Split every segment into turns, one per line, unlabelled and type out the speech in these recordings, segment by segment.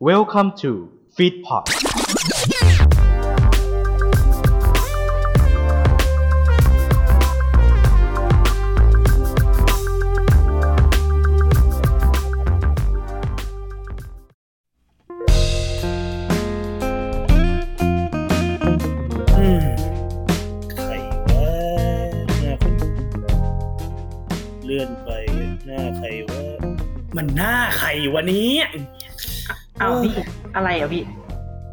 Welcome to Feedpot
อืมใครวะหน้าคนเลื่อนไปหน้าใครวะมันหน้าใครวะเนี้
เอาพี่อะไรอ่ะพี่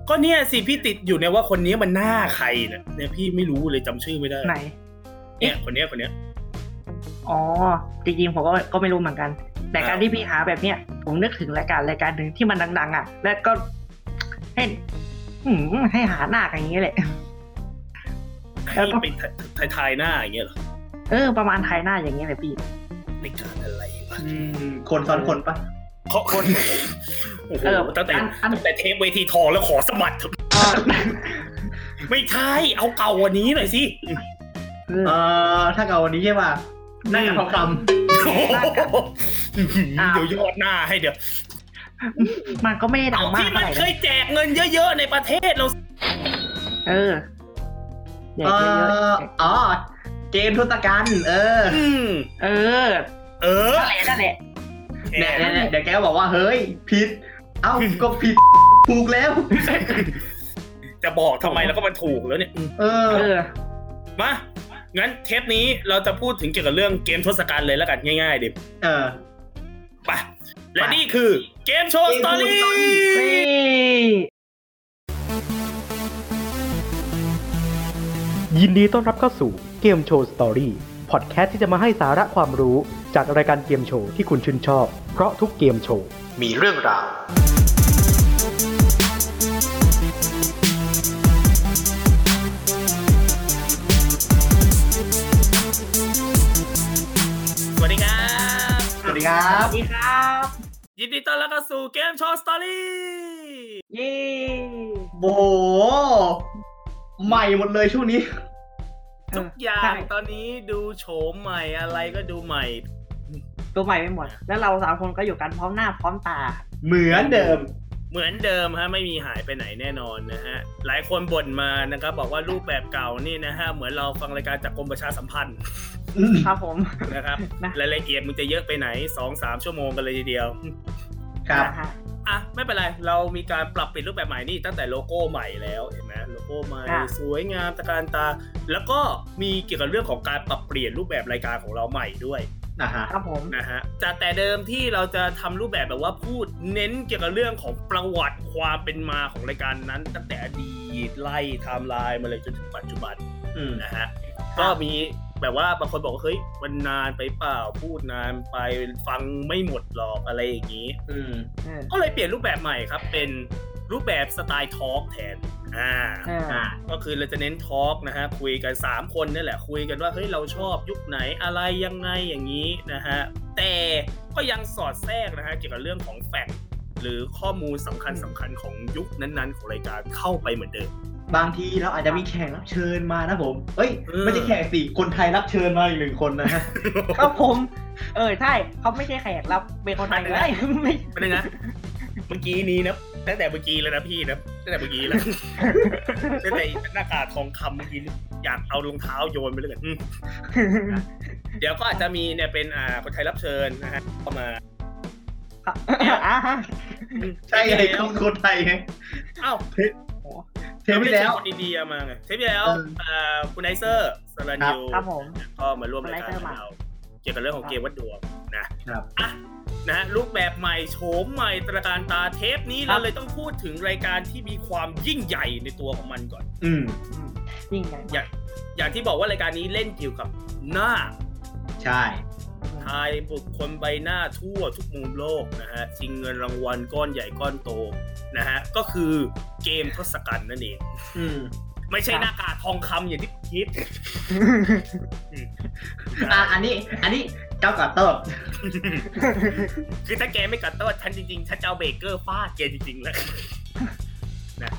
ก็เนี่ยสิพี่ติดอยู่เนี่ยว่าคนนี้มันหน้าใครเนี่ยเนี่ยพี่ไม่รู้เลยจำชื่อไม่ได้
ไหน
เนี่ยคนเนี้ยคนเนี้ย
อ๋อ จริงๆผมก็ก็ไม่รู้เหมือนกัน แต่
อ่า
การที่พี่หาแบบเนี้ยผมนึกถึงรายการรายการหนึ่งที่มันดัง ๆ อ่ะ แล้วก็ให้หืมให้หาหน้ากันอย่างนี้แหละ
ให้ไปถ่ายถ่ายหน้าอย่างเงี้ยเหรอ
เออ ประมาณไทยหน้าอย่างนี้แหละพี่
ในการอะไรวะ
คนซ้อนคนปะ
เขาคนโอ้โห
เออ
ตั้งแต่
อันอัน
ตั้งแต่เทปเวทีทองแล้วขอสมัครเถอะไม่ใช่เอาเก่ากวันนี้หน่อยสิ
เออ
เอ่อถ้าเก่าวันนี้ใช่ป่ะหน้ากับทองค
โอ้โห
อ้าว
เดี๋ยวยอดหน้าให้เดี๋ยว
มันก็ไม่ได้ดังมาก
ที่
เท่า
มัน
ไหร่
เค
นะ
ยแจกเงินเยอะ ๆ ในประเทศเรา
เออ
ำเอ่ออ๋อ เกมทุตกันเออ
อืม
เออ
เออ
นั่นแหละนั่นแหละ
เนี่ยเนี่ยเนี่ยเดี๋ยวแกก็บอกว่าเฮ้ยผิด เอ้ าก็ผิดถูกแล้ว
จะบอกทำไมแล้วก็มันถูกแล้วเนี่ยอืม
เออ
เออ
มา งั้นเทปนี้เราจะพูดถึงเกี่ยวกับเรื่องเกมทศกัณฐ์เลยแล้วกันง่ายๆดิ
เออ
ไปและนี่คือเกมโชว์สตอ
เก
รี่
มโชว์ Story
นี่
ยินดีต้อนรับเข้าสู่เกมโชว์สตอรี่พอดแคสต์ที่จะมาให้สาระความรู้จากรายการเกมโชว์ที่คุณชื่นชอบ เพราะทุกเกมโชว์ มีเรื่องราว
สวัสดีครับ
สวัสดีครั
ส
บ
วัสดีครับ
ยินดีต้อนรับเข้าสู่เกมโชว์สตอรี่
เย้
โบใหม่หมดเลยช่วงนี้
ทุกอย่างตอนนี้ดูโฉมใหม่อะไรก็ดูใหม่
ตัวใหม่ไปหมด แล้วเราสามคนก็อยู่กันพร้อมหน้าพร้อมตา
เหมือนเดิม
เหมือนเดิมฮะไม่มีหายไปไหนแน่นอนนะฮะหลายคนบ่นมานะครับบอกว่ารูปแบบเก่านี่นะฮะเหมือนเราฟังรายการจากกรมประชาสัมพันธ์
ครับผม
นะครับ
นะ
รายละเอียดมึงจะเยอะไปไหนสองสามชั่วโมงกันเลยทีเดียว
ครับ
นะฮะ
อ่ะไม่เป็นไร เรามีการปรับเปลี่ยนรูปแบบใหม่นี่ตั้งแต่โลโก้ใหม่แล้วเห็นไหมโลโก้ใหม่สวยงามตะการตา แล้วก็มีเกี่ยวกับเรื่องของการปรับเปลี่ยนรูปแบบรายการของเราใหม่ด้วย
นะฮะ
ครับผม
นะฮะจากแต่เดิมที่เราจะทำรูปแบบแบบว่าพูดเน้นเกี่ยวกับเรื่องของประวัติความเป็นมาของรายการนั้น ตั้งแต่อดีตไล่ไทม์ไลน์มาเลยจนถึงปัจจุบัน
อืม
นะฮะก็มีแบบว่าบางคนบอกว่าเฮ้ยมันนานไปเปล่าพูดนานไปฟังไม่หมดหรอกอะไรอย่างนี้
อืม
เออ
ก็เลยเปลี่ยนรูปแบบใหม่ครับ เป็นรูปแบบสไตล์ทอล์กแทนอ่า
เออ
อ่า
ก็คือเราจะเน้นทอล์กนะฮะคุยกัน 3 คนนี่แหละคุยกันว่าเฮ้ยเราชอบยุคไหนอะไรยังไงอย่างนี้นะฮะแต่ก็ยังสอดแทรกนะฮะเกี่ยวกับเรื่องของแฟกต์หรือข้อมูลสำคัญสำคัญของยุคนั้นๆ ของรายการเข้าไปเหมือนเดิม
บางทีเราอาจจะมีแขกรับเชิญมานะผม เอ้ย
เออ
ไม่ใช่แขกสิ คนไทยรับเชิญมาอีกหนึ่งคนนะฮะ
ครับผม เออใช่เขาไม่ใช่แขกรับเป็นคนไทยเลยไม่
ไม่ได้นะ เมื่อกี้นี้นะตั้งแต่เมื่อกี้แล้วนะพี่นะตั้งแต่เมื่อกี้ แล้ว ตั้งแต่หน้ากากทองคำเมื่อกี้นี่อยากเอารองเท้าโยนไปเลยกันอืม เดี๋ยวก็อาจจะมีเนี่ยเป็นอ่าคนไทยรับเชิญนะฮะเข้ามา
อ่าฮะ
ใช่ไงคนคนไทยไง
เอ้า
เทปที่แล้ว
คนอินเดียมาไงเทปที่แล้ว
เออ
เอ่อคุณไนเซอร์สลันยู
ครับผม
ก็มาร่วมรายการ
คุณไนเซอร์
กั
มา
บเรา เกี่ยวกับเรื่องขอ
ค
ง
รับ
เกมวัดดวงนะครับ อ่ะนะฮะรูปแบบใหม่โฉมใหม่ตระการตาเทปนี้เราเลยต้องพูดถึงรายการที่มีความยิ่งใหญ่ในตัวของมันก่อน
อืม
อืมยิ่งใหญ่
อย่างอย่างที่บอกว่ารายการนี้เล่นเกี่ยวกับหน้า
ใช่
ทายบุคคลใบหน้าทั่วทุกมุมโลกนะฮะชิงเงินรางวัลก้อนใหญ่ก้อนโตนะฮะก็คือเกมทศกัณฐ์นั่นเอง
อืม
ไม่ใช่หน้ากากทองคำอย่างที่คิด
อ่ะอันนี้ อันนี้เก้ากับเติบ
คือถ้าแกไม่กัดโต้ฉันจริงๆฉันจะเอาเบรกเกอร์ฟาดแกจริงๆแล้ว นะ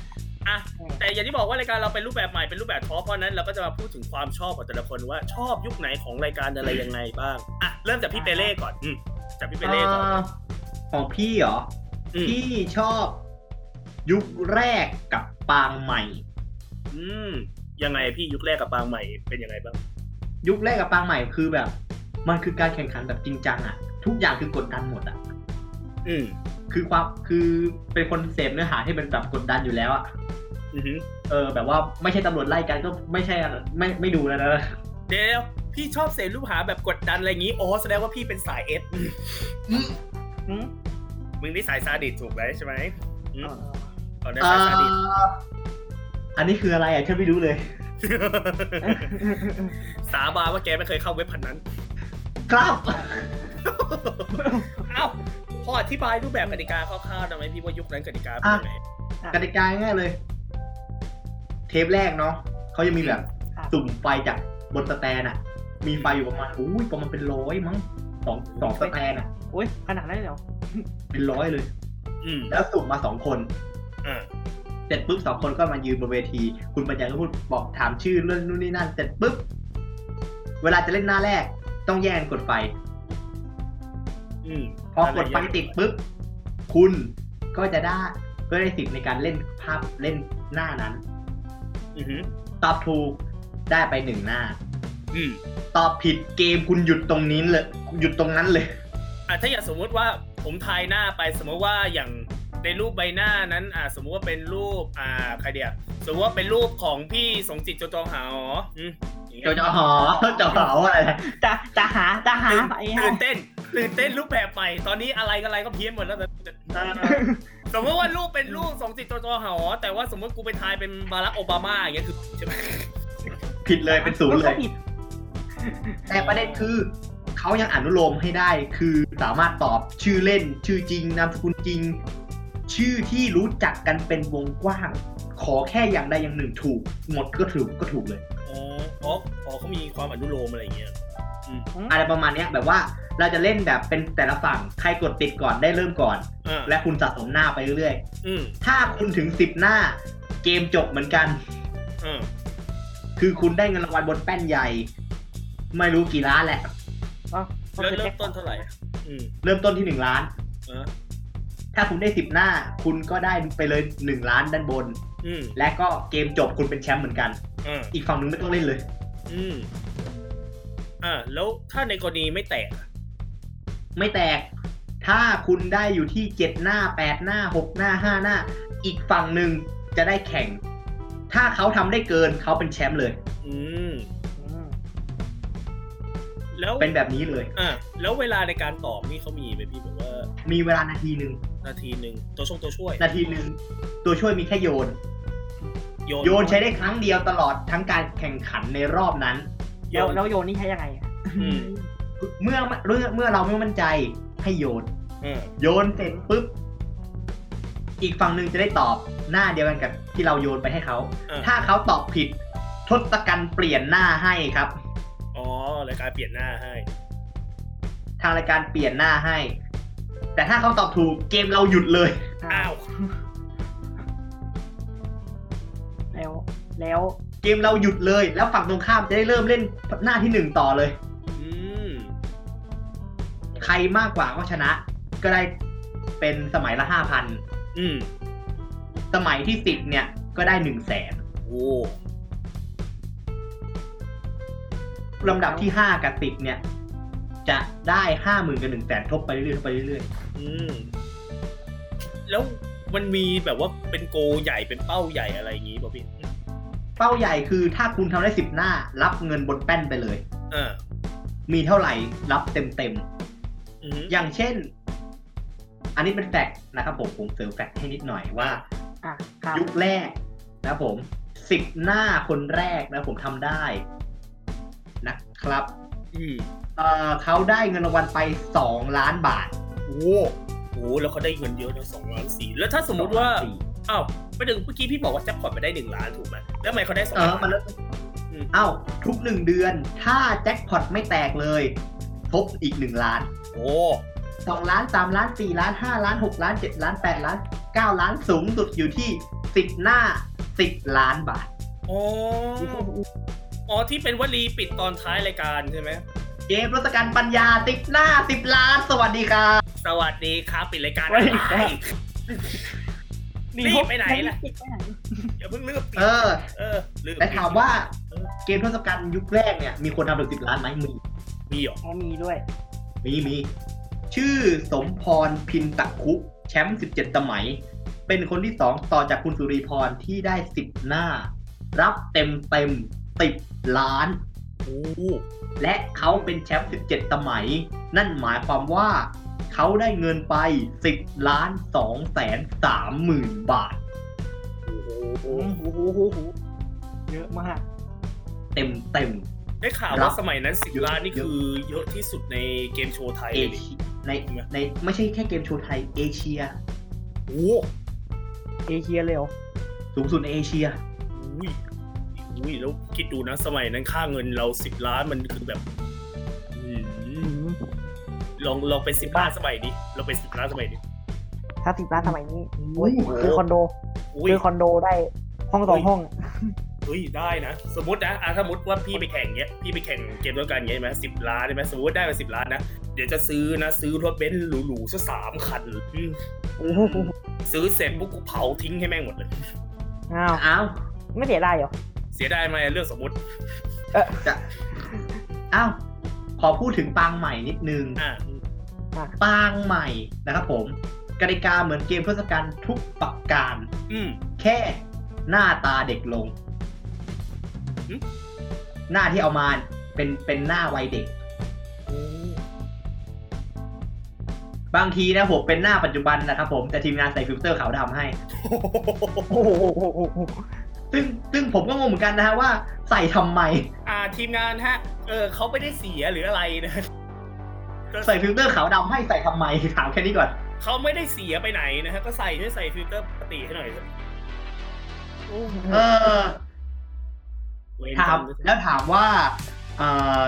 อ่ะแต่อย่างที่บอกว่ารายการเราเป็นรูปแบบใหม่เป็นรูปแบบทอล์กเพราะฉะนั้นเราก็จะมาพูดถึงความชอบของแต่ละคนว่าชอบยุคไหนของรายการอะไรยังไงบ้างอ่ะเริ่มจากพี่เปเล่ก่อนอืมจากพี่เปเล่ก่อน
อ่าของพี่เหรอ
อืม
พี่ชอบ ยุคแรกกับปางใหม่
อืมยังไงพี่ยุคแรกกับปางใหม่เป็นยังไงบ้าง
ยุคแรกกับปางใหม่คือแบบ มันคือการแข่งขันแบบจริงจังอะทุกอย่างคือกดดันหมดอะ
อืม
คือความคือเป็นคนเสพเนื้อหาที่เป็นแบบกดดันอยู่แล้วอะ
อือหือ
เออ แบบว่าไม่ใช่ตำรวจไล่กันก็ไม่ใช่อะไม่ไม่ดูแล้วนะ
เดี๋ยวพี่ชอบเสพรูปหาแบบกดดันอะไรอย่างงี้โอ้แสดงว่าพี่เป็นสายเอส
อืม
มึงนี่สายซาดิสถูกไหมใช่ไหมอืม
อ๋อ
ตอนนี้
เอ่
สาย
อ
ซาดิส
อันนี้คืออะไรอ่ะฉันไม่รู้เลย
สาบานว่าแกไม่เคยเข้าเว็บพันนั้น
ค รับ
อ้าวพออธิบายรูปแบบกติกาคร่าวๆได้ไหมพี่ว่ายุคนั้นกติกาเป็นยังไง
กติกาง่ายๆเลย เทปแรกเนาะเขาจะมีแบบสุ่มไฟจากบนสแตนอ่ะ มีไฟอยู่ประมาณอุ้ยประมาณเป็นร้อยมั้งสองสองสแตนอ่ะ
โอ้ยขนาดนั้นเลยเหรอ
เป็นร้อยเลย
อืม
แล้วสุ่มมาสองคน
อ่า
เสร็จปุ๊บสองคนก็มายืนบนเวที คุณปัญญาก็พูดบอกถามชื่อเรื่องนู่นนี่นั่น เสร็จปุ๊บ เวลาจะเล่นหน้าแรก ต้องแย่งกดไฟ
อืม
พอกดไฟติดปุ๊บ คุณก็จะได้ก็ได้สิทธิ์ในการเล่นภาพเล่นหน้านั้น
อือหือ
ตอบถูกได้ไปหนึ่งหน้า
อืม
ตอบผิดเกมคุณหยุดตรงนี้เลยหยุดตรงนั้นเลย
อ่ะถ้าอย่างสมมุติว่าผมทายหน้าไปสมมติว่าอย่างในรูปใบหน้านั้นอ่ะสมมติว่าเป็นรูปอ่าใครเดียวสมมติว่าเป็นรูปของพี่สงจิตโจจองหาอ๋ออืมอย่างเงี้ย
เจ้าจะหอเจ้าหออะไรนะ
จะจะหาจะหา
ตื่น
ไอ้
ตื่
ฮะ
นเต้นตื่นเต้นรูปแบบใหม่ตอนนี้อะไรกันอะไรก็เพี้ยนหมดแล้วแต่
เออ
สมมติว่ารูปเป็นรูปสงจิตโจจองหาอ๋อแต่ว่าสมมติกูไปทายเป็นบารักโอบามาอย่างเงี้ยคือใช่ไหม
ผิดเลยเป็นศูนย์เล
ก็
ย
ผิด
แต่ประเด็นคือ เขายังอนุโลมให้ได้ คือสามารถตอบชื่อเล่น ชื่อจริงนามสกุลจริง ชื่อที่รู้จักกันเป็นวงกว้าง ขอแค่อย่างใดอย่างหนึ่งถูก หมดก็ถูกก็ถูกเลย
อ๋ออ๋ออ๋อเขามีความอนุโลมอะไรอย่างเงี้ย
อะไรประมาณเนี้ยแบบว่าเราจะเล่นแบบเป็นแต่ละฝั่งใครกดติดก่อนได้เริ่มก่อน
อ่า
และคุณสะสมหน้าไปเรื่อย
อืม
ๆ ถ้าคุณถึง 10 หน้า เกมจบเหมือนกัน
อ่า
คือคุณได้เงินรางวัลบนแป้นใหญ่ ไม่รู้กี่ล้านแหละ
อ๋อ
แล้วเริ่มต้นเท่าไหร่อืม
เริ่มต้นที่ 1 ล้าน
อ่า
ถ้าคุณได้ 10 หน้า คุณก็ได้ไปเลย 1 ล้านด้านบน
อืม
และก็เกมจบคุณเป็นแชมป์เหมือนกัน
อ่า
อีกฝั่งหนึงไม่ต้องเล่นเลย
อืม อ่า แล้วถ้าในกรณีไม่แตกอะ
ไม่แตก ถ้าคุณได้อยู่ที่เจ็ดหน้าแปดหน้าหกหน้าห้าหน้า อีกฝั่งหนึ่งจะได้แข่ง ถ้าเขาทำได้เกินเขาเป็นแชมป์เลย
อืม แล้ว
เป็นแบบนี้เลย
อ่าแล้วเวลาในการตอบนี่เขามีไหมพี่แบบว่า
มีเวลานาทีหนึ่ง
นาทีหนึ่งตัวช่วงตัวช่วย
นาทีหนึ่งตัวช่วยมีแค่โยน
โยน
โยนใช้ได้ครั้งเดียวตลอดทั้งการแข่งขันในรอบนั้น
โย
แล้ว
น
แล้วโยนนี่ใช้ยังไงอะ
อืม
เมื่อเมื่อเมื่อเราไม่มั่นใจให้โยน
อ่า
โยนเสร็จปุ๊บ อีกฝั่งหนึ่งจะได้ตอบหน้าเดียวกันกับที่เราโยนไปให้เขา
อ่า
ถ้าเขาตอบผิด ทศกัณฐ์เปลี่ยนหน้าให้ครับ
อ๋อรายการเปลี่ยนหน้าให้
ทางรายการเปลี่ยนหน้าให้ แต่ถ้าเขาตอบถูกเกมเราหยุดเลย
อ้าว
แล้วแล้ว
เกมเราหยุดเลย แล้วฝั่งตรงข้ามจะได้เริ่มเล่นหน้าที่หนึ่งต่อเลย
อืม
ใครมากกว่าก็ชนะ ก็ได้เป็นสมัยละห้าพัน
อืม
สมัยที่สิบเนี่ยก็ได้หนึ่งแสน
โอ้
ลำดับที่ห้ากับสิบเนี่ย จะได้ห้าหมื่นกับหนึ่งแสนทบไปเรื่อยๆทบไปเรื่อย
อืม แล้วมันมีแบบว่าเป็นโกใหญ่เป็นเป้าใหญ่อะไรอย่างงี้ป่ะพี่
ๆเป้าใหญ่คือถ้าคุณทำได้สิบหน้า รับเงินบนแป้นไปเลย
อ่า
มีเท่าไหร่รับเต็มๆ
อืม
อย่างเช่น อันนี้เป็นแฟกต์นะครับผมผมเสริมแฟกต์ให้นิดหน่อยว่า
อ่ะครับ
ยุคแรกนะครับผมสิบหน้าคนแรกนะครับผมทำได้นะครับ
อืม
เอ่อเขาได้เงินรางวัลไป 2 ล้านบาท
โอ้โหโอ้โหแล้วเขาได้เงินเยอะนะสองล้านสี่แล้วถ้าสมมติว่า
สี่
อ้าวไม่ถึงเมื่อกี้พี่บอกว่าแจ็คพอตไปได้หนึ่งล้านถูกไหมแล้วทำไมเขาได้สอง
เออ
ล้าน
มันเริ่ม
อืม
เอ้าทุกหนึ่งเดือน ถ้าแจ็คพอตไม่แตกเลยทบอีกหนึ่งล้าน
โอ้
สองล้านสามล้านสี่ล้านห้าล้านหกล้านเจ็ดล้านแปดล้านเก้าล้านสูงสุดอยู่ที่สิบหน้าสิบล้านบาท
อ๋ออ๋อที่เป็นวลีปิดตอนท้ายรายการใช่ไหม
เกมรัตการปัญญาติดหน้าติดล้านสวัสดีครับ
สวัสดีครับ ปิดรายการ
เว้ย
อะไร รีบไปไหนล่ะ
ติดไปไหน
อย่าเพิ่งลืมติด
เออ
เออลืม
แต่ถามว่าเกมทศกัณฐ์ยุคแรกเนี่ยมีคนทำถึงสิบล้านไหมมี
มีเหรอ
อ๋อมีด้วย
มีมี ชื่อสมพรพินตะคุแชมป์สิบเจ็ดสมัย เป็นคนที่สองต่อจากคุณสุริพรที่ได้สิบหน้า รับเต็มเต็มติบล้าน
โอ้
และเขาเป็นแชมป์ 17 สมัย นั่นหมายความว่า เขาได้เงินไป 10ล้าน2แสน3หมื่นบาท
โอ้โหโหโหโหเยอะมาก
เต็มเต็ม
ได้ข่าว
รั
ว่า
บ
สมัยนั้นสิบล้านนี่คือเยอะที่สุดในเกมโชว์ไทย
เอ
เลยดิ
เชียในในไม่ใช่แค่เกมโชว์ไทยเอเชีย
โอ้
เอเชียเลยเหรอ
สูงสุดในเอเชีย
อุ้ยอุ้ยแล้วคิดดูนะสมัยนั้นค่าเงินเราสิบล้านมันคือแบบอืมลองลองเป็นสิบล้านสมัยนี้เราเป็นสิบล้านสมัยนี้
ถ้าสิบล้านสมัยนี้
โอ้ย
คือคอนโด
อุ้ย
คือคอนโดได้ห้องสองห้อง
เฮ้ยได้นะสมมตินะอ่ะสมมติว่าพี่ไปแข่งเนี้ยพี่ไปแข่งเกมด้วยกันเงี้ยใช่ไหมสิบล้านใช่ไหมสมมติได้มาสิบล้านนะเดี๋ยวจะซื้อนะซื้อรถเบนซ์หรูๆสักสามคันอืมซื้อเสร็จปุ๊บกูเผาทิ้งให้แม่งหมดเลย
อ้าว
อ้าว
ไม่เสียได้เหรอ
เสียดายไหมเรื่องสมมติ
จะอ้าว ขอพูดถึงปางใหม่นิดนึง
อ่ะ
ปางใหม่นะครับผมกติกาเหมือนเกมทศกัณฐ์ทุกประการ
อืม
แค่หน้าตาเด็กลง
หึ
หน้าที่เอามาเป็นเป็นหน้าวัยเด็ก บางทีนะผมเป็นหน้าปัจจุบันนะครับผม แต่ทีมงานใส่ฟิลเตอร์ขาวดำให้
โอ้โห
ซึ่งซึ่งผมก็งงเหมือนกันนะฮะว่าใส่ทำไม
อ่าทีมงานฮะ เออเขาไม่ได้เสียหรืออะไรนะ
ใส่ฟิลเตอร์ขาวดำให้ใส่ทำไม ถามแค่นี้ก่อน
เขาไม่ได้เสียไปไหนนะฮะ ก็ใส่ด้วยใส่ฟิลเตอร์ปกติให้หน่อยเถอะ
เออ
เว้น
ถาม
จำด้วย
แล้วถามว่าเอ่อ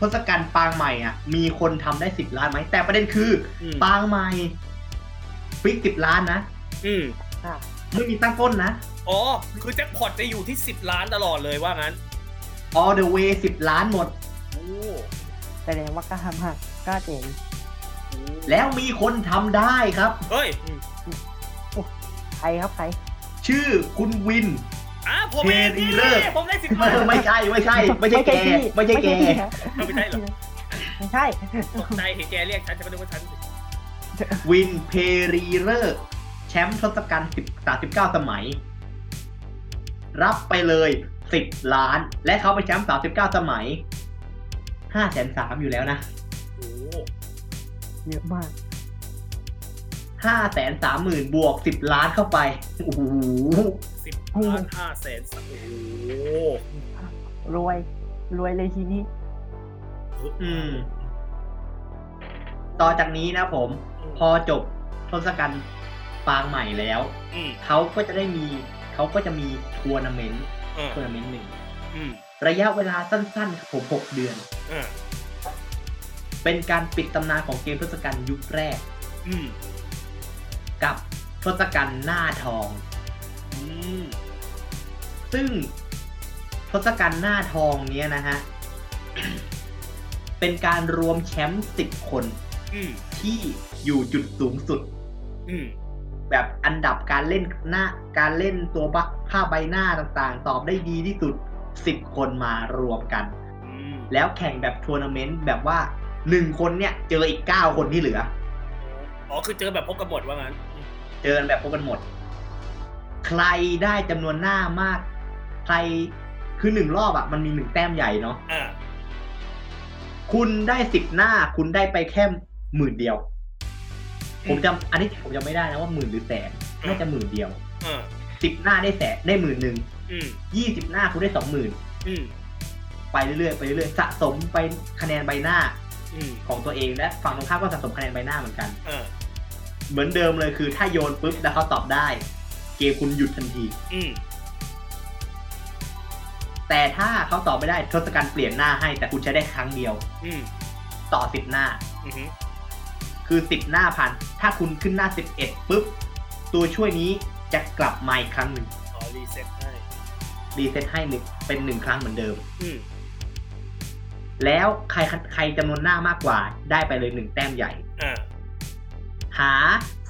ทศกัณฐ์ปางใหม่อ่ะ มีคนทำได้สิบล้านไหม แต่ประเด็นคือ
อืม
ปางใหม่ฟิกสิบล้านนะ
อืม
ไม่มีตั้งต้นนะ
อ๋อ คือแจ็คพอตจะอยู่ที่ 10 ล้านตลอดเลยว่างั้น
all the way สิบล้านหมด
โอ้
แสดงว่ากล้ามากกล้าเจ๋ง
แล้วมีคนทำได้ครับ
เฮ้ย
ใครครับใคร
ชื่อคุณวิน
อ่ะผมเอง
เทดี
นี่
เลิศ
ผมได้สิบ
ไม่
ล้าน
ไม่ใช่ไม่ใช่ ไม่ใช่แกไม่ใช่แก
พี่นะ
ไม่ใช่เหรอ
ไม่ใช่
ตกใจเห็นแกเรียกฉันจะไม่รู้ว่าฉัน
วินเพรีเลิกษ์แชมป์ทศกัณฐ์สิบสามสิบเก้าสมัย รับไปเลยสิบล้าน และเขาเป็นแชมป์สามสิบเก้าสมัยห้าแสนสามอยู่แล้วนะ
โอ้
เยอะมาก
ห้าแสนสามหมื่นบวกสิบล้านเข้าไปโอ้โห
สิบล้านห้าแสนโอ้โห
รวย รวยเลยทีนี้
อืม ต่อจากนี้นะผม พอจบทศกัณฐ์ปางใหม่แล้ว
อืม
เขาก็จะได้มี เขาก็จะมีทัวร์นาเมนต์
อ่า
ทัวร์นาเมนต์หนึ่ง
อืม
ระยะเวลาสั้นๆครับผม6เดือน
อ่า
เป็นการปิดตำนานของเกมทศกัณฐ์ยุคแรก
อืม
กับทศกัณฐ์หน้าทอง
อืม
ซึ่งทศกัณฐ์หน้าทองเนี้ยนะฮ ะ เป็นการรวมแชมป์10 คน
อืม
ที่อยู่จุดสูงสุด
อืม
แบบอันดับการเล่นหน้าการเล่นตัวบัคค่าใบหน้าต่างๆ ตอบได้ดีที่สุด 10 คนมารวมกัน
อืม
แล้วแข่งแบบทัวร์นาเมนต์แบบว่าหนึ่งคนเนี่ยเจออีก 9 คนที่เหลือ
อ๋อ คือเจอแบบพบกันหมดว่างั้น
เจอกันแบบพบกันหมด ใครได้จำนวนหน้ามาก ใครคือหนึ่งรอบอะมันมีหนึ่งแต้มใหญ่เนาะ
อ่า
คุณได้สิบหน้า คุณได้ไปแค่หมื่นเดียว ผมจำอันนี้ผมจำไม่ได้นะว่าหมื่นหรือแสนน่าจะหมื่นเดียว
อ่า
สิบหน้าได้แสนได้หมื่นหนึ่ง
อืม
ยี่สิบหน้าคุณได้สองหมื่น
อืม
ไปเรื่อยๆไปเรื่อยๆสะสมไปคะแนนใบหน้า
อืม
ของตัวเองและฝั่งตรงข้ามก็สะสมคะแนนใบหน้าเหมือนกัน
อ่า
เหมือนเดิมเลยคือถ้าโยนปุ๊บแล้วเขาตอบได้ เกมคุณหยุดทันที
อืม
แต่ถ้าเขาตอบไม่ได้ทศกัณฐ์เปลี่ยนหน้าให้แต่คุณใช้ได้ครั้งเดียว
อืม
ต่อสิบหน้า
อืม
คือสิบหน้าพัน ถ้าคุณขึ้นหน้าสิบเอ็ดปุ๊บ ตัวช่วยนี้จะกลับมาอีกครั้งหนึ่ง
อ๋อรีเซ็ตให้
รีเซ็ตให้หนึ่งเป็นหนึ่งครั้งเหมือนเดิม
อืม
แล้วใครใครจำนวนหน้ามากกว่าได้ไปเลยหนึ่งแต้มใหญ่
อ่า
หา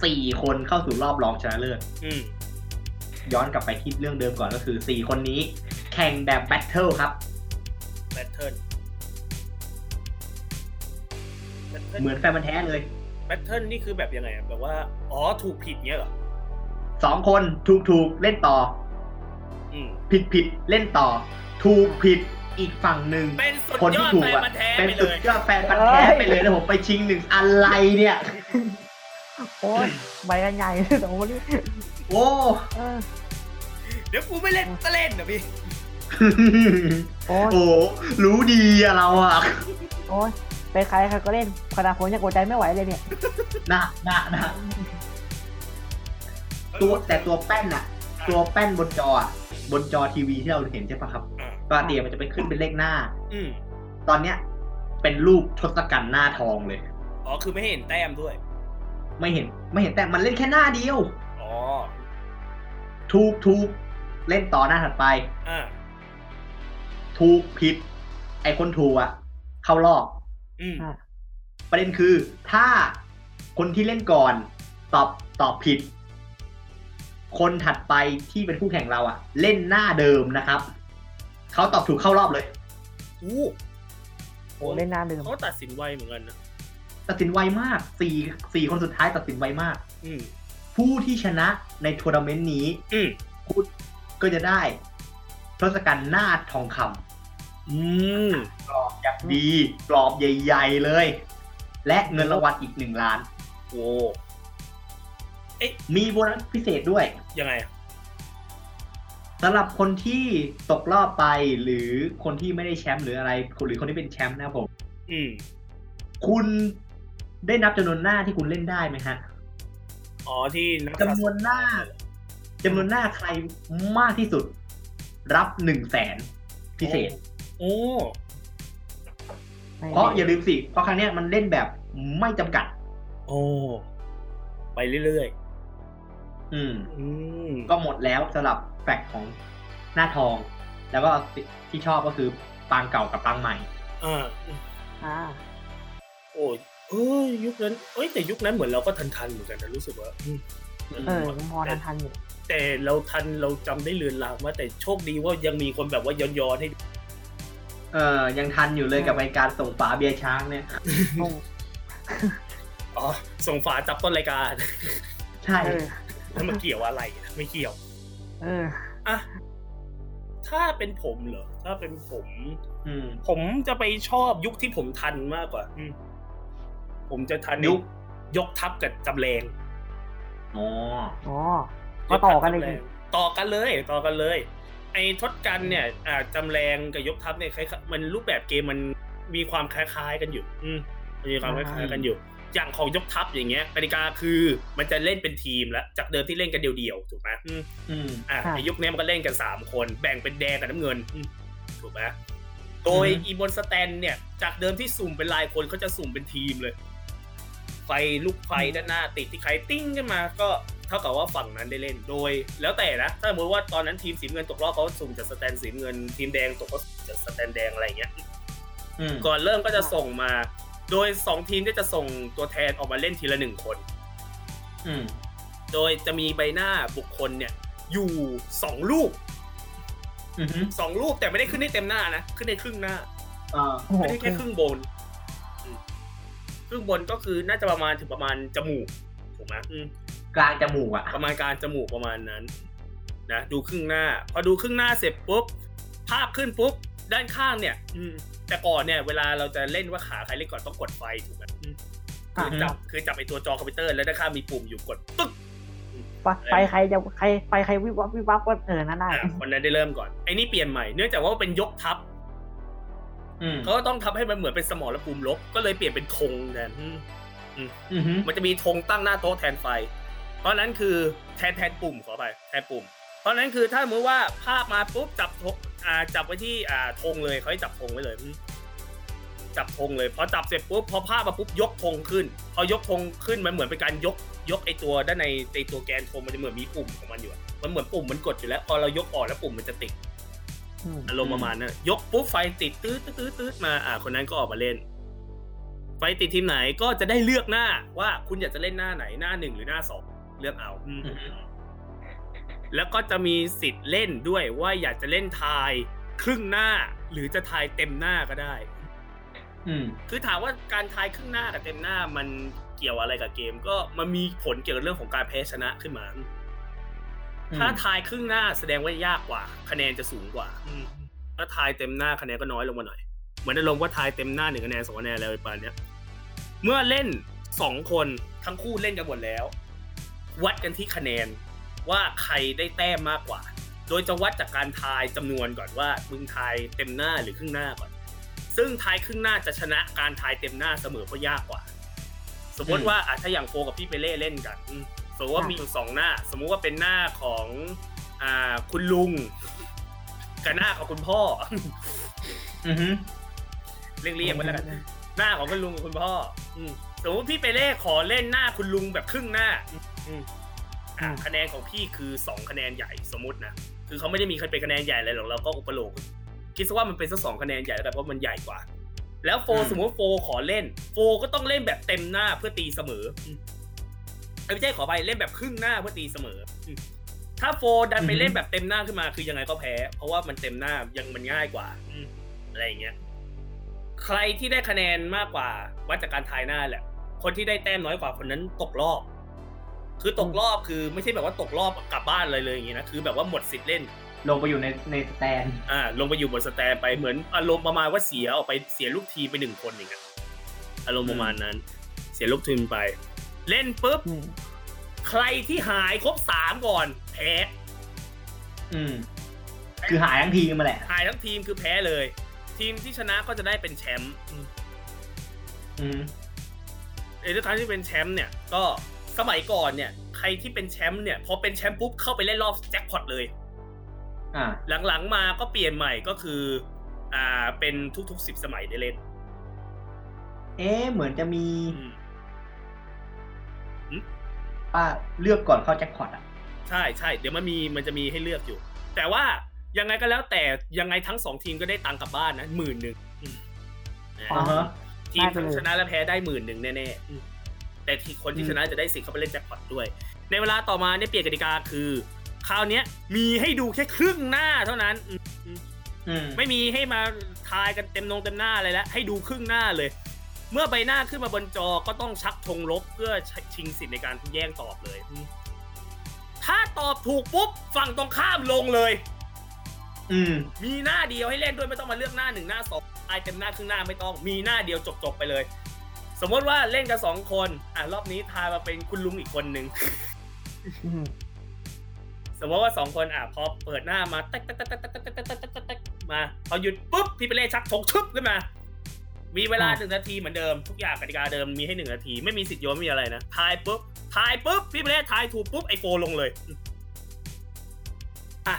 สี่คนเข้าสู่รอบรองชนะเลิศ
อืม
ย้อนกลับไปที่เรื่องเดิมก่อนก็คือ 4 คนนี้ แข่งแบบแบทเทิลครับ
แบทเทิลแบทเทิล
เหมือนแฟนมันธุ์แท้เลย
แบทเทิลนี่คือแบบยังไงอะแบบว่า อ๋อถูกผิดเงี้ยเหรอ
2 คนถูกถูกเล่นต่อ
อืม
ผิดผิดเล่นต่อ ถูกผิดอีกฝั่งหนึ่ง
เป็นสุด
คน
ย
ที่
อด
ถูก
แฟน
อะ
มันธุ์แท้
เป็น
ไปเล
สุด
ย
ยอดแฟนพันธุ์แท้ไปเลยแล้วผมไปชิงหนึ่งอะไรเนี่ย
โอ้ยใบกันใหญ่สองคนนี้
โอ้
เออ
เดี๋ยวกูไม่เล่นก็เล่นนะพี่
โอ้ย
โอ้รู้ดีอะเราอะ
โอ้ยไปใครใครก็เล่นขนาดผมยังอดใจไม่ไหวเลยเนี่ย
นะนะนะตัวแต่ตัวแป้นอะตัวแป้นบนจออะบนจอทีวีที่เราเห็นใช่ปะครับ
อ่า
ปกติมันจะเป็นขึ้นเป็นเลขหน้า
อืม
ตอนเนี้ยเป็นรูปทศกัณฐ์หน้าทองเลย
อ๋อคือไม่ให้เห็นแต้มด้วย
ไม่เห็นไม่เห็นแต่มันเล่นแค่หน้าเดียว
อ๋อ
ถูกถูกเล่นต่อหน้าถัดไป
อ่า
ถูกผิด ไอคนถูกอะเข้ารอบ
อืม
ประเด็นคือถ้าคนที่เล่นก่อน ตอบตอบผิด คนถัดไปที่เป็นคู่แข่งเราอะเล่นหน้าเดิมนะครับ เขาตอบถูกเข้ารอบเลย
อู้
โอ้เล่นหน้าเดิม
เขาตัดสินไวเหมือนกันนะ
ตัดสินไวมากสี่สี่คนสุดท้ายตัดสินไวมาก
อืม
ผู้ที่ชนะในทัวร์นาเมนต์นี้
อืม
คุณก็จะได้ทศกัณฐ์หน้าทองค
อืม
ำกรอบอย่างดีกรอบใหญ่ๆเลย และเงินรางวัลอีกหนึ่งล้าน
โอ้
มีโบนัสพิเศษด้วย
ยังไงอะ
สำหรับคนที่ตกรอบไปหรือคนที่ไม่ได้แชมป์หรืออะไร หรือคนที่เป็นแชมป์นะครับผม
อืม
คุณได้นับจำนวนหน้าที่คุณเล่นได้ไหมฮะ
อ๋อที่นัก
จำนวนหน้าจำนวนหน้าใครมากที่สุด รับหนึ่งแสนพิเศษ
โอ้
เพราะอย่าลืมสิเพราะครั้งเนี้ยมันเล่นแบบไม่จำกัด
โอ้ไปเรื่อย
อืม
ๆ อืม
ก็หมดแล้วสำหรับแฟกของหน้าทอง แล้วก็ที่ชอบก็คือปางเก่ากับปางใหม่
อ่า
อ่า
โอ้ยเอ้ยยุคนั้น เอ้ยแต่ยุคนั้นเหมือนเราก็ทันทันๆเหมือนกันนะรู้สึกว่าอืม
เออยังพอทันทันอยู่
แต่เราทันเราจำได้เลือนลางว่าแต่โชคดีว่ายังมีคนแบบว่าย้อนๆให้ดู
เออยังทันอยู่เลยกับรายการส่งฝาเบียร์ช้างเนี่ย
อ๋อส่งฝาจับต้นรายการ
ใช่
เออ
แล้วมันเกี่ยวอะไรอะไม่เกี่ยว
เออ
อะถ้าเป็นผมเหรอ ถ้าเป็นผม
อืม
ผมจะไปชอบยุคที่ผมทันมากกว่า อืมผมจะทัน
ยุค
ยกทัพกับจำแรง
อ๋อ
อ๋อ ก็ต่อกันเลย
ทัพจำ
สิ
แรงต่อกันเลย ต่อกันเลย ไอ้ทศกัณฐ์เนี่ย อ่าจำแรงกับยกทัพเนี่ยคล้ายๆมันรูปแบบเกมมันมีความคล้ายๆกันอยู่ อืมมันมีความค
อ่า
ล้ายๆกันอยู่ อย่างของยกทัพอย่างเงี้ยกติกาคือมันจะเล่นเป็นทีมละจากเดิมที่เล่นกันเดียวๆถูกไหมอืม
อืม
อ่ะ
ค่ะ
ในยุคนี้มันก็เล่นกันสามคนแบ่งเป็นแดงกับน้ำเงินอืมถูกไหมโดย
อือฮึ
อีบนสแตนเนี่ย จากเดิมที่สุ่มเป็นลายคนเขาจะสุ่มเป็นทีมเลย ไฟลูกไฟด้านหน้าติดที่ใครติ้งขึ้นมา ก็เท่ากับว่าฝั่งนั้นได้เล่นโดย แล้วแต่นะ ถ้าสมมติว่าตอนนั้นทีมสีเงินตกรอบเขาสุ่มจากสแตนสีเงิน ทีมแดงตกก็สุ่มจากสแตนแดงอะไรอย่างเงี้ย
อืม
ก่อนเริ่มก็จะส่งมา โดยสองทีมก็จะส่งตัวแทนออกมาเล่นทีละหนึ่งคน
อืม
โดยจะมีใบหน้าบุคคลเนี่ย อยู่สองรูป
อืม
สองรูปแต่ไม่ได้ขึ้นให้เต็มหน้านะ ขึ้นในครึ่งหน้า
อ่า
โอ้โห
ไม่ได้แค่ครึ่งบนอืมครึ่งบนก็คือน่าจะประมาณถึงประมาณจมูกถูกไหมอืม
กลางจมูกอ่ะ
ประมาณกลารจมูกประมาณนั้นนะดูครึ่งหน้า พอดูครึ่งหน้าเสร็จปุ๊บภาพขึ้นปุ๊บด้านข้างเนี่ย อืมแต่ก่อนเนี่ย เวลาเราจะเล่นว่าขาใครเล่นก่อนต้องกดไฟถูกไหมอืม
อ่า
คือจับคือจับไอตัวจอคอมพิวเตอร์แล้วด้านข้างมีปุ่มอยู่กดปึ๊ก
ไปไปใครจะใครไปใครวิบวับวิบวับก็เออนั่นได้
อ่ะคนนั้นได้เริ่มก่อนไอ้นี่เปลี่ยนใหม่เนื่องจากว่าเป็นยกทัพ
อืม
เขาก็ต้องทำให้มันเหมือนเป็นสมรภูมิรบก็เลยเปลี่ยนเป็นธงแทนอืม
อืมฮึ
มันจะมีธงตั้งหน้าโต๊ะแทนไฟ เพราะนั้นคือแทนแทนปุ่มขอไปแทนปุ่ม เพราะนั้นคือถ้าสมมติว่าภาพมาปุ๊บจับธงอ่าจับไว้ที่อ่าธงเลยเขาให้จับธงไว้เลยอืมจับธงเลยพอจับเสร็จปุ๊บพอภาพมาปุ๊บยกธงขึ้น พอยกธงขึ้นมันเหมือนเป็นการยกยกไอตัวด้านในในตัวแกนธงมันจะเหมือนมีปุ่มของมันอยู่อะมันเหมือนปุ่มมันกดอยู่แล้วพอเรายกออกแล้วปุ่มมันจะติด อารมณ์ประมาณนั้นยกปุ๊บไฟติดตื้อตื้อตื้อตื้อมาอ่าคนนั้นก็ออกมาเล่น ไฟติดทีมไหนก็จะได้เลือกหน้าว่าคุณอยากจะเล่นหน้าไหนหน้าหนึ่งหรือหน้าสองเลือกเอาอืมแล้วก็จะมีสิทธิ์เล่นด้วยว่าอยากจะเล่นทายครึ่งหน้า หรือจะทายเต็มหน้าก็ได้
อืม
คือถามว่าการทายครึ่งหน้ากับเต็มหน้ามันเกี่ยวอะไรกับเกม ก็มันมีผลเกี่ยวกับเรื่องของการแพ้ชนะขึ้นมา ถ้าทายครึ่งหน้าแสดงว่ายากกว่า คะแนนจะสูงกว่าถ้าทายเต็มหน้าคะแนนก็น้อยลงมาหน่อย เหมือนอารมณ์ว่าทายเต็มหน้าหนึ่งคะแนนสองคะแนนอะไรประมาณเนี้ยเมื่อเล่นสองคนทั้งคู่เล่นกันหมดแล้ว วัดกันที่คะแนนว่าใครได้แต้มมากกว่า โดยจะวัดจากการทายจำนวนก่อนว่ามึงทายเต็มหน้าหรือครึ่งหน้าก่อน ซึ่งทายครึ่งหน้าจะชนะการทายเต็มหน้าเสมอเพราะยากกว่า สมมติว่าอ่ะถ้าอย่างโฟกับพี่เปเล่เล่นกันอืมสมมติว่ามีอยู่สองหน้า สมมุติว่าเป็นหน้าของอ่าคุณลุงกับหน้าของคุณพ่อ
อือฮึ
เรียกเรียกไว้แล้วกัน หน้าของคุณลุงกับคุณพ่อ อืมสมมติพี่ไปเล่ขอเล่นหน้าคุณลุงแบบครึ่งหน้าอืมอ่ะคะแนนของพี่คือสองคะแนนใหญ่สมมตินะ คือเขาไม่ได้มีใครเป็นคะแนนใหญ่อะไรหรอกเราก็อุปโลกน์คิดซะว่ามันเป็นสักสองคะแนนใหญ่แล้วกันเพราะมันใหญ่กว่า แล้วโฟ
อืม
สมมติโฟขอเล่น โฟก็ต้องเล่นแบบเต็มหน้าเพื่อตีเสมออืมเอ้ยไม่ใช่ขอไปเล่นแบบครึ่งหน้าเพื่อตีเสมออืมถ้าโฟดันไปเล่นแบบเต็มหน้าขึ้นมา คือยังไงก็แพ้ เพราะว่ามันเต็มหน้ายังมันง่ายกว่าอืมอะไรอย่างเงี้ย ใครที่ได้คะแนนมากกว่าวัดจากการทายหน้าแหละ คนที่ได้แต้มน้อยกว่าคนนั้นตกรอบ คือตกรอบคือไม่ใช่แบบว่าตกรอบกลับบ้านเลยเลยอย่างงี้นะคือแบบว่าหมดสิทธิ์เล่น
ลงไปอยู่ในในสแตน
อ่าลงไปอยู่บนสแตนไปเหมือนอารมณ์ประมาณว่าเสียออกไปเสียลูกทีมไปหนึ่งคนอย่างเงี้ยอารมณ์ประมาณนั้น เสียลูกทีมไป เล่นปุ๊บ
อืม
ใครที่หายครบสามก่อนแพ้
อืม คือหายทั้งทีมมาแหละ
หายทั้งทีมคือแพ้เลย ทีมที่ชนะก็จะได้เป็นแชมป์
อืม
ไอ้ทุกครั้งที่เป็นแชมป์เนี่ยก็สมัยก่อนเนี่ย ใครที่เป็นแชมป์เนี่ยพอเป็นแชมป์ปุ๊บเข้าไปเล่นรอบแจ็คพอตเลย
อ่า
หลังๆมาก็เปลี่ยนใหม่ก็คืออ่าเป็นทุกๆสิบสมัยได้เล่น
เอ๊ะเหมือนจะมี
อืม
ป้าเลือกก่อนเข้าแจ็คพอตอ่ะ
ใช่ใช่เดี๋ยวมันมีมันจะมีให้เลือกอยู่ แต่ว่ายังไงก็แล้วแต่ยังไงทั้งสองทีมก็ได้ตังค์กลับบ้านนะหมื่นหนึ่งนะ
อ๋อ
อ่าฮะ
ทีมทั้งชนะและแพ้ได้หมื่นหนึ่งแน่ๆอืมแต่ทีคนที่ชนะจะได้สิทธิ์เข้าไปเล่นแจ็คพอตด้วย ในเวลาต่อมาเนี่ยเปลี่ยนกติกาคือ คราวเนี้ยมีให้ดูแค่ครึ่งหน้าเท่านั้นอืม
อืม
ไม่มีให้มาทายกันเต็มนงเต็มหน้าอะไรแล้วให้ดูครึ่งหน้าเลย เมื่อใบหน้าขึ้นมาบนจอก็ต้องชักธงลบเพื่อชิงสิทธิ์ในการแย่งตอบเลย ถ้าตอบถูกปุ๊บฝั่งตรงข้ามลงเลย
อืม
มีหน้าเดียวให้เล่นด้วยไม่ต้องมาเลือกหน้าหนึ่งหน้าสองไอเต็มหน้าครึ่งหน้าไม่ต้อง มีหน้าเดียวจบจบๆไปเลย สมมติว่าเล่นกันสองคนอ่ะรอบนี้ทายมาเป็นคุณลุงอีกคนหนึ่ง
อืม
สมมติว่าสองคนอ่ะพอเปิดหน้ามาตักตักตักตักตักตักตักตักตักตักมาพอหยุดปุ๊บพี่ไปเล่ชักธงชึบขึ้นมา มีเวลา
อ่ะ
หนึ่งนาทีเหมือนเดิมทุกอย่างกติกาเดิมมีให้หนึ่งนาทีไม่มีสิทธิ์โยนไม่มีอะไรนะทายปุ๊บทายปุ๊บพี่ไปเล่ทายถูกปุ๊บไอโฟลงเลยอืมอ่ะ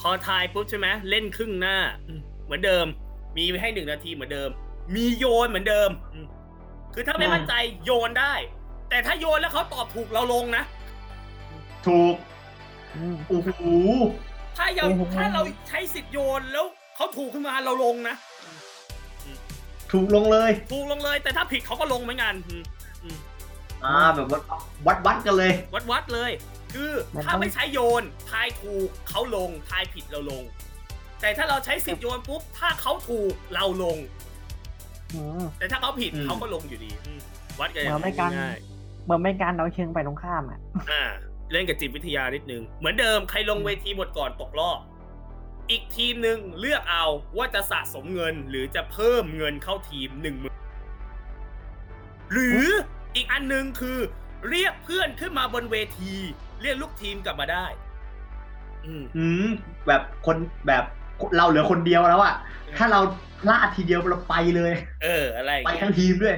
พอทายปุ๊บใช่ไหมเล่นครึ่งหน้าอืมเหมือนเดิม มีให้หนึ่งนาทีเหมือนเดิม มีโยนเหมือนเดิมอืมคือถ้าไม่มั่นใจโยนได้ แต่ถ้าโยนแล้วเขาตอบถูกเราลงนะ
ถูก
อืม
โอ้โห
ถ้าเรา
โอ้โห
ถ้าเราใช้สิทธิ์โยนแล้วเขาถูกขึ้นมาเราลงนะ
ถูกลงเลย
ถูกลงเลยแต่ถ้าผิดเขาก็ลงเหมือนกันอืม
อ่า แบบวัดวัดวัดกันเลย
วัดวัดเลย คือ
มันต้อง
ถ้าไม่ใช้โยนทายถูกเขาลงทายผิดเราลง แต่ถ้าเราใช้สิทธิ์โยนปุ๊บถ้าเขาถูกเราลง
อืม
แต่ถ้าเขาผิด
อืม
เขาก็ลงอยู่ดีอืมวัดกัน
เหมือนไม่กัน
ง่าย
เหมือนเป็นการเอาเชิงไปตรงข้ามอ่ะ
ๆอ่าเล่นกับจิตวิทยานิดนึง เหมือนเดิมใครลงเวทีหมดก่อนตกรอบอีกทีมหนึ่งเลือกเอาว่าจะสะสมเงินหรือจะเพิ่มเงินเข้าทีมหนึ่ง หรืออีกอันหนึ่งคือ เรียกเพื่อนขึ้นมาบนเวที เรียกลูกทีมกลับมาได้ อืม
อืม แบบคนแบบเราเหลือคนเดียวแล้วอะถ้าเราพลาดทีเดียวเราไปเลย
เอออะไรอย่าง
ไป
เงี้ย
ทั้งทีมด้วย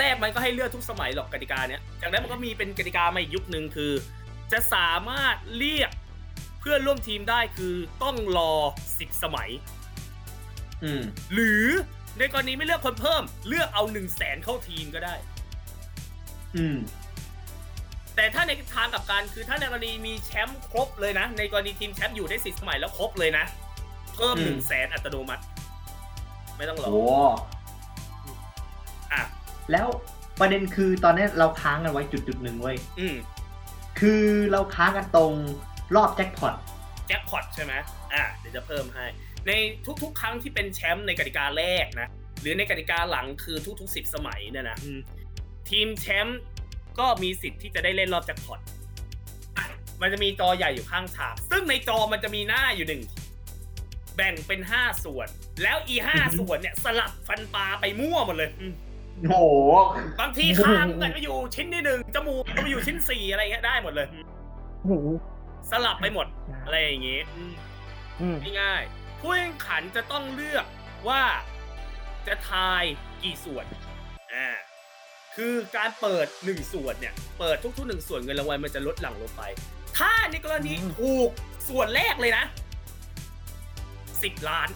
แรกๆมันก็ให้เลือกทุกสมัยหรอกกติกาเนี้ยจากนั้นมันก็มีเป็นกติกามาอีกยุคหนึ่งคือ จะสามารถเรียกเพื่อนร่วมทีมได้คือต้องรอสิบสมัย
อืม
หรือในกรณีไม่เลือกคนเพิ่ม เลือกเอาหนึ่งแสนเข้าทีมก็ได้
อืม
แต่ถ้าในทางกลับการคือถ้าในกรณีมีแชมป์ครบเลยนะ ในกรณีทีมแชมป์อยู่ได้สิบสมัยแล้วครบเลยนะ เพิ่ม
อืม
หนึ่งแสนอัตโนมัติ ไม่ต้องรอ
โอ้
อ่ะ
แล้วประเด็นคือตอนนี้เราค้างกันไว้จุดจุดๆหนึ่งเว้ย
อืม
คือเราค้างกันตรงรอบแจ็คพอต
แจ็คพอตใช่ไหมอ่ะเดี๋ยวจะเพิ่มให้ ในทุกๆ ครั้งที่เป็นแชมป์ในกติกาแรกนะ หรือในกติกาหลังคือทุกๆสิบสมัยเนี่ยนะอืมทีมแชมป์ก็มีสิทธิ์ที่จะได้เล่นรอบแจ็คพอตอ่ะมันจะมีจอใหญ่อยู่ข้างฉาก ซึ่งในจอมันจะมีหน้าอยู่หนึ่งแบ่งเป็นห้าส่วน แล้วอีห้าส่วนเนี่ยสลับฟันปลาไปมั่วหมดเลยอืม
โอ้โห
บางทีข้างก็ไปอยู่ชิ้นที่หนึ่งจมูกก็ไปอยู่ชิ้นสี่อะไรเงี้ยได้หมดเลย
โอ้โห
สลับไปหมดอะไรอย่างงี้อืม
อืม
ง่ายๆผู้แข่งขันจะต้องเลือกว่าจะทายกี่ส่วนอ่าคือการเปิดหนึ่งส่วนเนี่ย เปิดทุกๆหนึ่งส่วนเงินรางวัลมันจะลดหลั่งลงไป ถ้าในกรณีถูกส่วนแรกเลยนะสิบล้าน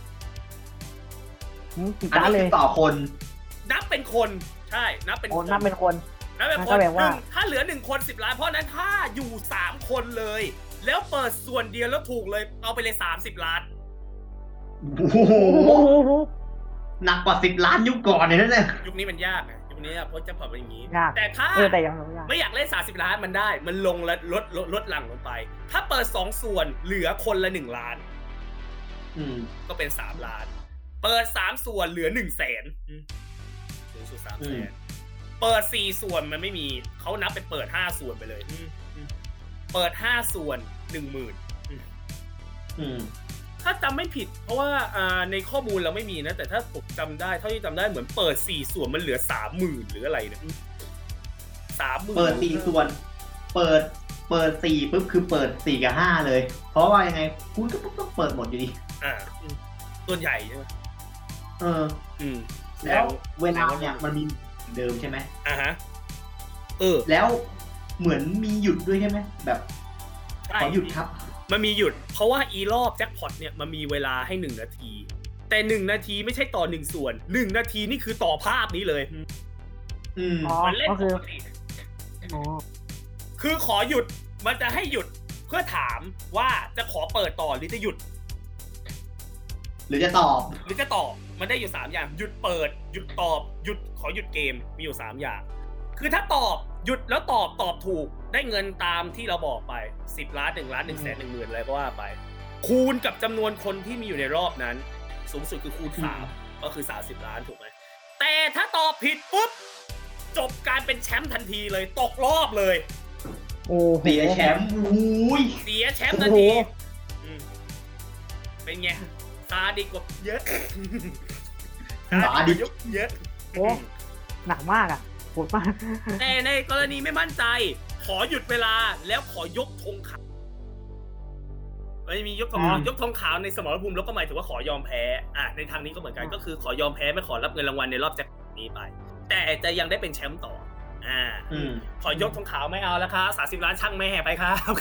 อืมติด
อัน
ตา
นี้
เล
คื
ย
อต่อคน
นับเป็นคนใช่นับเป็น
โอ้
คน
นับเป็นคน
แล้วแบบค
มันก็
น
แปลว่า
หนึ่งถ้าเหลือหนึ่งคนสิบล้านเพราะฉะนั้นถ้าอยู่สามคนเลย แล้วเปิดส่วนเดียวแล้วถูกเลยเอาไปเลยสามสิบล้าน
โอ้โห
โอ้โห
หนักกว่าสิบล้านยุคก่อนเลยนะเนี่ย
ยุคนี้มันยากนะยุคนี้เพราะจะผ่อนเป็นอย่างนี้
ยาก
แต่ถ้า
เออแต่ยังไม่ยาก
ไม่อยากเล่นสามสิบล้านมันได้ มันลงและลดลดลดหลั่งลงไป ถ้าเปิดสองส่วนเหลือคนละหนึ่งล้าน
อืม
ก็เป็นสามล้าน เปิดสามส่วนเหลือหนึ่งแสนสูงสุดสาม
อื
แส
ม
นเปิดสี่ส่วนมันไม่มี เขานับเป็นเปิดห้าส่วนไปเลยเปิดห้าส่วนหนึ่งหมื่น
อืม
ถ้าจำไม่ผิด เพราะว่าอ่าในข้อมูลเราไม่มีนะ แต่ถ้าผมจำได้เท่าที่จำได้เหมือนเปิดสี่ส่วนมันเหลือสามหมื่นหรืออะไรเนี่ยสามหมื่น
เปิดสี่ส่วน เปิด เปิดสี่ปุ๊บคือเปิดสี่กับห้าเลย เพราะว่ายังไง คุณก็ต้องเปิดหมดอยู่ดี
อ่าอืมส่วนใหญ่ใช่ไหม
เออ
อืม
แล้วเวลาเนี่ยมันมีเดิมใช่ไหม
อ่าฮะเออ
แล้วเหมือนมีหยุดด้วยใช่ไหม แบบ
ใช่
ขอหยุดครับ
มันมีหยุด เพราะว่าอีรอบแจ็คพอตเนี่ยมันมีเวลาให้หนึ่งนาที แต่หนึ่งนาทีไม่ใช่ต่อหนึ่งส่วนหนึ่งนาทีนี่คือต่อภาพนี้เลย
อืม
อ๋อ
มันเล่น
ก็
ป
คือก
ติ
อ๋อ
คือขอหยุดมันจะให้หยุดเพื่อถามว่าจะขอเปิดต่อหรือจะหยุด
หรือจะตอบ
หรือจะตอบมันได้อยู่สามอย่าง หยุดเปิด หยุดตอบ หยุดขอหยุดเกมมีอยู่สามอย่าง คือถ้าตอบหยุดแล้วตอบตอบถูกได้เงินตามที่เราบอกไปสิบล้านหนึ่งล้านหนึ่งแสนหนึ่งหมื่นอะไรก็ว่าไป คูณกับจำนวนคนที่มีอยู่ในรอบนั้น สูงสุดคือคูณสามก็คือสามสิบล้านถูกไหมแต่ถ้าตอบผิดปุ๊บจบการเป็นแชมป์ทันทีเลยตกรอบเลย
โอ้โห
เสียแชมป์อุ้ย
เสียแชมป์ทันที
โอ้โห
อืมเป็นไงซาดีกว่าเยอะ
ซาดิส
กว่เยอะ
โอ้หนักมากอ่ะโหดมาก
แต่ในกรณีไม่มั่นใจ ขอหยุดเวลาแล้วขอยกธงขาวไม่มียกธง
อืม
ยกธงขาวในสมรภูมิแล้วก็หมายถึงว่าขอยอมแพ้อ่ะในทางนี้ก็เหมือนกัน
อ่า
ก็คือขอยอมแพ้ไม่ขอรับเงินรางวัลในรอบแจ็คพอตนี้ไป แต่จะยังได้เป็นแชมป์ต่อ อ่า
อืม
ขอยกธงขาวไม่เอาแล้วครับสาสิบล้านช่างแม่ไปครับ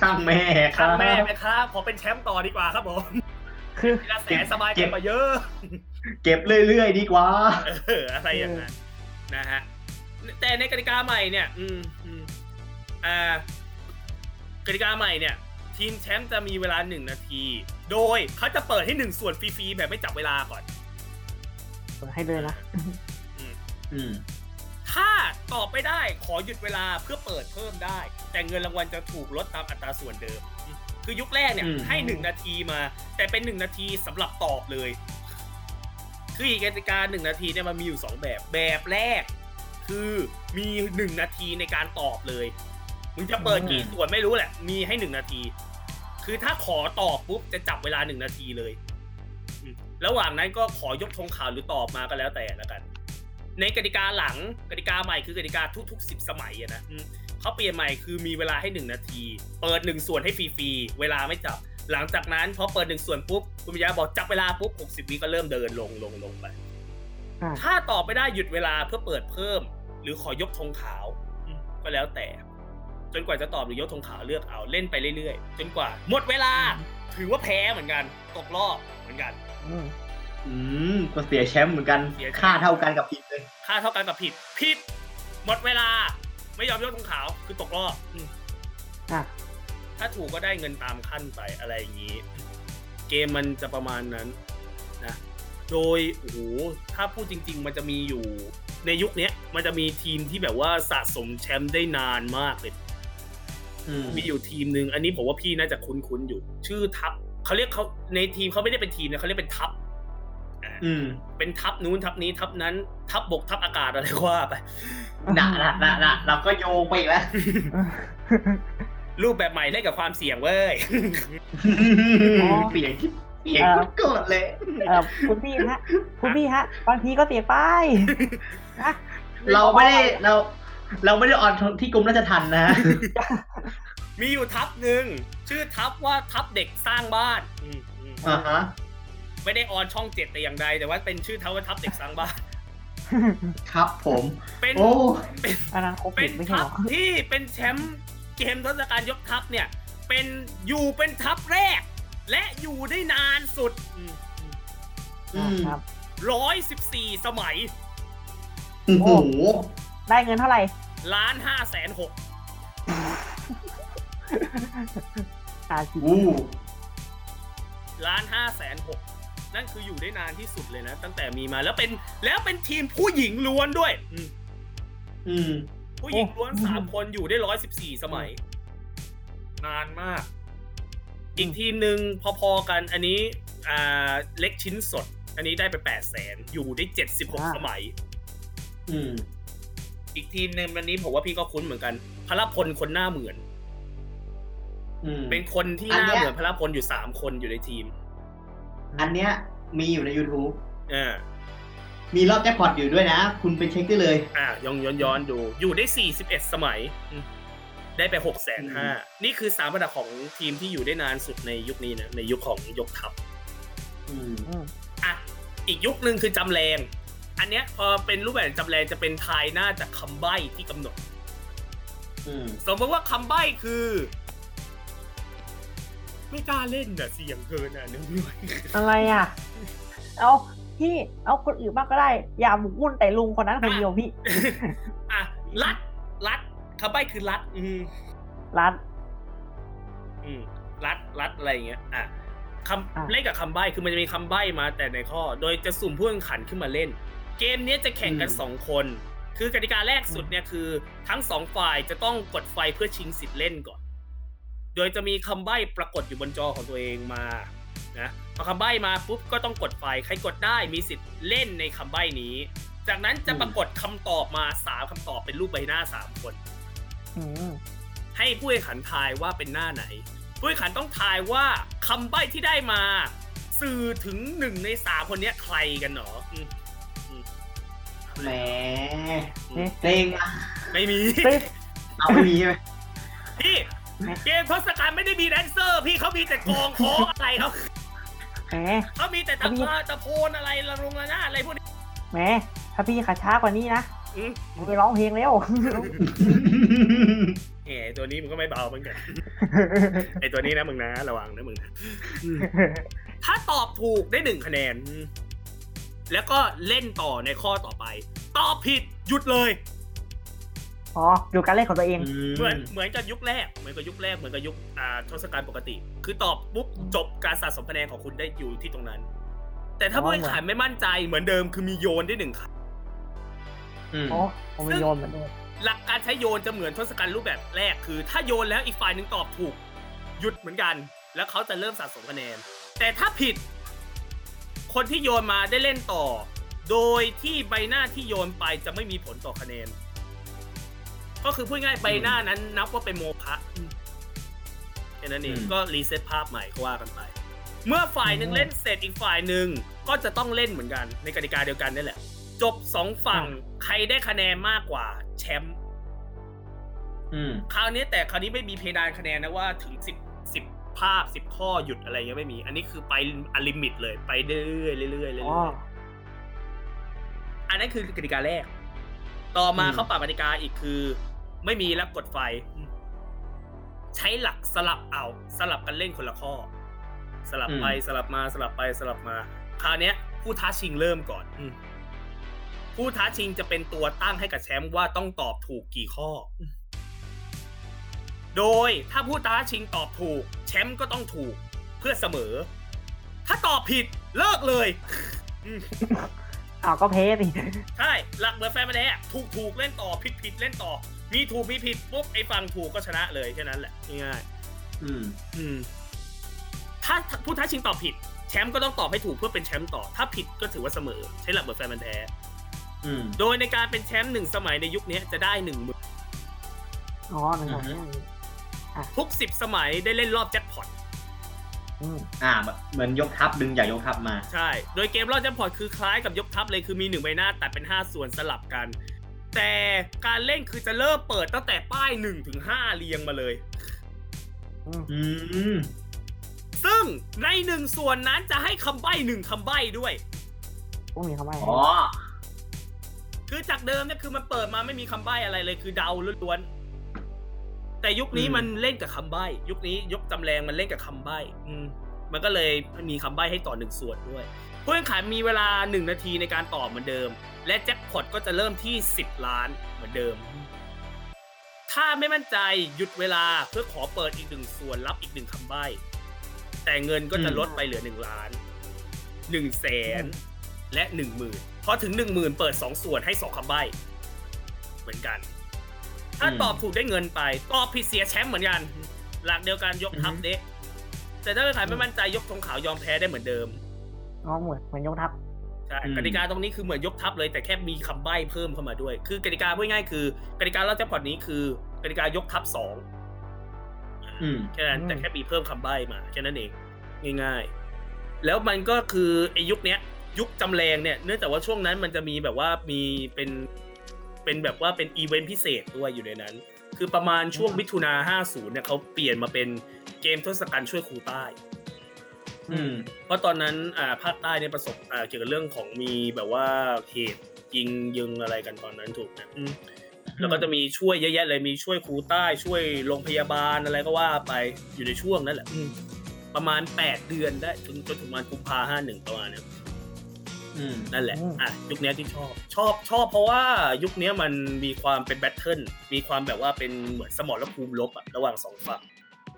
ช่างแม่ครั
ช่าง
บ
แม่ไปครับขอเป็นแชมป์ต่อดีกว่าครับผม
คือ
กระแสสบายใจกว่าเยอะ
เก็บเรื่อยๆดีกว่า
เอออะไรอย่างนั้นนะฮะแต่ในกติกาใหม่เนี่ย อืมอืมอ่ากติกาใหม่เนี่ย ทีมแชมป์จะมีเวลาหนึ่งนาที โดยเขาจะเปิดให้หนึ่งส่วนฟรีๆแบบไม่จับเวลาก่อน
ให้เลยนะ
อืม
ถ้าตอบไม่ได้ขอหยุดเวลาเพื่อเปิดเพิ่มได้ แต่เงินรางวัลจะถูกลดตามอัตราส่วนเดิม คือยุคแรกเนี่ย
อืม
ให้หนึ่งนาทีมา แต่เป็นหนึ่งนาทีสำหรับตอบเลย คืออีกกติกาหนึ่งนาทีเนี่ยมันมีอยู่สองแบบแบบแรก คือมีหนึ่งนาทีในการตอบเลยมึงจะเปิดกี่ส่วนไม่รู้แหละ มีให้หนึ่งนาที คือถ้าขอตอบปุ๊บจะจับเวลาหนึ่งนาทีเลยอืมระหว่างนั้นก็ขอยกธงขาวหรือตอบมาก็แล้วแต่ละกัน ในกติกาหลังกติกาใหม่คือกติกาทุกๆสิบสมัยอะนะอืมเขาเปลี่ยนใหม่คือมีเวลาให้หนึ่งนาที เปิดหนึ่งส่วนให้ฟรีๆเวลาไม่จับ หลังจากนั้นพอเปิดหนึ่งส่วนปุ๊บคุณปิยาบอกจับเวลาปุ๊บหกสิบวิก็เริ่มเดินลงลงลงไป
อ่า
ถ้าตอบไม่ได้หยุดเวลาเพื่อเปิดเพิ่ม หรือขอยกธงขาวอืมก็แล้วแต่ จนกว่าจะตอบหรือยกธงขาวเลือกเอาเล่นไปเรื่อยๆ จนกว่า หมดเวลา ถือว่าแพ้เหมือนกัน ตกรอบเหมือนกัน
อืม
อืม ก็เสียแชมป์เหมือนกัน
เสียแชมป์
ค่าเท่ากันกับทีมเลย
ค่าเท่ากันกับผิดผิด หมดเวลา ไม่ยอมยกธงขาวคือตกรอบอืม
อ่ะ
ถ้าถูกก็ได้เงินตามขั้นไปอะไรอย่างนี้ เกมมันจะประมาณนั้นนะ โดยโอ้โหถ้าพูดจริง ๆ มันจะมีอยู่ ในยุคเนี้ยมันจะมีทีมที่แบบว่าสะสมแชมป์ได้นานมากเลย
อืม
มีอยู่ทีมหนึ่งอันนี้ผมว่าพี่น่าจะคุ้นๆอยู่ ชื่อทัพเขาเรียกเขาในทีมเขาไม่ได้เป็นทีมนะเขาเรียกเป็นทัพ
อืม
เป็นทัพนู้นทัพนี้ทัพนั้น ทัพบกทัพอากาศอะไรก็ว่าไป
น่ะน่ะน่ะน่ะเราก็โยงไปอีกแล้ว
รูปแบบใหม่เล่นกับความเสี่ยงเว้ย
เสียงที่เสียงก็เกิดเลย
เออคุณพี่ฮะ คุณพี่ฮะ บางทีก็เสียไปนะ
เราไม่ได้เรา เราไม่ได้ออนที่กรมราชทัณฑ์นะ
มีอยู่ทัพหนึ่งชื่อทัพว่าทัพเด็กสร้างบ้านอืมอืม
อ่าฮะ
ไม่ได้ออนช่องเจ็ดแต่อย่างใด แต่ว่าเป็นชื่อทัพว่าทัพเด็กสร้างบ้าน
ครับผม
เป็น
โอ้
อันนั้นโค
เป็
วิ
น
ดไม่ใช่
ทั
เห
พ
รอ
ที่เป็นแชมป์เกมทศการยกทัพเนี่ย เป็นอยู่เป็นทัพแรก และอยู่ได้นานสุด
อืม
ครับ
ร้อยสิบสี่สมัย
โอ้โห
ได้เงินเท่าไหร่
ล้านห้าแสนหก
อาชีพ
อู้
ล้านห้าแสนหกนั่นคืออยู่ได้นานที่สุดเลยนะ ตั้งแต่มีมาแล้วเป็นแล้วเป็นทีมผู้หญิงล้วนด้วยอืม
อืม
ผู้หญิงล้วนสามคนอยู่ได้ร้อยสิบสี่สมัย นานมาก อีกทีมหนึ่งพอๆกันอันนี้อ่าเล็กชิ้นสด อันนี้ได้ไปแปดแสนอยู่ได้เจ็ดสิบหกสมัย
อืม
อีกทีมหนึ่งวันนี้ผมว่าพี่ก็คุ้นเหมือนกัน พระพลคนหน้าเหมือน
อืม
เป็นคนที่
อั
ห
น
น้า
เนี้ย
เหมือนพระพลอยู่สามคนอยู่ในทีม
อันเนี้ย มีอยู่ใน YouTube
เออ
มีรอบแจ็คพอตอยู่ด้วยนะ คุณไปเช็คได้เลย
อ่ะย้อนย้อนย้อนดู อยู่ได้สี่สิบเอ็ดสมัยอืมได้ไปหกแสนห้านี่คือสามระดับของทีมที่อยู่ได้นานสุดในยุคนี้นะในยุคของยกทัพ
อืม
อืม
อ่ะอีกยุคหนึ่งคือจำแรง อันเนี้ยพอเป็นรูปแบบจำแรงจะเป็นทายหน้าจากคำใบ้ที่กำหนด
อืม
สมมติว่าคำใบ้คือ ไม่กล้าเล่นน่ะเสียงเกินน่ะนึกไม่ ไหว
อะไรอ่ะ เอาพี่ เอาคนอื่นบ้างก็ได้ อย่าหมกมุ่นแต่ลุงคนนั้นคนเดียวพี่
อ่ะรัดรัดคำใบ้คือรัด อืม
ร้าน
อืมรัดรัดอะไรอย่างเงี้ยอ่ะค
อ่ะ
ำเล่นกับคำใบ้คือมันจะมีคำใบ้มาแต่ในข้อ โดยจะสุ่มผู้แข่งขันขึ้นมาเล่น เกมเนี้ยจะแข่งกัน
อืม
สองคน คือกติกาแรกสุดเนี่ยคือ ทั้งสองฝ่ายจะต้องกดไฟเพื่อชิงสิทธิ์เล่นก่อน โดยจะมีคำใบ้ปรากฏอยู่บนจอของตัวเองมานะพอคำใบ้มาปุ๊บก็ต้องกดไฟใครกดได้มีสิทธิ์เล่นในคำใบ้นี้ จากนั้นจะปรากฏคำตอบมาสามคำตอบเป็นรูปใบหน้าสามคน
อืม
ให้ผู้แข่งขันทายว่าเป็นหน้าไหน ผู้แข่งขันต้องทายว่าคำใบ้ที่ได้มา สื่อถึงหนึ่งในสามคนเนี้ยใครกันหนออืม
แหม
เอ๊ะ
เพลงอ่ะ
ไม่มี
เฮ้ย
เอาไม่มีใช่ไหม
พี่เกมทศกัณฐ์ไม่ได้มีแดนเซอร์ พี่เขามีแต่กลองโคออะไรเขา
แหม
เขามีแต่ตะพาตะโพนอะไรละรงละหน้าดอะไรพวกนี้
แหม ถ้าพี่ขาช้ากว่านี้นะ
อืม
มึงไปร้องเพลงแล้ว
แหมตัวนี้มันก็ไม่เบาเหมือนกันไอตัวนี้นะมึงนะระวังนะมึงนะอืม ถ้าตอบถูกได้หนึ่งคะแนน แล้วก็เล่นต่อในข้อต่อไป ตอบผิดหยุดเลย
อ๋อดูการเล่นของตัวเอง
เหมือนเหมือนกับยุคแรก เหมือนกับยุคแรก เหมือนกับยุคอ่าทศกัณฐ์ปกติ คือตอบปุ๊บจบการสะสมคะแนนของคุณได้อยู่ที่ตรงนั้น แต่ถ้า
อ๋อ
ผู้แข่งขันไม่มั่นใจเหมือนเดิมคือมีโยนได้หนึ่งครั้ง
อืม
โอ้ผมไม่โยนเหมือนเดิม
หลักการใช้โยนจะเหมือนทศกัณฐ์รูปแบบแรก คือถ้าโยนแล้วอีกฝ่ายหนึ่งตอบถูก หยุดเหมือนกัน แล้วเขาจะเริ่มสะสมคะแนน แต่ถ้าผิด คนที่โยนมาได้เล่นต่อ โดยที่ใบหน้าที่โยนไปจะไม่มีผลต่อคะแนน ก็คือพูดง่ายๆใบหน้านั้นนับว่าเป็นโมฆะแค่นั้นเองก็รีเซ็ตภาพใหม่ก็ว่ากันไป เมื่อฝ่ายหนึ่งเล่นเสร็จอีกฝ่ายหนึ่งก็จะต้องเล่นเหมือนกัน ในกติกาเดียวกันนี่แหละ จบสองฝั่งใครได้คะแนนมากกว่าแชมป์
อืม
คราวนี้แต่คราวนี้ไม่มีเพดานคะแนนนะว่าถึงสิบสิบภาพสิบข้อหยุดอะไรเงี้ยไม่มี อันนี้คือไปอลิมิตเลยไปเรื่อยๆเรื่อยๆเรื่
อ๋อ
อยๆอันนั้นคือกติกาแรก ต่อมา
อืม
เขาปรับกติกาอีกคือ ไม่มีแล้วกดไฟ ใช้หลักสลับเอา สลับกันเล่นคนละข้อ สลับไปสลับมาสลับไปสลับมา คราวเนี้ย ผู้ท้าชิงเริ่มก่อนอืมผู้ท้าชิงจะเป็นตัวตั้งให้กับแชมป์ว่าต้องตอบถูกกี่ข้ออโดยถ้าผู้ท้าชิงตอบถูก แชมป์ก็ต้องถูกเพื่อเสมอ ถ้าตอบผิดเลิกเลยอืม
อ้าวก็เพจสิ
ใช่หลักเหมือนแฟนมาแท้ถูกถูกเล่นต่อผิดผิดเล่นต่อ มีถูกมีผิดปุ๊บไอ้ฝั่งถูกก็ชนะเลยแค่นั้นแหละง่าย
อืม
ๆอืม ถ้าผู้ท้าชิงตอบผิด แชมป์ก็ต้องตอบให้ถูกเพื่อเป็นแชมป์ต่อ ถ้าผิดก็ถือว่าเสมอ ใช้หลักเหมือนแฟนมันธุ์แท้
อืม
โดยในการเป็นแชมป์หนึ่งสมัยในยุคนี้จะได้หนึ่งหมื่น
อ๋อหนึ่งสองหนึ่ง
ทุกสิบสมัยได้เล่นรอบแจ็คพอต
อืม
อ่าแบบเหมือนยกทัพดึงจากยกทัพมา
ใช่ โดยเกมรอดแจ็คพอตคือคล้ายกับยกทัพเลยคือมีหนึ่งใบหน้าตัดเป็น 5 ส่วนสลับกัน แต่การเล่นคือจะเริ่มเปิดตั้งแต่ป้าย1ถึง5เรียงมาเลย
อืม
ซึ่งใน 1 ส่วนนั้นจะให้คำใบ้1คำใบ้ด้วย
ต้องมีคำว่า
อ๋อ
คือจากเดิมเนี่ยคือมันเปิดมาไม่มีคำใบ้อะไรเลยคือเดาล้วนๆแต่ยุคนี้
อืม
มันเล่นกับคำใบ้ ยุคนี้ยกจำแรงมันเล่นกับคำใบ้อืมมันก็เลยมีคำใบ้ให้ต่อหนึ่งส่วนด้วยผู้แข่งขันมีเวลาหนึ่งนาทีในการตอบเหมือนเดิม และแจ็คพอตก็จะเริ่มที่ 10 ล้านเหมือนเดิม ถ้าไม่มั่นใจหยุดเวลาเพื่อขอเปิดอีกหนึ่งส่วนรับอีกหนึ่งคำใบ้ แต่เงินก็จะลดไปเหลือหนึ่งล้านหนึ่งแสนและหนึ่งหมื่นพอถึงหนึ่งหมื่นเปิดสองส่วนให้สองคำใบ้ เหมือนกัน ถ้า
อืม
ตอบถูกได้เงินไปตอบผิดเสียแชมป์เหมือนกัน หลักเดียวกันยกทัพ
อือฮึ
เด็กแต่ถ้าเกิดใครไม่มั่นใจยกธงขาวยอมแพ้ได้เหมือนเดิม
อ๋อเหมือนเหมือนยกทัพ
ใช่
อืม
กติกาตรงนี้คือเหมือนยกทัพเลย แต่แค่มีคำใบ้เพิ่มเข้ามาด้วย คือกติกาพูดง่ายๆคือกติการเล่าแจ็คพอตนี้คือกติกายกทัพสอง
อืม
แค่นั้น
อืม
แต่แค่มีเพิ่มคำใบ้มาแค่นั้นเองง่ายๆ แล้วมันก็คือไอ้ยุคเนี้ย ยุคจำแรงเนี่ยเนื่องจากว่าช่วงนั้นมันจะมีแบบว่ามีเป็นเป็นแบบว่าเป็นอีเวนต์พิเศษด้วยอยู่ในนั้น คือประมาณช่วงมิถุนา50เนี่ยเขาเปลี่ยนมาเป็นเกมทศกัณฐ์ช่วยครูใต้
อืม
เพราะตอนนั้นอ่าภาคใต้เนี่ยประสบอ่าเกี่ยวกับเรื่องของมีแบบว่าเหตุยิงยิงอะไรกันตอนนั้นถูกไหมอืมแล้วก็จะมีช่วยเยอะแยะเลยมีช่วยครูใต้ช่วยโรงพยาบาลอะไรก็ว่าไปอยู่ในช่วงนั้นแหละอืมประมาณ 8 เดือนได้จนจนถึงประมาณกุมภาห้าหนึ่งประมาณเนี้ย
อืม
นั่นแหละ
อืม
อ่ะยุคเนี้ยที่ชอบชอบชอบเพราะว่ายุคเนี้ยมันมีความเป็นแบทเทิลมีความแบบว่าเป็นเหมือนสมรภูมิรบอะระหว่างสองฝั่ง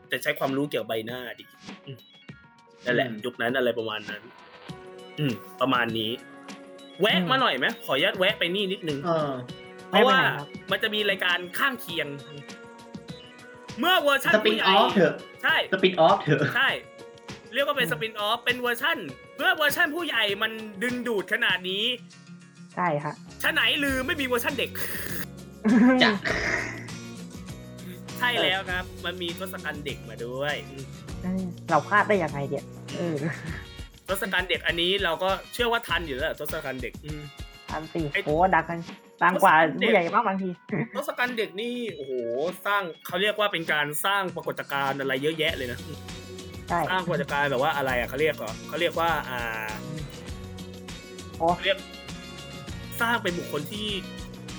แต่ใช้ความรู้เกี่ยวกับใบหน้าดิอืมนั่นแหละ
อืม
ยุคนั้นอะไรประมาณนั้น อืม ประมาณนี้ แวะมาหน่อยไหมขออนุญาตแวะไปนี่นิดนึง
เออ
เพราะว่า
ไม่เป็นไรครับ
มันจะมีรายการข้างเคียง เมื่อเวอร์ชัน
สปิน
ผู้ให
อ
ญ่
อฟเถอะ
ใช่
สปินออฟเถอะ
ใช่ เรียกว่าเป็นสปินออฟ เป็นเวอร์ชันเมื่อเวอร์ชันผู้ใหญ่มันดึงดูดขนาดนี้
ใช่ฮะ
ชะไหนลือไม่มีเวอร์ชันเด็ก
จ้ะ
ใช่แล้วครับ มันมีทศกัณฐ์เด็กมาด้วย
เออเราพลาดได้ยังไงเดี่ยเออ
ทศกัณฐ์เด็กอันนี้เราก็เชื่อว่าทันอยู่แล้วแหละทศกัณฐ์เด็กอืม
ทันสี่
ไอ้
โอ้ดังกันดังกว่าผู้ใหญ่มากบางที
ทศกัณฐ์เด็กนี่โอ้โหสร้างเขาเรียกว่าเป็นการสร้างปรากฏการณ์อะไรเยอะแยะเลยนะ
ใช่
สร้างปรากฏการณ์แบบว่าอะไรอ่ะเขาเรียกเหรอเขาเรียกว่าอ่า
โอ้
เขาเรียก สร้างเป็นบุคคลที่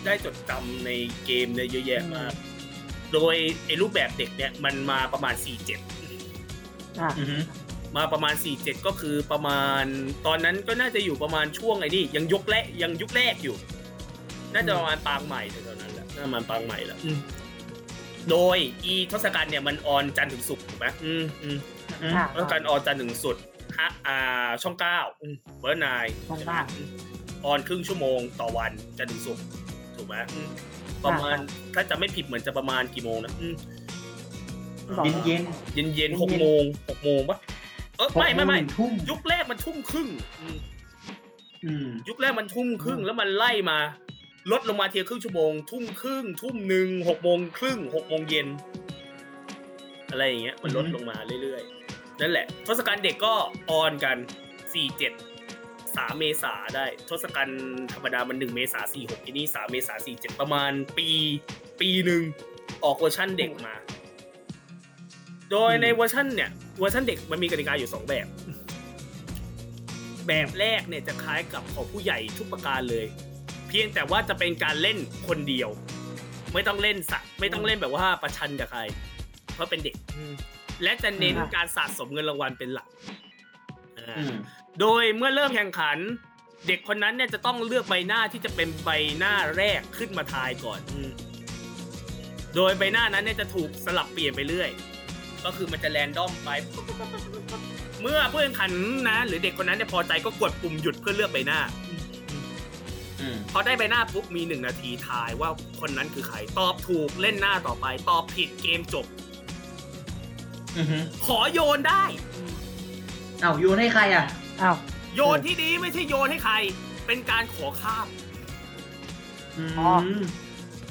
ได้จดจำในเกมเนี่ยเยอะแยะมาก โดยไอ้รูปแบบเด็กเนี่ยมันมาประมาณ 47
อ่ะ
อือฮึ
มาประมาณ 47 ก็คือประมาณตอนนั้นก็น่าจะอยู่ประมาณช่วงไอ้นี่ยังยกแรกยังยุคแรกอยู่ น่าจะประมาณปางใหม่แถวๆนั้นแหละน่าจะประมาณปางใหม่แหละ
อืม
โดยอีทศกัณฐ์เนี่ยมันออนจันทร์ถึงศุกร์ถูกไหมอืมอืม
อืม
อ่ะ
ทศกัณฐ์ออนจันทร์ถึงศุกร์ฮะอ่าช่องเก้าเบอร์นาย
ช่องเก้า
ออนครึ่งชั่วโมงต่อวันจันทร์ถึงศุกร์ถูกไหมอืมประมาณถ้าจะไม่ผิดเหมือนจะประมาณกี่โมงนะอืม
บอก
เย็น
ว่า
เย็น
เย็นเย็นๆ
เย็นๆ
หกโมงหกโมงปะเออ
ๆ
ไม่ไม่ไม่
หกโงถึงทุ่ม
ยุคแรกมันทุ่มครึ่งอืม
อืม
ยุคแรกมันทุ่มครึ่งแล้วมันไล่มา ลดลงมาเทียครึ่งชั่วโมง ทุ่มครึ่งทุ่มหนึ่งหกโมงครึ่งหกโมงเย็น อะไรอย่างเงี้ยมันลด
อือฮึ
ลงมาเรื่อยๆ นั่นแหละ ทศกัณฐ์เด็กก็ออนกัน 4 7 3 เมษาได้ ทศกัณฐ์ธรรมดามัน 1 เมษา4 6ที่นี่ 3 เมษา4 7 ประมาณปี ปีหนึ่งออกเวอร์ชั่นเด็กมา โดยในเวอร์ชั่นเนี่ย เวอร์ชั่นเด็กมันมีกติกาอยู่ 2 แบบ แบบแรกเนี่ยจะคล้ายกับของผู้ใหญ่ทุกประการเลย เพียงแต่ว่าจะเป็นการเล่นคนเดียว ไม่ต้องเล่นสะไม่ต้องเล่นแบบว่าประชันกับใคร เพราะเป็นเด็ก และจะเน้น
อ่า
การสะสมเงินรางวัลเป็นหลักอ่า
อืม
โดยเมื่อเริ่มแข่งขัน เด็กคนนั้นเนี่ยจะต้องเลือกใบหน้าที่จะเป็นใบหน้าแรกขึ้นมาทายก่อนอืมโดยใบหน้านั้นเนี่ยจะถูกสลับเปลี่ยนไปเรื่อย ก็คือมันจะแรนดอมไป เมื่อผู้แข่งขันนะหรือเด็กคนนั้นเนี่ยพอใจก็กดปุ่มหยุดเพื่อเลือกใบหน้า
อืม
พอได้ใบหน้าปุ๊บมีหนึ่งนาทีทายว่าคนนั้นคือใคร ตอบถูกเล่นหน้าต่อไป ตอบผิดเกมจบ
อือฮึ
ขอโยนได้
เอ้าโยนให้ใครอ่ะ
อ้าว
โยนที่นี้ไม่ใช่โยนให้ใคร เป็นการขอข้าม
อืม
อ๋อ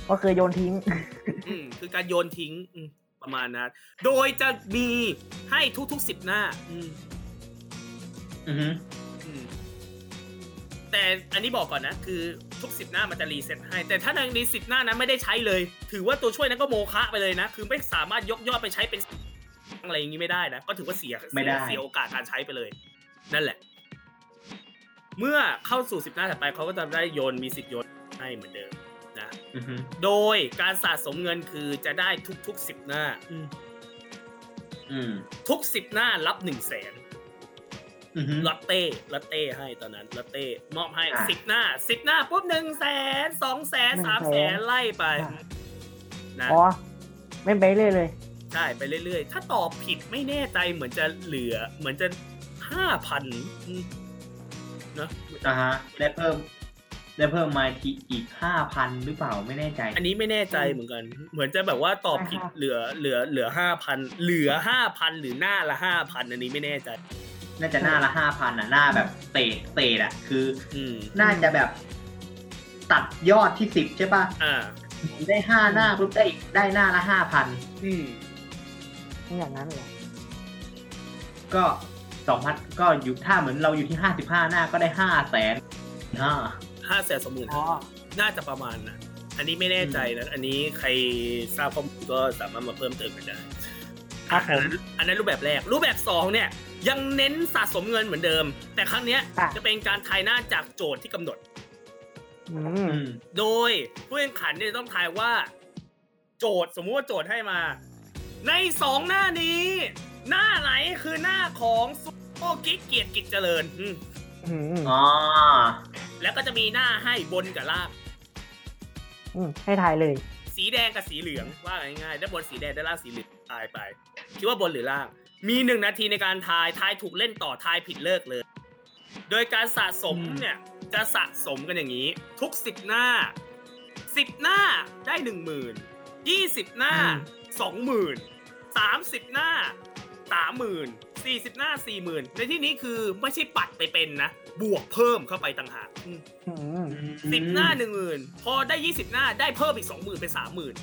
ก็คือโยนทิ้ง
อืมคือการโยนทิ้งอืมประมาณนั้น โดยจะมีให้ทุกๆสิบหน้า อืม
อือฮึ
อืมแต่อันนี้บอกก่อนนะ คือทุกสิบหน้ามันจะรีเซ็ตให้ แต่ถ้าในสิบหน้านั้นไม่ได้ใช้เลย ถือว่าตัวช่วยนั้นก็โมฆะไปเลยนะ คือไม่สามารถยกยอดไปใช้เป็นอะไรอย่างนี้ไม่ได้นะ ก็ถือว่าเสีย
ไม่ได้
เสียโอกาสการใช้ไปเลย นั่นแหละ เมื่อเข้าสู่สิบหน้าถัดไปเขาก็จะได้โยนมีสิทธิ์โยนให้เหมือนเดิมนะ
อือฮึ
โดยการสะสมเงินคือจะได้ทุกๆสิบหน้า
อืม
ทุกสิบหน้ารับหนึ่งแสน
อือฮึ
ลอตเต้ลอตเต้ให้ตอนนั้นลอตเต้มอบให้
อ่ะ
สิบหน้าสิบหน้าปุ๊บหนึ่งแสนสองแสน
หนึ่งแสน
สามแสนไล่ไป
อ่ะ
นะ
อ๋อ ไม่ไปเลยเลย
ใช่ไปเรื่อยๆ ถ้าตอบผิดไม่แน่ใจเหมือนจะเหลือ เหมือนจะห้าพันนะ
อ่าฮะได้เพิ่ม ได้เพิ่มมาทีอีกห้าพันหรือเปล่าไม่แน่ใจ
อันนี้ไม่แน่ใจเหมือนกัน เหมือนจะแบบว่าตอบผิด
อ่าฮะ
เหลือเหลือเหลือห้าพันเหลือห้าพันหรือหน้าละห้าพันอันนี้ไม่แน่ใจ
น่าจะหน้าละห้าพันอ่ะ หน้าแบบเตะเตะอ่ะ คือ
อืม
น่าจะแบบตัดยอดที่สิบใช่ป่ะ
อ่า
ได้ห้าหน้าปุ๊บได้อีกได้หน้าละห้าพัน
อืม
ไม่อย่างนั้นเลย
ก็สองพันก็อยู่ถ้าเหมือนเราอยู่ที่ห้าสิบห้าหน้าก็ได้ห้าแสนห้า
ห้าแสนสองหมื่น
อ๋อ
น่าจะประมาณนะอันนี้ไม่แน่ใจนะ อันนี้ใครทราบข้อมูลก็สามารถมาเพิ่มเติมกันได้
ครับผม
อันนั้นอันนั้นรูปแบบแรก รูปแบบสองเนี่ย ยังเน้นสะสมเงินเหมือนเดิม แต่ครั้งเนี้ย
อ่ะ
จะเป็นการทายหน้าจากโจทย์ที่กำหนด
อืม
โดยผู้แข่งขันเนี่ยจะต้องทายว่า โจทย์สมมุติว่าโจทย์ให้มา ในสองหน้านี้ หน้าไหนคือหน้าของซุปโอกิกเกียรติกิจเจริญอืม
อืม
อ๋อ
แล้วก็จะมีหน้าให้บนกับล่าง
อืมให้ทายเลย
สีแดงกับสีเหลืองว่าง่ายๆด้านบนสีแดงด้านล่างสีเหลืองทายไป คิดว่าบนหรือล่าง มีหนึ่งนาทีในการทายทายถูกเล่นต่อทายผิดเลิกเลย โดยการสะสมเนี่ยจะสะสมกันอย่างนี้ ทุกสิบหน้าสิบหน้าได้หนึ่งหมื่นยี่สิบหน้าสองหมื่นสามสิบหน้าสามหมื่นสี่สิบหน้าสี่หมื่นในที่นี้คือไม่ใช่ปัดไปเป็นนะ บวกเพิ่มเข้าไปต่างหากอืม
อืม
สิบหน้าหนึ่งหมื่นพอได้ยี่สิบหน้าได้เพิ่มอีกสองหมื่นเป็นสามหมื่น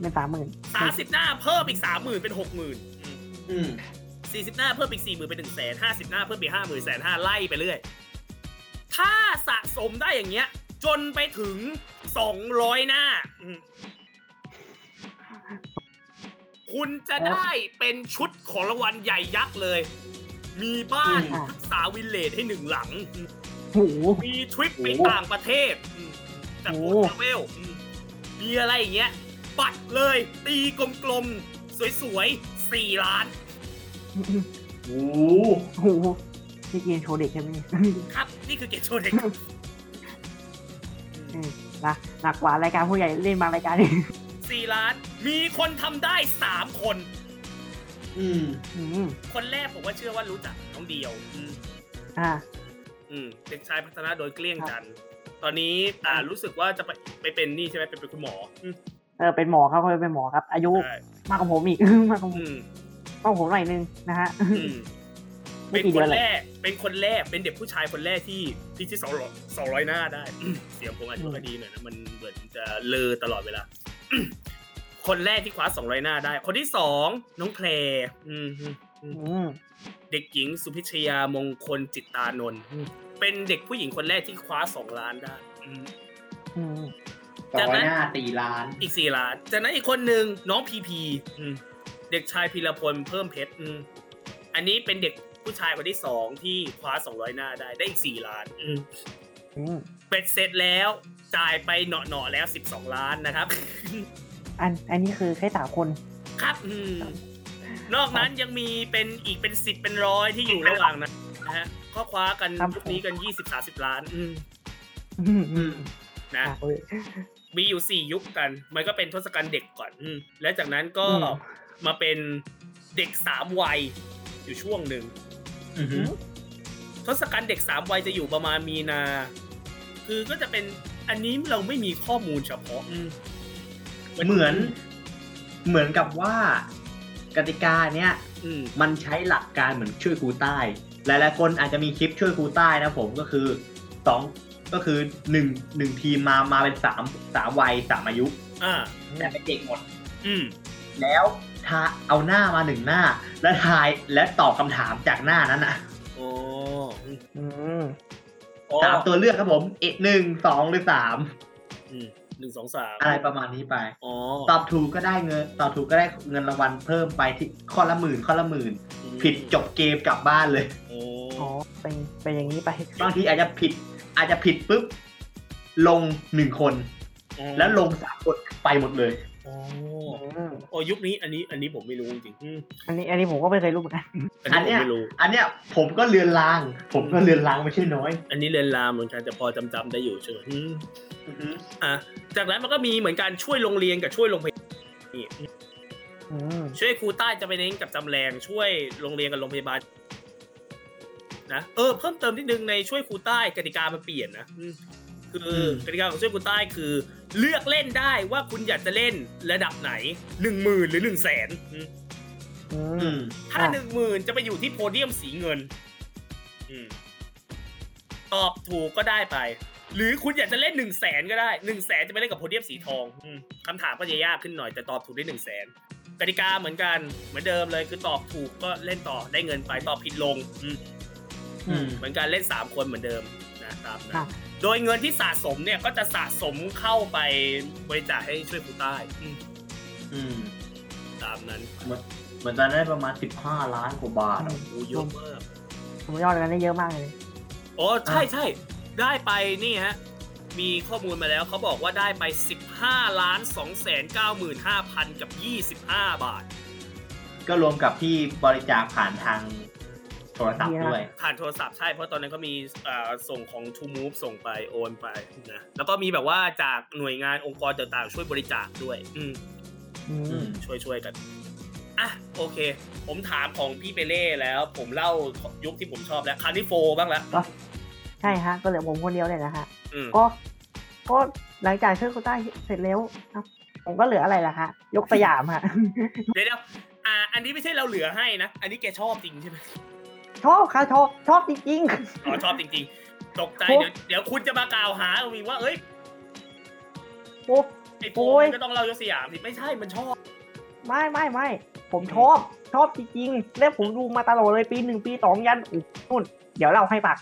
เป็นสามหมื่น
สามสิบหน้าเพิ่มอีกสามหมื่นเป็นหกหมื่น
อืม
สี่สิบหน้าเพิ่มอีกสี่หมื่นเป็นหนึ่งแสนห้าสิบหน้าเพิ่มอีกห้าหมื่นแสนห้าไล่ไปเรื่อย ถ้าสะสมได้อย่างเงี้ย จนไปถึงสองร้อยหน้าอืมคุณจะได้เป็นชุดของรางวัลใหญ่ยักษ์เลย มีบ้าน
อืม
ศึกษาวิลเลจให้หนึ่งหลังอืม
โอ้โห
มีทริปไปต่างประเทศอืมจากโอ
โอ้
ทาเวลอืมมีอะไรอย่างเงี้ย ปัดเลย ตีกลมๆ สวยๆสี่ล้าน
โอ้
โอ้โหนี่เกมโชว์เด็กใช่ไหมเนี่ย
ครับ นี่คือเกมโชว์เด็ก
อืมนะหนักกว่ารายการผู้ใหญ่เล่นบางรายการ นี่
สี่ล้าน มีคนทำได้สามคน
อืม
อืม
คนแรกผมว่าเชื่อว่ารู้จักน้องเดียว อืม
อ่า
อืมเด็กชายพัฒนาโดยเกลี้ยงจันทร์ตอนนี้อ่ารู้สึกว่าจะไปไปเป็นนี่ใช่ไหมไปเป็นคุณหมออืม
เออเป็นหมอครับเขาเป็นหมอครับ อายุ
ใช่
มากกว่าผมอีก มากกว่าผม
อืม
มากกว่าผมหน่อยนึงนะฮะ
อืม
ไม่
เป็น
กี่
ค
เดือน นแหละ
แรก เป็นคนแรก เป็นเด็กผู้ชายคนแรกที่ที่ที่สองร้อยสองร้อยหน้าได้ เสียงผมอาจจะไม่ค่อยดีหน่อยนะ มันเหมือนจะเลอตลอดเวลา คนแรกที่คว้าสองร้อยหน้าได้ คนที่สองน้องแพรอืมฮึ
อืม
เด็กหญิงสุพิชยามงคลจิตตานนท์อืมเป็นเด็กผู้หญิงคนแรกที่คว้าสองล้านได้อืม
อืม
ต่
จาก
อ
นั้น
หน้าตีล้าน
อีกสี่ล้าน จากนั้นอีกคนหนึ่งน้องพีพีอืมเด็กชายพีรพลเพิ่มเพชรอืมอันนี้เป็นเด็กผู้ชายคนที่สองที่คว้าสองร้อยหน้าได้ได้อีกสี่ล้านอืม
อืม
เป็ดเสร็จแล้วจ่ายไปเหนาะๆแล้ว 12 ล้านนะครับ
อันอันนี้คือแค่สามคน
ครับอืมนอกนั้นยังมีเป็นอีกเป็นสิบเป็นร้อยที่อยู่ระหว่างนั้นนะฮะข้อคว้ากัน
ครับ
ยุคนี้กัน 20 30 ล้านอืม
อืมอืม
นะ
อ่ะเว้ย
มีอยู่ 4 ยุคกัน มันก็เป็นทศกัณฐ์เด็กก่อนอืมแล้วจากนั้นก็
อืม
มาเป็นเด็กสามวัยอยู่ช่วงหนึ่ง
อือหือ
ทศกัณฐ์เด็กสามวัยจะอยู่ประมาณมีนา คือก็จะเป็น อันนี้เราไม่มีข้อมูลเฉพาะ
อืมเหมือน เหมือนกับว่า กติกาเนี้ย
อืม
มันใช้หลักการเหมือนช่วยครูใต้ หลายๆคนอาจจะมีคลิปช่วยครูใต้นะผมก็คือสองก็คือหนึ่งหนึ่งทีมมามาเป็นสามสามวัยสามอายุ
อ่า
แต่เป็นเด็กหมด
อืม
แล้วทาเอาหน้ามาหนึ่งหน้า แล้วทายและตอบคำถามจากหน้านั้นอ่ะ
โอ้
อืม
สามตัวเลือกครับผมเอ็ดหนึ่งสองหรือสาม
อืมหนึ่งสองสาม
อะไรประมาณนี้ไป
อ๋อ
ตอบถูกก็ได้เงินตอบถูกก็ได้เงินรางวัลเพิ่มไปที่ข้อละหมื่นข้อละหมื่น ผิดจบเกมกลับบ้านเลย
โอ้
อ๋อเป็นเป็นอย่างนี้ไป
บางทีอาจจะผิด อาจจะผิดปุ๊บ ลงหนึ่งคน แล้วลงสามคนไปหมดเลย
โอ้
อืม
โอ้ยุคนี้ อันนี้ อันนี้ผมไม่รู้จริงๆอืม
อันนี้อันนี้ผมก็ไม่เคยรู้เหมือนกัน
อัน
อัน
นี้ผ
เนี้ย
มไม่รู้
อันเนี้ยผมก็เลือนลาง ผมก็เลือนลางไม่ใช่น้อย
อันนี้เรียนรามเหมือนกันแต่พอจำจำๆได้อยู่เฉยอืมอ่ะจากนั้นมันก็มีเหมือนการช่วยโรงเรียนกับช่วยโรงพยาบาลนี่
อืม
ช่วยครูใต้จะไปเน้นกับจำแรงช่วยโรงเรียนกับโรงพยาบาลนะเออเพิ่มเติมนิดนึงในช่วยครูใต้กติกามันเปลี่ยนนะอืมคืออกติกาของช่วยครูใต้คือ เลือกเล่นได้ว่าคุณอยากจะเล่นระดับไหนหนึ่งหมื่นหรือหนึ่งแสนอืม
อื
อืม
ม
ถ้าหนึ่งหมื่นจะไปอยู่ที่โพเดียมสีเงิน อืม ตอบถูกก็ได้ไป หรือคุณอยากจะเล่นหนึ่งแสนก็ได้หนึ่งแสนจะไปเล่นกับโพเดียมสีทองอืมคำถามก็จะยากขึ้นหน่อยแต่ตอบถูกได้หนึ่งแสนกติกาเหมือนกัน เหมือนเดิมเลยคือตอบถูกก็เล่นต่อได้เงินไปตอบผิดลงอืม
อืม
เหมือนการเล่นสามคนเหมือนเดิมนะตามนะโดยเงินที่สะสมเนี่ยก็จะสะสมเข้าไปบริจาคให้ช่วยผู้ใต้อืม
อืม
ตามนั้น
เหมือนตอนนั้นได้ประมาณสิบห้าล้านกว่าบาทอะ
โอ้เยอะมาก
ผมยอดกันได้เยอะมากเลย
อ๋อใช่ใช่ได้ไปนี่ฮะ มีข้อมูลมาแล้วเขาบอกว่าได้ไป 15ล้าน2แสน95,000 กับ 25 บาท
ก็รวมกับที่บริจาคผ่านทางโทรศัพท์ด้วย
ผ่านโทรศัพท์ใช่ เพราะตอนนั้นก็มีเอ่อส่งของ t o Move ส่งไปโอนไปนะแล้วก็มีแบบว่าจากหน่วยงานองค์กรต่างๆ ช่วยบริจาคด้วย อืม
อืม
อืม
ช่วยช่วยกัน อ่ะโอเค ผมถามของพี่เปเล่แล้ว ผมเล่ายุคที่ผมชอบแล้วคานิโฟบ้างแล้ว
ใช่ฮะ ก็เหลือผมคนเดียวเลยนะฮะ
อืม
ก็ก็หลังจากช่วยโควต้าเสร็จแล้วครับผมก็เหลืออะไรล่ะฮะ ยกสยามฮะ
เดี๋ยวเดี๋ยวอ่า อันนี้ไม่ใช่เราเหลือให้นะ อันนี้แกชอบจริงใช่ไหม
ชอบค่ะชอบชอบจริง
อ๋อชอบจริงๆ ตกใจ
โอ้
เดี๋ยวเดี๋ยวคุณจะมากล่าวหาเราอีกว่า เอ้ย
ๆโอ้
ไอ้โฟ
โอ้
ม
ย
มันก็ต้องเล่ายกสยามสิไม่ใช่มันชอบ
ไม่ไม่ไม่ผมชอบชอบจริงๆแล้วผมดูมาตลอดเลยปีหนึ่งปีสองยันอุ๊ยนู่น เดี๋ยวเล่าให้ปาก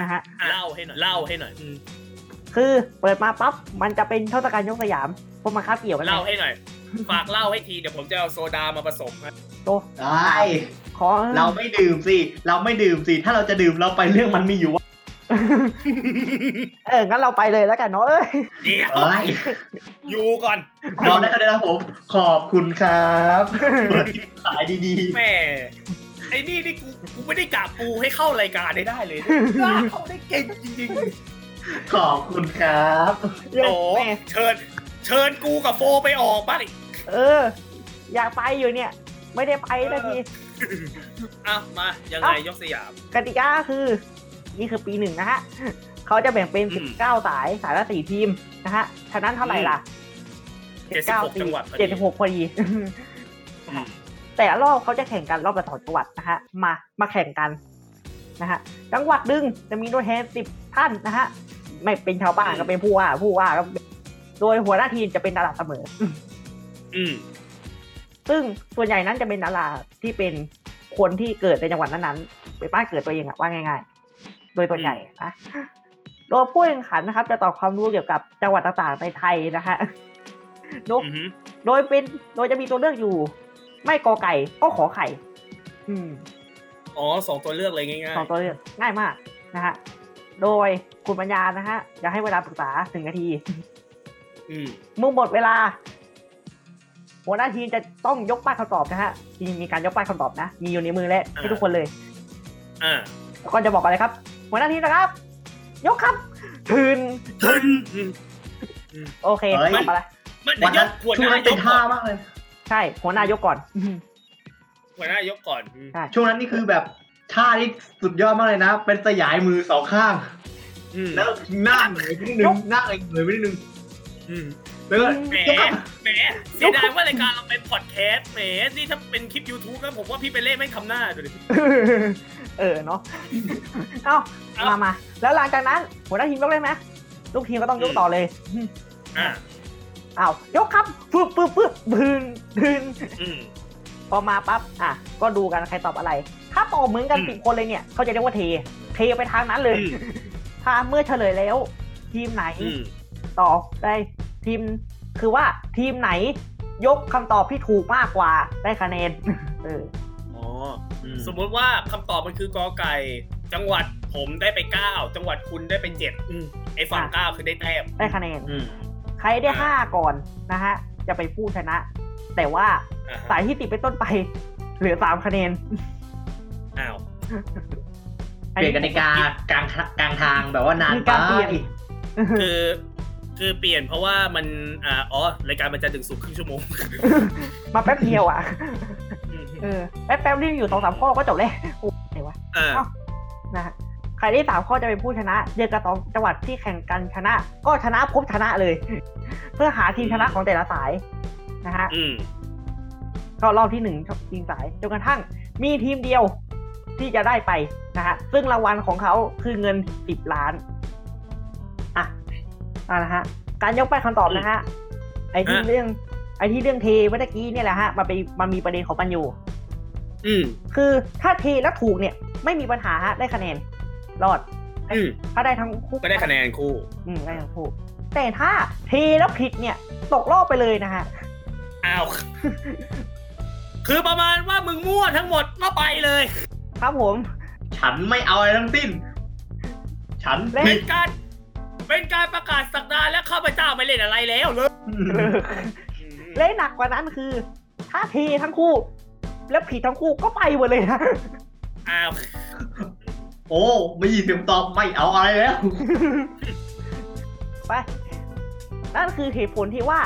นะฮะ
เล่าให้หน่อยเล่าให้หน่อยอืม
คือเปิดมาปั๊บมันจะเป็นเทศกาลยกสยามพวกมาคาบเกี่ยวกัน
เล่าให้หน่อย ฝากเล่าให้ทีเดี๋ยวผมจะเอาโซดามาผสมให้
โต
ได้
ขอ
เราไม่ดื่มสิ เราไม่ดื่มสิ ถ้าเราจะดื่มเราไปเรื่องมันมีอยู่ว่า
เอองั้นเราไปเลยแล้วกันเนาะเอ้ย
เดี๋ยว
เอ้ย
อยู่ก่อน
รอได้ก็ได้นะผม ขอบคุณ ครับเปิดที่ขายดี
แหม่ไอ้นี่นี่กูกูไม่ได้กะปูให้เข้ารายการได้ได้เลยกล้าเข้าได้เก่งจริง
ๆ ขอบคุณครับ
ๆโอ้โหเชิญ เชิญกูกับโฟไปออกบ้านอีก
เออ อยากไปอยู่เนี่ย ไม่ได้ไปสักที
อ่ะมายังไง
เอ้าย ย
กสยาม
กติกาคือ นี่คือปีหนึ่งนะฮะเขาจะแบ่งเป็น
อืม
สิบเก้าสายสายละสี่ทีมนะฮะฉะนั้นเท่าไหร่ล่ะ
เจ็ดสิบหกจังหวัดพอ
เจ็ดสิบหกพอดี
อืม
แต่ละรอบเขาจะแข่งกันรอบละสองจังหวัดนะฮะมามาแข่งกันนะฮะจังหวัดหนึ่งจะมีตัวแทนสิบท่านนะฮะไม่เป็นชาวบ้านก็เป็นผู้ว่าผู้ว่าก็เป็นโดยหัวหน้าทีมจะเป็นดาราเสมอ
อืม
ซึ่งส่วนใหญ่นั้นจะเป็นดาราที่เป็นคนที่เกิดในจังหวัดนั้นๆเป็นบ้านเกิดตัวเองอะว่าง่ายๆ โดยตัวนใหญ่นะโดยผู้แข่งขันนะครับ จะตอบความรู้เกี่ยวกับจังหวัดต่างๆในไทยนะฮะโดย
อือหือ
โดยเป็นโดยจะมีตัวเลือกอยู่ ไม่กอไก่ก็ขอไข่ อืม
อ๋อสองตัวเลือกเลยง่าย
สองตัวเลือกง่ายมากนะฮะโดยคุณปัญญานะฮะจะให้เวลาปรึกษาหนึ่งนาที
ๆอืม
เมื่อหมดเวลา หัวหน้าทีมจะต้องยกป้ายคำตอบนะฮะทีมมีการยกป้ายคำตอบนะ มีอยู่ในมือแล้วให้ทุกคนเลย
อ่า
แล้วก็จะบอกอะไรครับ หัวหน้าทีมนะครับ ยกครับทืน
ทึน
โอเค
เฮ้ย
ยกมาละ
มัน
วัน
ย
นั้น
กหัว
ช่ว
ห
ง
น้า
นั้น
ย
เป็น
ก
ท่า
ก่อน
มากเลย
ใช่หัวหน้ายกก่อนอืม
หัวหน้ายกก่อน
ใช่
ช่วงนั้นนี่คือแบบท่าที่สุดยอดมากเลยนะ เป็นสยายมือสองข้าง
อืม
แล้วหน้าเหนื่อยไปนิดนึงหน้าเองเหนื่อยไปนิดนึง
อืม
แล้วก็
แหม
ยกกลับ
แหมเสียดายว่ารายการเราเป็นพอดแคสต์แหมนี่ถ้าเป็นคลิป YouTube ก็ผมว่าพี่ไปเล่นไม่คำหน้าดูดิ
เออเนาะ เอ้า
ครับ
มามาแล้วหลังจากนั้นหัวหน้าทีมยกเลยไหมลูกทีมก็ต้องยกต่อเลย
อ่ะ
อ้าวยกครับปึ๊บปึ๊บปึ๊บพื้นพื้น
อืม
พอมาปั๊บอ่ะก็ดูกันใครตอบอะไร ถ้าตอบเหมือนกัน
อืม
สิบคนเลยเนี่ยเขาจะเรียกว่าเท เทไปทางนั้นเลย ถ้าเมื่อเฉลยแล้ว ทีมไหน
อืม
ตอบได้ทีม คือว่าทีมไหนยกคำตอบที่ถูกมากกว่าได้คะแนน เออ
อ๋อสมมติว่าคำตอบมันคือกอไก่ จังหวัดผมได้ไปเก้าจังหวัดคุณได้ไปเจ็ดอืมไอ้ฝั่งเก้าคือได้แต้ม
ได้คะแนน
อืม
ใครได้ห้าก่อนนะฮะ จะไปนผู้ชนะ แต่ว่า
อ่าฮะ
สายที่ติดไปนต้นไป เหลือสามคะแนน
อ้าว
อั
เปลี่ยนกติกากลางทางกลางทางแบบว่านาน
มี
ไป
การเปลี่ยน
คือคือเปลี่ยนเพราะว่ามันอ่าอ๋อรายการมันจะดึงสุกร์ครึ่งชั่วโมง
มาแป๊บเดียวอ่ะ
อืม
เออแป๊บแป๊บๆนี่อยู่สองสามข้อก็จบแล้วโอ้ไหนวะ
อ่า
เอ้า นะฮะใครได้สามข้อจะเป็นผู้ชนะเจอกับสองจังหวัดที่แข่งกันชนะ ก็ชนะพบชนะเลย เพื่อหาทีมชนะของแต่ละสายนะฮะ
อืม
เข้ารอบที่หนึ่งทีมสายจนกระทั่งมีทีมเดียวที่จะได้ไปนะฮะซึ่งรางวัลของเขาคือเงินสิบล้านอ่ะเอาละฮะ การยกไปคำตอบนะฮะไอที่เรื่อง ไอที่เรื่องเทเมื่อกี้เนี่ยแหละฮะมันไปมันมีประเด็นของมันอยู่
อืม
คือถ้าเทแล้วถูกเนี่ย ไม่มีปัญหาฮะได้คะแนน รอด
อืม
ถ้าได้ทั้งคู่
ก็ได้คะแนนคู่
อืมได้ทั้งคู่แต่ถ้าเทแล้วผิดเนี่ย ตกรอบไปเลยนะฮะ
อ้าว คือประมาณว่ามึงมั่วทั้งหมดก็ไปเลย
ครับผม
ฉันไม่เอาอะไรทั้งสิ้น ฉัน
เล่น
ผิ
เป็
ด
นการ เป็นการประกาศสักดาและข้าพเจ้าไม่เล่นอะไรแล้วเลย
และหนักกว่านั้นคือ ถ้าเททั้งคู่ แล้วผิดทั้งคู่ก็ไปหมดเลยนะ
อ้าว
โอ้ไม่ยินเสียงตอบไม่เอาอะไรแล้ว
ไป นั่นคือเหตุผลที่ว่า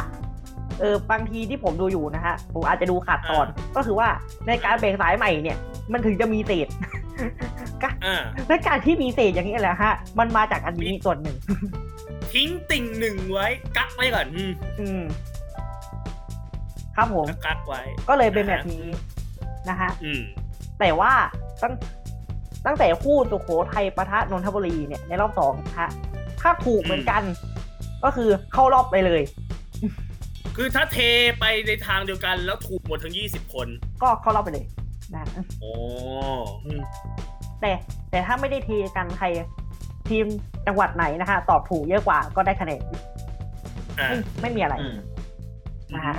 เออบางทีที่ผมดูอยู่นะฮะ ผมอาจจะดูขาดตอน ก็คือว่าในการแบ่งสายใหม่เนี่ย มันถึงจะมีเศษ
อ่า
และการที่มีเศษอย่างนี้แหละฮะ มันมาจากอันนี้ส่วนหนึ่ง
ทิ้งติ่งหนึ่งไว้ กักไว้ก่อนอืม
อืม ครับผม
กักไว้
ก็เลยเป็นแบบนี้นะฮะ
อืม
แต่ว่าตั้งตั้งแต่คู่สุโขทัยปะทะนนทบุรีเนี่ยในรอบสองฮะถ้าถูกเหมือนกัน ก็คือเข้ารอบไปเลย
คือถ้าเทไปในทางเดียวกันแล้วถูกหมดทั้งยี่สิบคน
ก็เข้ารอบไปเลยนะ
โอ้อืม
แต่แต่ถ้าไม่ได้ทีกันใคร ทีมจังหวัดไหนนะคะตอบถูกเยอะกว่าก็ได้คะแนน
อ่า
ไม่ไม่มีอะไร
อืม
นะฮะ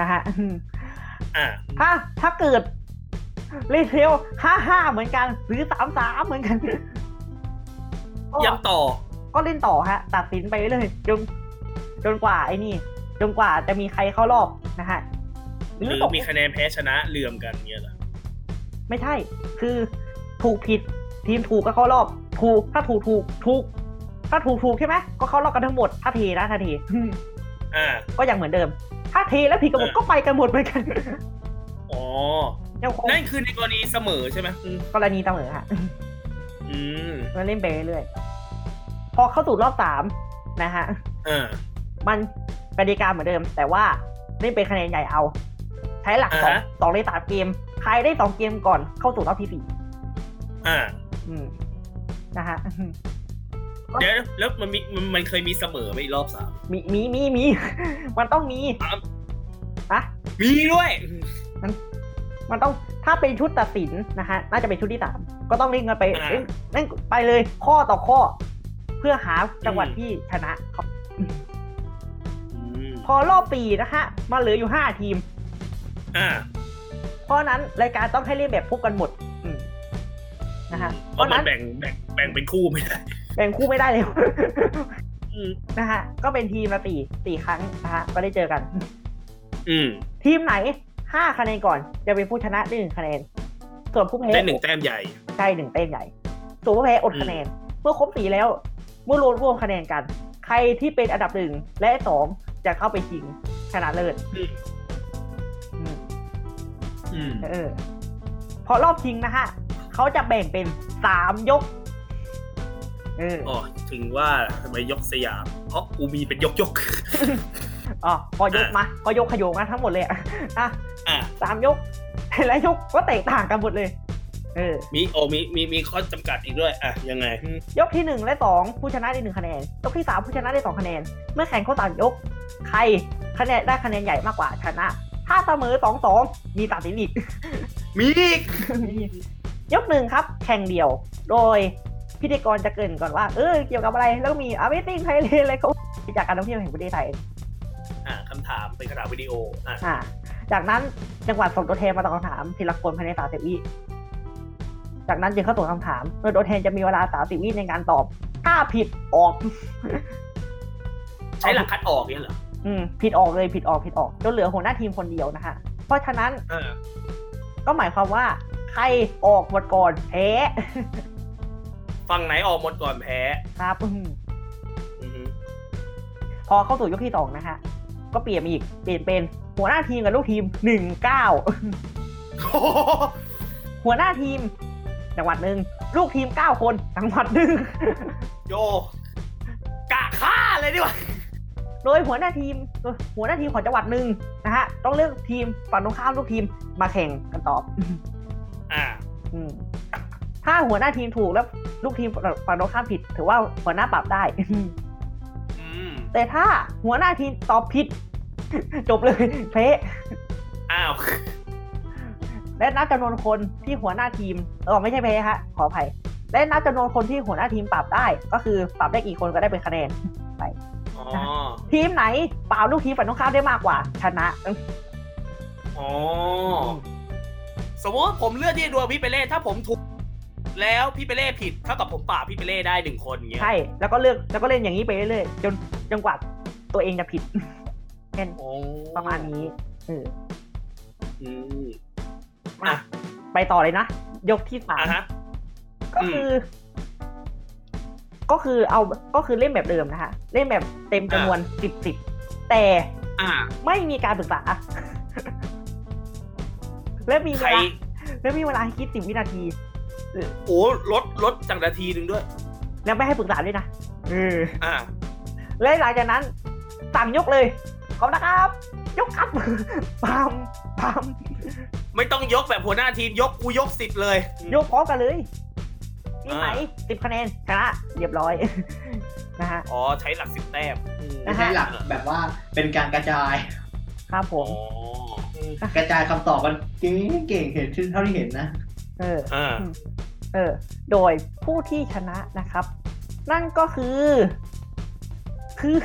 นะฮะ
อ่า
ถ้าถ้าเกิดเลเทลห้าห้าเหมือนกัน หรือสามสามเหมือนกันก็
ยังต่อ
ก็เล่นต่อฮะ ตัดสินไปเลยจนจนกว่าไอ้นี่ จนกว่าจะมีใครเข้ารอบนะฮะ
ห
หรือ
รือ
ตก
มีคะแนนแพ้ชนะเหลื่อมกันเงี้ยเหรอ
ไม่ใช่ คือถูกผิด ทีมถูกก็เข้ารอบ ถูกถ้าถูกถูกถูก ถ้าถูกถูกใช่ไหมก็เข้ารอบกันทั้งหมด ถ้าเทนะถ้าเทอืม
อ่า
ก็ยังเหมือนเดิม ถ้าเทแล้วผิดกันหมดก็ไปกันหมดเหมือนกัน
อ๋อ
ยังคง
นั่นคือในกรณีเสมอใช่ไหมอืม
กรณีเสมอฮะ
อืม
มันเล่นไปเรื่อยๆพอเข้าสู่รอบสามนะฮะ
อ่า
มันกติกาเหมือนเดิม แต่ว่าเล่นเป็นคะแนนใหญ่เอา ใช้หลักสอง
อ่าฮะ
สองในสามเกม ใครได้สองเกมก่อนเข้าสู่รอบที่สี่
อ่า
อืมนะฮะ อืม
เดี๋ยวนะแล้วมันมีมันมันเคยมีเสมอไหมรอบสาม
มีมีมีมี มันต้องมี
ครับ
อะ
มีด้วย
มันต้องถ้าเป็นชุดตัดสินนะฮะน่าจะเป็นชุดที่สามก็ต้องเล่นกันไป
อ่า
เล่นเล่นไปเลยข้อต่อข้อ เพื่อหาจังหวัด
อืม
ที่ชนะ
อืม
พอรอบปีนะฮะมาเหลืออยู่ห้าทีม
อ่า
เพราะฉะนั้นรายการต้องให้เล่นแบบพบกันหมด อืมนะฮะเพ
เพ
ราะ
ราะ
ฉะ
มั
นั้น น
แบ่งแบ่งแบ่งเป็นคู่ไม่ได้
แบ่งคู่ไม่ได้เลย
อืม
นะฮะ ก็เป็นทีมละสี่สี่ครั้งนะฮะ ก็ได้เจอกัน
อืม
ทีมไหนห้าคะแนนก่อน จะเป็นผู้ชนะได้หนึ่งคะแนน ส่วนผู้แพ้
ได้หนึ่งแต้มใหญ่
ใช่หนึ่งเต้นใหญ่ ส่วนผู้แพ้อดคะแนน เมื่อครบสี่แล้ว เมื่อรวมรวมคะแนนกัน ใครที่เป็นอันดับหนึ่งและสองจะเข้าไปชิงชนะเลิศ
อืม
อืม
อืม
เออเพราะรอบชิงนะฮะเขาจะแบ่งเป็นสามยก เออ
อ๋อถึงว่าทำไมยกสยามเพราะกูมีเป็นยกยก
อ๋อพอยกมาพอยกขยโยงนะทั้งหมดเลยอะ อ่ะ
ๆอ่ะ
สามยก แต่ละยกก็แตกต่างกันหมดเลย เออ
มีโอมีมีมีข้อจำกัดอีกด้วย อ่ะ ยังไง
ยกที่หนึ่งและสองผู้ชนะได้หนึ่งคะแนน ยกที่สามผู้ชนะได้สองคะแนน เมื่อแข่งครบสามยก ใครคะแนนได้คะแนนใหญ่มากกว่าชนะ ถ้าเสมอสองสองมีตัดสินอีก
มีอีก
ยกหนึ่งครับ แข่งเดียว โดยพิธีกรจะเกรินก่อนว่า เออเกี่ยวกับอะไร แล้วก็มี Amazing Thailand อะไร ก็จากการท่องเที่ยวแห่งประเทศไทย
อ่ะคำถามเป็นคำถามวิดีโอ อ่ะ
อ่า จากนั้นจังหวัดส่งตัวแทนมาตอบคำถามทีละคนภายในสามสิบวิจากนั้นจึงเข้าตัวคำถาม โดยตัวแทนจะมีเวลาสามสิบวิในการตอบ ถ้าผิดออก
ใช้หลักคัดออกเนี่ยเหรอ
อืมผิดออกเลยผิดออกผิดออกจนเหลือหัวหน้าทีมคนเดียวนะคะเพราะฉะนั้น
เออ
ก็หมายความว่า ใครออกหมดก่อนแพ้
ฝั่งไหนออกหมดก่อนแพ้
ครับอืม
อือฮึ
พอเข้าสู่ยกที่สองนะคะก็เปลี่ยนมาอีกเปลี่ยนเป็นหัวหน้าทีมกับลูกทีมหนึ่งเก้า
โอ้โห
หัวหน้าทีม จังหวัดหนึ่งลูกทีมเก้าคนจังหวัดหนึ่ง
โยกะฆ่าเลยดีกว่า
โดยหัวหน้าทีมหัวหน้าทีมของจังหวัดหนึ่งนะฮะต้องเลือกทีมฝั่งตรงข้ามลูกทีมมาแข่งกันตอบ
อ่ะ
อืมถ้าหัวหน้าทีมถูกแล้วลูกทีมฝั่งตรงข้ามผิด ถือว่าหัวหน้าปรับได้
อืม
แต่ถ้าหัวหน้าทีมตอบผิด จบเลย เพ้
อ้าว
และนับจำนวนคนที่หัวหน้าทีมเออไม่ใช่เพ้ฮะขออภัยและนับจำนวนคนที่หัวหน้าทีมปรับได้ ก็คือปรับได้กี่คนก็ได้เป็นคะแนน
อ๋อ
ทีมไหนปราบลูกทีมฝั่งตรงข้ามได้มากกว่า ชนะ
อ๋อสมมติว่าผมเลือกที่จะดวงพี่เปเล่ถ้าผมถูก แล้วพี่เปเล่ผิดเท่ากับผมปราบพี่เปเล่ได้หนึ่งคนอย่างเงี้ย
ใช่ แล้วก็เลือกแล้วก็เล่นอย่างนี้ไปเรื่อยๆจนจนกว่าตัวเองจะผิด เป็น
โอ้
ประมาณนี้เออ
อืม
อ่ะไปต่อเลยนะ ยกที่สาม
อ่ะฮะ
ก็คือ ก็คือเอาก็คือเล่นแบบเดิมนะคะเล่นแบบเต็มจำนวนสิบสิบแต่
อ่า
ไม่มีการปรึกษา และมีเว
ใคร
ลาและมีเวลาให้คิดสิบวินาที
โอ้ลดลดจากนาทีหนึ่งด้วย
แล้วไม่ให้ปรึกษาด้วยนะเออ
อ่า
และหลังจากนั้น สั่งยกเลยขอบนะครับ ยกครับ ปั๊มปั๊ม
ไม่ต้องยกแบบหัวหน้าทีมยกกูยกสิบเลย
ยกพร้อมกันเลยนี่ไหม
อ่า
สิบคะแนนชนะเรียบร้ อย นะฮะ
อ๋อ ใช้หลักสิบแต้มอืม
นะ
ไม่
ฮะ
ใช่หลักแบบว่าเป็นการกระจาย
ครับผ
อ๋อ
ม
กระจายคำตอบกันเก่งเก่งเห็นเท่าที่เห็นนะ
เออ
อ่า
เออ โดยผู้ที่ชนะนะครับ นั่นก็คือ คือ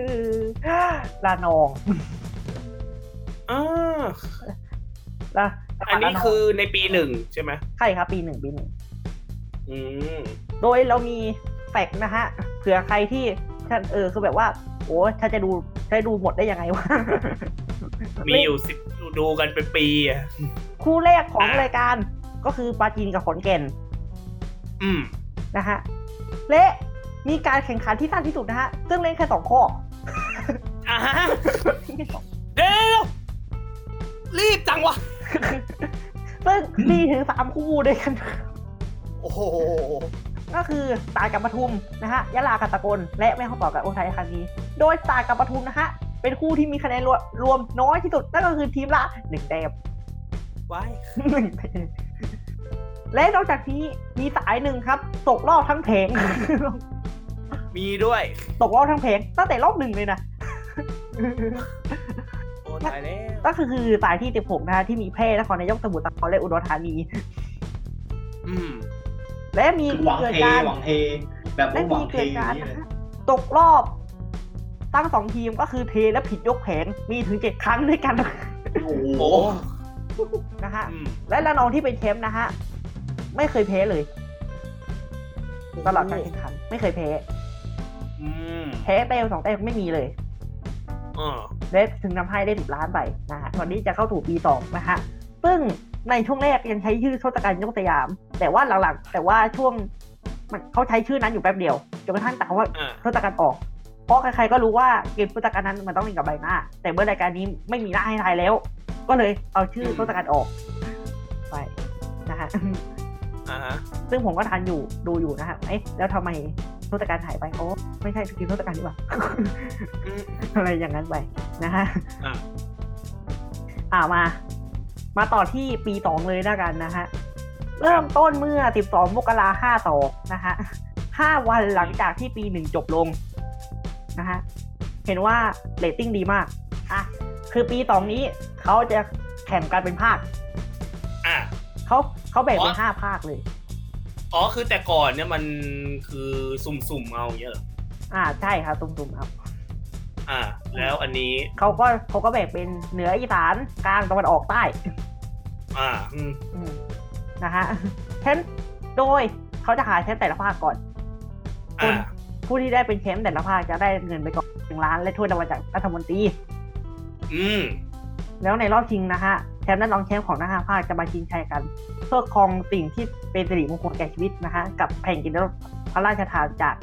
ลานอง
อ่า
ละ
อันนี้คือในปีหนึ่งใช่ไหม
ใช่ครับปีหนึ่งปีหนึ่ง
อืม
โดยเรามีแฟกต์นะฮะเผื่อใครที่ท่านเออคือแบบว่า โอ้ถ้าจะดูจะดูหมดได้ยังไงวะ
มีอยู่สิบดูกันเป็นปีอ่ะ
คู่แรกของ
อ่ะ
รายการก็คือปราจีนกับขอนแก่น
อืม
นะฮะและมีการแข่งขันที่สั้นที่สุดนะฮะซึ่งเล่นแค่สองข้อ
อ่าฮะเดี๋ยวรีบจังวะ
ซึ่งมีถึงสามคู่ด้วยกัน
โอ้โห
ก็คือตายกับปทุมนะฮะยะลากับตะกลและแม่ฮ่องสอนกับโอไทยคานีโดยตายกับปทุมนะฮะเป็นคู่ที่มีคะแนนรวมรวมน้อยที่สุดนั่นก็คือทีมละหนึ่งแต้ม
ไว้
หนึ่งแต้มและนอกจากนี้มีสายหนึ่งครับตกรอบทั้งแผง
มีด้วย
ตกรอบทั้งแผงตั้งแต่รอบหนึ่งเลยนะ
โอ้ตายแล้ว
ก็คือสายที่สิบหกนะฮะที่มีแพร่นครนายกสมุทรสาครและอุดรธานี
อืม
และมี
หวัง
เกิด
เท
การ
หวังเท แบบ
และ
ว่าหวั
มี
งเท
เกิด
อย่า
การ
งนี้เลย
นะฮะตกรอบ ตั้งสองทีมก็คือเทและผิดยกแผงมีถึงเจ็ดครั้งด้วยกัน
โอ้
โอ้
โห
นะฮะ
อืม
และละนองที่เป็นแชมป์นะฮะ ไม่เคยแพ้เลย ตลอดการแข่งขัน ไม่เคยแพ้
อืม
แพ้แต้มสองแต้มไม่มีเลย
อ่า
และถึงทำให้ได้สิบล้านไปนะฮะตอนนี้จะเข้าถูกปีสองนะฮะ ซึ่งในช่วงแรกยังใช้ชื่อทศกัณฐ์ยกสยาม แต่ว่าหลังๆ แต่ว่าช่วงมันเขาใช้ชื่อนั้นอยู่แป๊บเดียวจนกระทั่งตามว่า
อ่า
ทศกัณฐ์ออก เพราะใครๆก็รู้ว่าเกมทศกัณฐ์นั้นมันต้องเล่นกับใบหน้า แต่เมื่อรายการนี้ไม่มีหน้าให้ทายแล้ว ก็เลยเอาชื่อทศกัณฐ์ออก ไปนะฮะ
อ่าฮะ
ซึ่งผมก็ทันอยู่ดูอยู่นะฮะเอ๊ะแล้วทำไมทศกัณฐ์หายไปโอ้ไม่ใช่ทีมทศกัณฐ์ดีกว่า
อืม
อะไรอย่างนั้นไปนะฮะ
อ่ะ
อ่ามา มาต่อที่ปีสองเลยแล้วกันนะฮะ เริ่มต้นเมื่อ 12 มกราห้าต่อนะฮะห้าวันหลังจากที่ปีหนึ่งจบลงนะฮะ เห็นว่าเรตติ้งดีมาก อ่ะ คือปีสองนี้เขาจะแข่งกันเป็นภาค
อ่ะ
เขาเขาแบ่งเป็
อ๋
น
อ
ห้าภาคเลย
อ๋อคือแต่ก่อนเนี่ยมันคือสุ่มๆเอาอย่างเงี้ยเหรอ
อ่า ใช่ครับตุ่มๆครับ
อ่า แล้วอันนี้
เขาก็เขาก็แบ่งเป็นเหนืออีสานกลางตะวันออกใต้
อ่าอืม
อืมนะฮะ แชมป์โดยเขาจะหาแชมป์แต่ละภาคก่อน
อ่า
ผู้ที่ได้เป็นแชมป์แต่ละภาคจะได้เงินไปก่อนหนึ่งล้านและถ้วยรางวัลจากรัฐมนตรี
อืม
แล้วในรอบชิงนะฮะแชมป์และรองแชมป์ของทั้งห้าภาคจะมาชิงชัยกัน เพื่อครองสิ่งที่เป็นสิริมงคลแก่ชีวิตนะฮะกับแผ่นกินรถพระราชทานจาก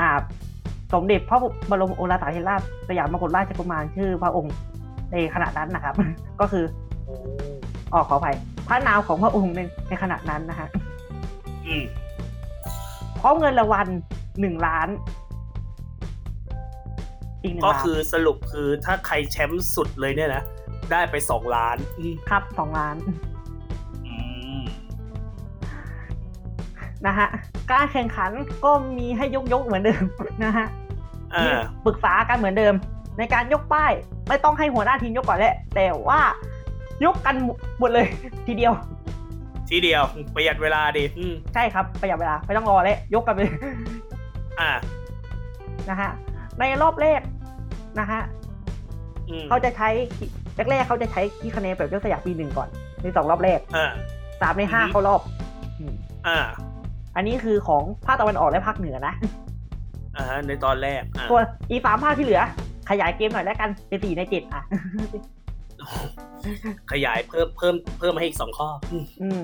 อ่า สมเด็จพระบรมโอรสาธิราชสยามมกุฎราชกุมารชื่อพระองค์ในขณะนั้นนะครับ ก็คือ
โอ้
ออกขออภัยพระนามของพระองค์ในในขณะนั้นนะฮะ
อืม
พร้อมเงินรางวัลหนึ่งล้าน อีกหนึ่ง
ก็
ล้าน
คือสรุปคือถ้าใครแชมป์สุดเลยเนี่ยนะ ได้ไปสองล้านอืม
ครับสองล้าน
อืม
นะฮะการแข่งขันก็มีให้ยกยกๆเหมือนเดิ มนะฮะ
อ่า
ปรึกษากันเหมือนเดิม ในการยกป้าย ไม่ต้องให้หัวหน้าทีมยกก่อนแหละ แต่ว่ายกกันหมดเลย ทีเดียว
ทีเดียวประหยัดเวลาดีอืม
ใช่ครับประหยัดเวลาไม่ต้องรอแล้วยกกันไปเลย
อ่า
นะฮะในรอบแรกนะฮะ
อืม
เขาจะใช้แรกๆเขาจะใช้ที่คะแนนแบบยกสยามปีหนึ่งก่อน ในสองรอบแรก
อ่า
สามในห้า
อือฮึ
เข้ารอบอืม
อ่า
อันนี้คือของภาคตะวันออกและภาคเหนือนะ
อ่าฮะในตอนแรกอ่า
ตัวอีสามภาคที่เหลือ ขยายเกมหน่อยแล้วกันเป็นสี่ในเจ็ดอ่ะ
ขยายเพิ่มเพิ่มเพิ่มให้อีกสองข้ออืม
อืม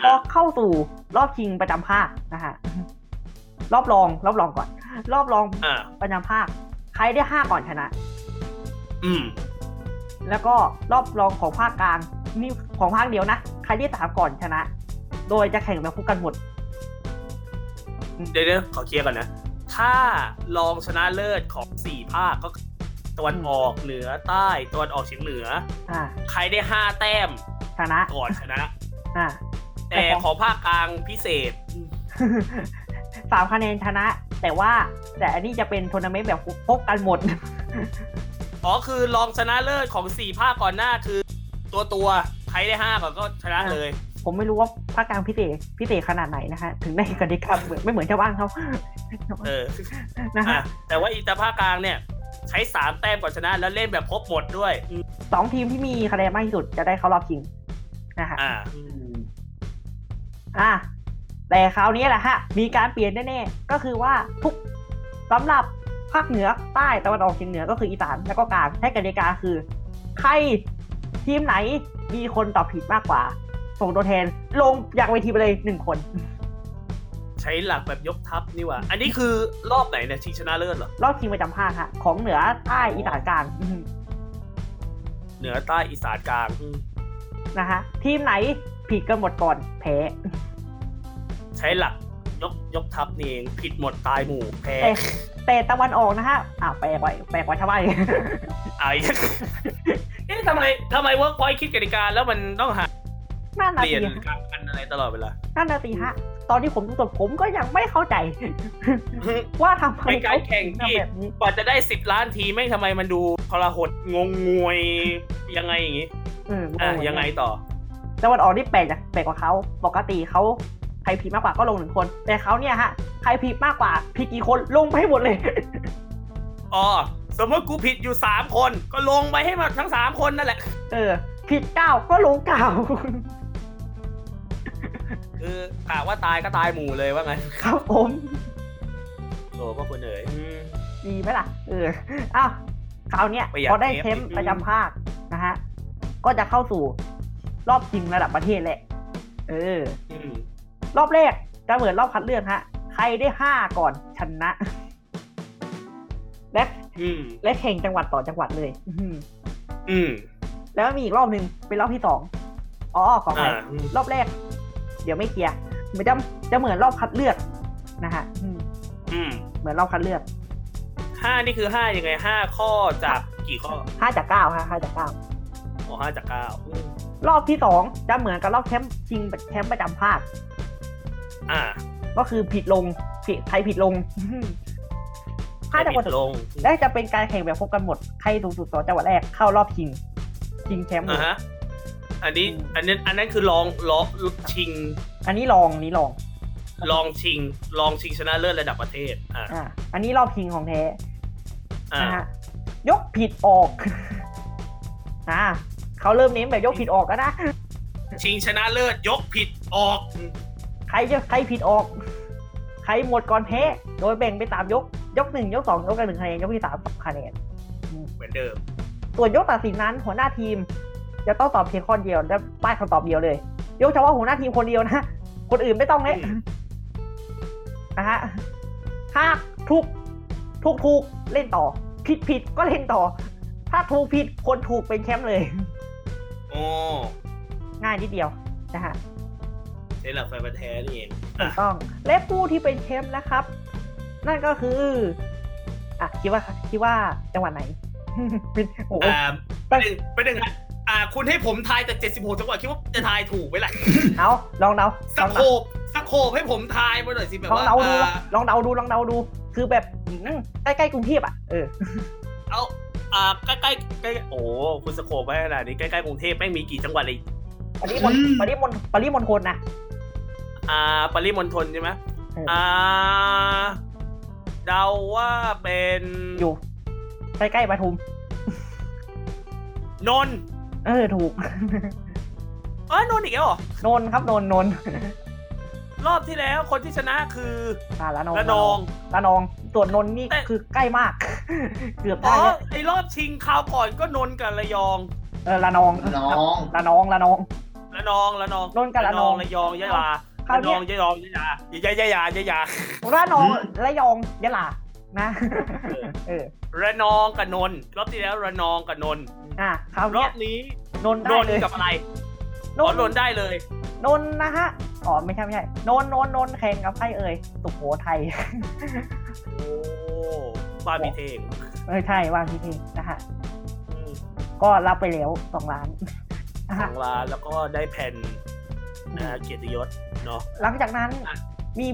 พอเข้าสู่รอบชิงประจำภาคนะฮะ รอบรองรอบรองก่อน รอบรอง
อ่า
ประจำภาค ใครได้ห้าก่อนชนะ
อืม
แล้วก็รอบรองของภาคกลางนี่ของภาคเดียวนะ ใครได้สามก่อนชนะ โดยจะแข่งแบบคู่กันหมด
เดี๋ยวๆขอเคลียร์ก่อนนะ ถ้าลองชนะเลิศของสี่ภาคก็คือตะวันออกเหนือใต้ตะวันออกเฉียงเหนือ
อ่า
ใครได้ห้าแต้ม
ชนะ
ก่อนช นะ
อ่า
แต่ของภาคกลางพิเศษ
สามคะแนนชนะ แต่ว่า แต่อันนี้จะเป็นทัวร์นาเมนต์แบบพบกันหมด
อ๋อคือลองชนะเลิศของสี่ภาคก่อนหน้าคือ ตัวตัวๆใครได้ห้าก่อนก็ชนะเลย
ผมไม่รู้ว่าภาคกลางพิเศษพิเศษขนาดไหนนะคะถึงได้กติกาเหมือนไม่เหมือนชาวบ้านเขา
เออ
นะ
อ่ะ
คะ
แต่ว่าอีตาภาคกลางเนี่ย ใช้สามแต้มก่อนชนะแล้วเล่นแบบพบหมดด้วยอืม
สองทีมที่มีคะแนนมากที่สุดจะได้เข้ารอบชิงนะคะ
อ่า
อืม
อ่ะแต่คราวนี้แหละฮะมีการเปลี่ยนแน่ๆก็คือว่าทุกสำหรับภาคเหนือใต้ตะวันออกเฉียงเหนือก็คืออีสานแล้วก็กลางใช้กติกาคือ ใครทีมไหนมีคนตอบผิดมากกว่า ส่งตัวแทนลงอยากเวทีไปเลยหนึ่งคน
ใช้หลักแบบยกทัพนี่หว่า อันนี้คือรอบไหนเนี่ยชิงชนะเลิศเหรอ
รอบชิงประจำภาคฮะของเหนือใต้อีสานกลางอืม
เหนือใต้อีสานกลางอืม
นะคะทีมไหนผิดกันหมดก่อนแพ้
ใช้หลักยกยกทัพนี่เองผิดหมดตายหมู่แพ้
เอ๊ะ แต่ตะวันออกนะฮะอ่าวแปลกไว้แปลกไว้ชาวบ้านอีก
ไอ้ เอ๊ะทำไมทำไมเวิร์กพอยคิดกติกาแล้วมันต้องหา
นั่น
เป
นะ
ลี่ยน
สิ
กลางกันอะไรตลอดเวลา
นั่นนะสิฮะ ตอนที่ผมจบผมก็ยังไม่เข้าใจ ว่าทำไม
เป็นการแข่งที่
ทำแบบนี้
กว่าจะได้สิบล้านทีไม่งทำไมมันดูทรหดงงงวยยังไงอย่างงี้
เออ
อ่ะ
งง
ยังไงต่อ
ตะวันออกนี่แปลกจากแปลกกว่าเขาปกติเขาใครผิดมากกว่าก็ลงหนึ่งคน แต่เขาเนี่ยฮะใครผิดมากกว่าผิดกี่คนลงไปให้หมดเลย
อ๋อ สมมติกูผิดอยู่สามคน ก็ลงไปให้มาทั้งสามคนนั่นแหละ
เออ ผิดเก้าก็ลงเก้า
คือกะว่าตายก็ตายหมู่เลยว่าไงน
ครับผม
โอ้พ่อคุณเอ๋ยอืม
ดีไหมล่ะ เอออ้าวคราวเนี้ย
ประหยัด
พอได้
เทป
เทมป์
นิดนึง
ประจำภาคนะฮะ ก็จะเข้าสู่รอบชิงระดับประเทศแหละ เออ
อืม
รอบแรกจะเหมือนรอบคัดเลือกฮะ ใครได้ห้าก่อนชนะ และ
อืม
และแข่งจังหวัดต่อจังหวัดเลย อื้อหือ
อืม
แล้วมีอีกรอบหนึ่งเป็นรอบที่สองอ๋อขอไป
อ่าอืม
รอบแรก เดี๋ยวไม่เคลียร์มันจะจะเหมือนรอบคัดเลือกนะฮะอืม
อืม
เหมือนรอบคัดเลือก
ห้านี่คือห้ายังไงห้าข้อจากกี่ข้อ
ห้าจากเก้าฮะห้าจากเก้า
อ๋อห้าจากเก้าร
อบที่สองจะเหมือนกับรอบแชมป์ชิงแชมป์ประจำภาค
อ่า
ก็คือผิดลงผิดใครผิดลง ห้าจากวัน
ลง
และจะเป็นการแข่งแบบพบกันหมด ใครถูกสุดต่อจังหวะแรกเข้ารอบชิงชิงแชมป์หม
อ่า
ด
ฮะอันนี้อันนั้นอันนั้นคือลองลองชิง
อันนี้ลองอันนี้ลอง
ลองชิง ลองชิงชนะเลิศระดับประเทศ อ่า
อ่า อันนี้รอบชิงของแท้
อ่า
นะฮะยกผิดออก อ่าเขาเริ่มเน้นแบบยกผิดออกกันนะ
ชิงชนะเลิศยกผิดออก
ใครจะใครผิดออก ใครหมดก่อนแพ้โดยแบ่งไปตามยก ยกหนึ่งยกสองยกกันหนึ่งคะแนนยกที่สามสองคะแนน
เหมือนเดิม
ส่วนยกตัดสินนั้นหัวหน้าทีม จะต้องตอบเพียงข้อเดียวและป้ายคำตอบเดียวเลย ยกเฉพาะหัวหน้าทีมคนเดียวนะ คนอื่นไม่ต้องเลย
อืม
นะฮะถ้าถูกถูกถูกเล่นต่อ ผิดผิดก็เล่นต่อ ถ้าถูกผิดคนถูกเป็นแชมป์เลย
โอ้
ง่ายนิดเดียวนะฮะ
เซนหลักไฟประแท้นี่เอง
ถูกต้อง และผู้ที่เป็นแชมป์นะครับ นั่นก็คืออ่ะคิดว่าคิดว่าจังหวัดไหน เป็นโอ้โห
อ่าประเด็นประเด็นครับอ่า คุณให้ผมทายแต่76จังหวะคิดว่าจะทายถูกไหมล่ะ
เอาลองเดา
ส
ลอง
โค
เดา
บสโคบให้ผมทายมาหน่อยสิแบบ
ลอง
ว่า
เดาดู
อ่า
ลองเดาดูลองเดาดู คือแบบอืมใกล้ๆกรุงเทพอ่ะเออ
เอาอ่าใกล้ใกล้ใกล้โอ้คุณสโคบไว้ขนาดนี้ใกล้ๆกรุงเทพแม่งมีกี่จังหวัดเลย
ปริมณ
อืม
ปริมณปริมณฑลนะ
อ่าปริมณฑลใช่ไหม
เอออ
อ่าเดาว่าเป็น
อยู่ใกล้ๆปทุม
นนท์
เออถูก
เอ้ยนนท์อีกแล้วเหรอ
นนท์ครับนนท์นนท์
รอบที่แล้วคนที่ชนะคือ
อ่าละนอง
ระนอง
ละนองส่วนนนท์นี่
แต่
คือใกล้มาก เกือบ
อ๋
ได้
อ
แล้ว
ไอรอบชิงคราวก่อนก็นนท์กับระยอง
เออละนอง
น้อง
ละนองละนอง
ระนองระนอง
นนท์กับระนอง
ระยองยะลา
คราว
ระนอ
เนี้ย
งยะยองยะลายะยะยะยะยะ
ละนอง
อืม
ระยองยะลานะเออ
ระนองกับนนท์รอบที่แล้วระนองกับนนท์
อ่ะคราว
ร
เนี้
อย บนี้
นนท์
น
ได้
น
เลย
ท์กับอะไร
น
อ๋อน นนท์ได้เลย
นนท์นะฮะอ๋อไม่ใช่ไม่ใช่นนท์นนท์นนท์แข่งกับใครเอ่ยสุโขทัย
โอ้บ้าบีเทง
เออใช่วางที่เพลงนะฮะ ก็รับไปแล้วสองล้านนะ
ทา
ฮะ
งลาแล้วก็ได้แผ่นอ่าเกียรติยศเนาะ
หลังจากนั้น
อ่ะ
มี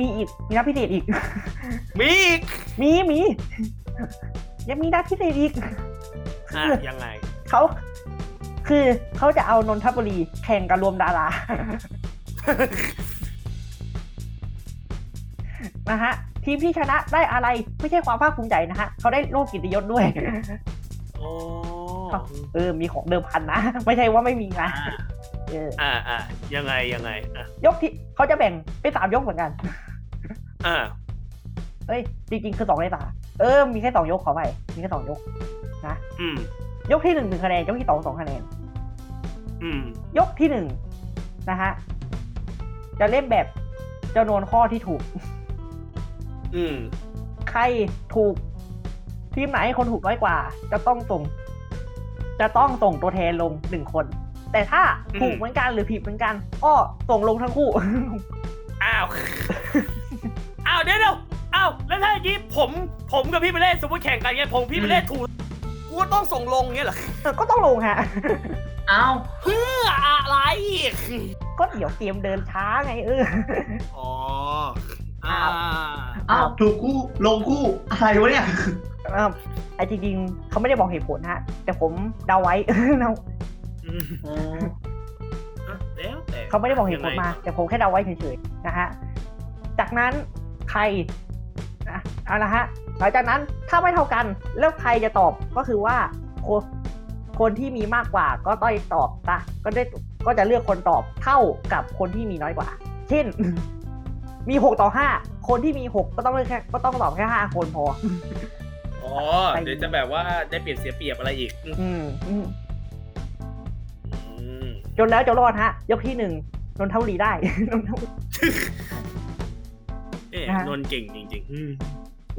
มีอีกมีนัดพิเศษอีก
มีอีก
มีมียังมีนัดพิเศษอีก
อ่ะยังไง
เขาคือเขาจะเอานนทบุรีแข่งกับรวมดารา นะฮะ ทีมที่ชนะได้อะไรไม่ใช่ความภาคภูมิใจนะฮะเขาได้โล่เกิตยศด้วย
โอ้
เออ มีของเดิมพันนะ ไม่ใช่ว่าไม่มีนะเออ
อ่าอ่ายังไงยังไงอ่ะ
ยกที่เขาจะแบ่งเป็นสามยกเหมือนกัน
อ่า
เอ้ยจริงๆคือสองในสามเออมีแค่สองยกขอไปมีแค่สองยก
อืม
ยกที่หนึ่งหนึ่งคะแนนยกที่สองสองคะแนน
อืม
ยกที่หนึ่งนะฮะจะเล่นแบบจำนวนข้อที่ถูก
อืม
ใครถูก ทีมไหนคนถูกน้อยกว่า จะต้องส่ง จะต้องส่งตัวแทนลงหนึ่งคน แต่ถ้า
อืม
ถูกเหมือนกันหรือผิดเหมือนกันก็ส่งลงทั้งคู่
อ้าว อ้าวเดี๋ยวเดี๋ยวอ้าว แล้วถ้าอย่างนี้ผม ผมกับพี่ไปเล่นสมมติแข่งกันไงผมพี่ไปเล่นถูก กูก็ต้องส่งลงเงี้ยเหรอ
ก็ต้องลงฮะ
อ้าว
เพื่ออะไรอีก
ก็เดี๋ยวเกมเดินช้าไงเออ
อ๋อ อ้าว
อ้าวถูกคู่ลงคู่ อะไรวะเนี่ย
เอิ่มไอ้จริงๆเขาไม่ได้บอกเหตุผลฮะ แต่ผมเดาไว้ เดา
อืมอ่ะแล้วแต่
เขาไม่ได้บอกเหตุผลมา แต่ผมแค่เดาไว้เฉยๆนะฮะ จากนั้นใครอ่ะเอาละฮะหลังจากนั้นถ้าไม่เท่ากันแล้วใครจะตอบก็คือว่าคนคนที่มีมากกว่าก็ต้องตอบตะก็ได้ก็จะเลือกคนตอบเท่ากับคนที่มีน้อยกว่า เช่น มีหกต่อห้าคนที่มีหกก็ต้องเลือกแค่ก็ต้องตอบแค่ห้าคนพอ
อ๋อ เดี๋ยวจะแบบว่าได้เปรียบเสียเปรียบอะไรอีก อืม
อืมอืม
อืม
จนแล้วจะรอดฮะ ยกที่หนึ่งนนทบุรีได้ นนทบุรี
เอ๊ะ
นะฮะ
นนท์เก่งจริง ๆ อืม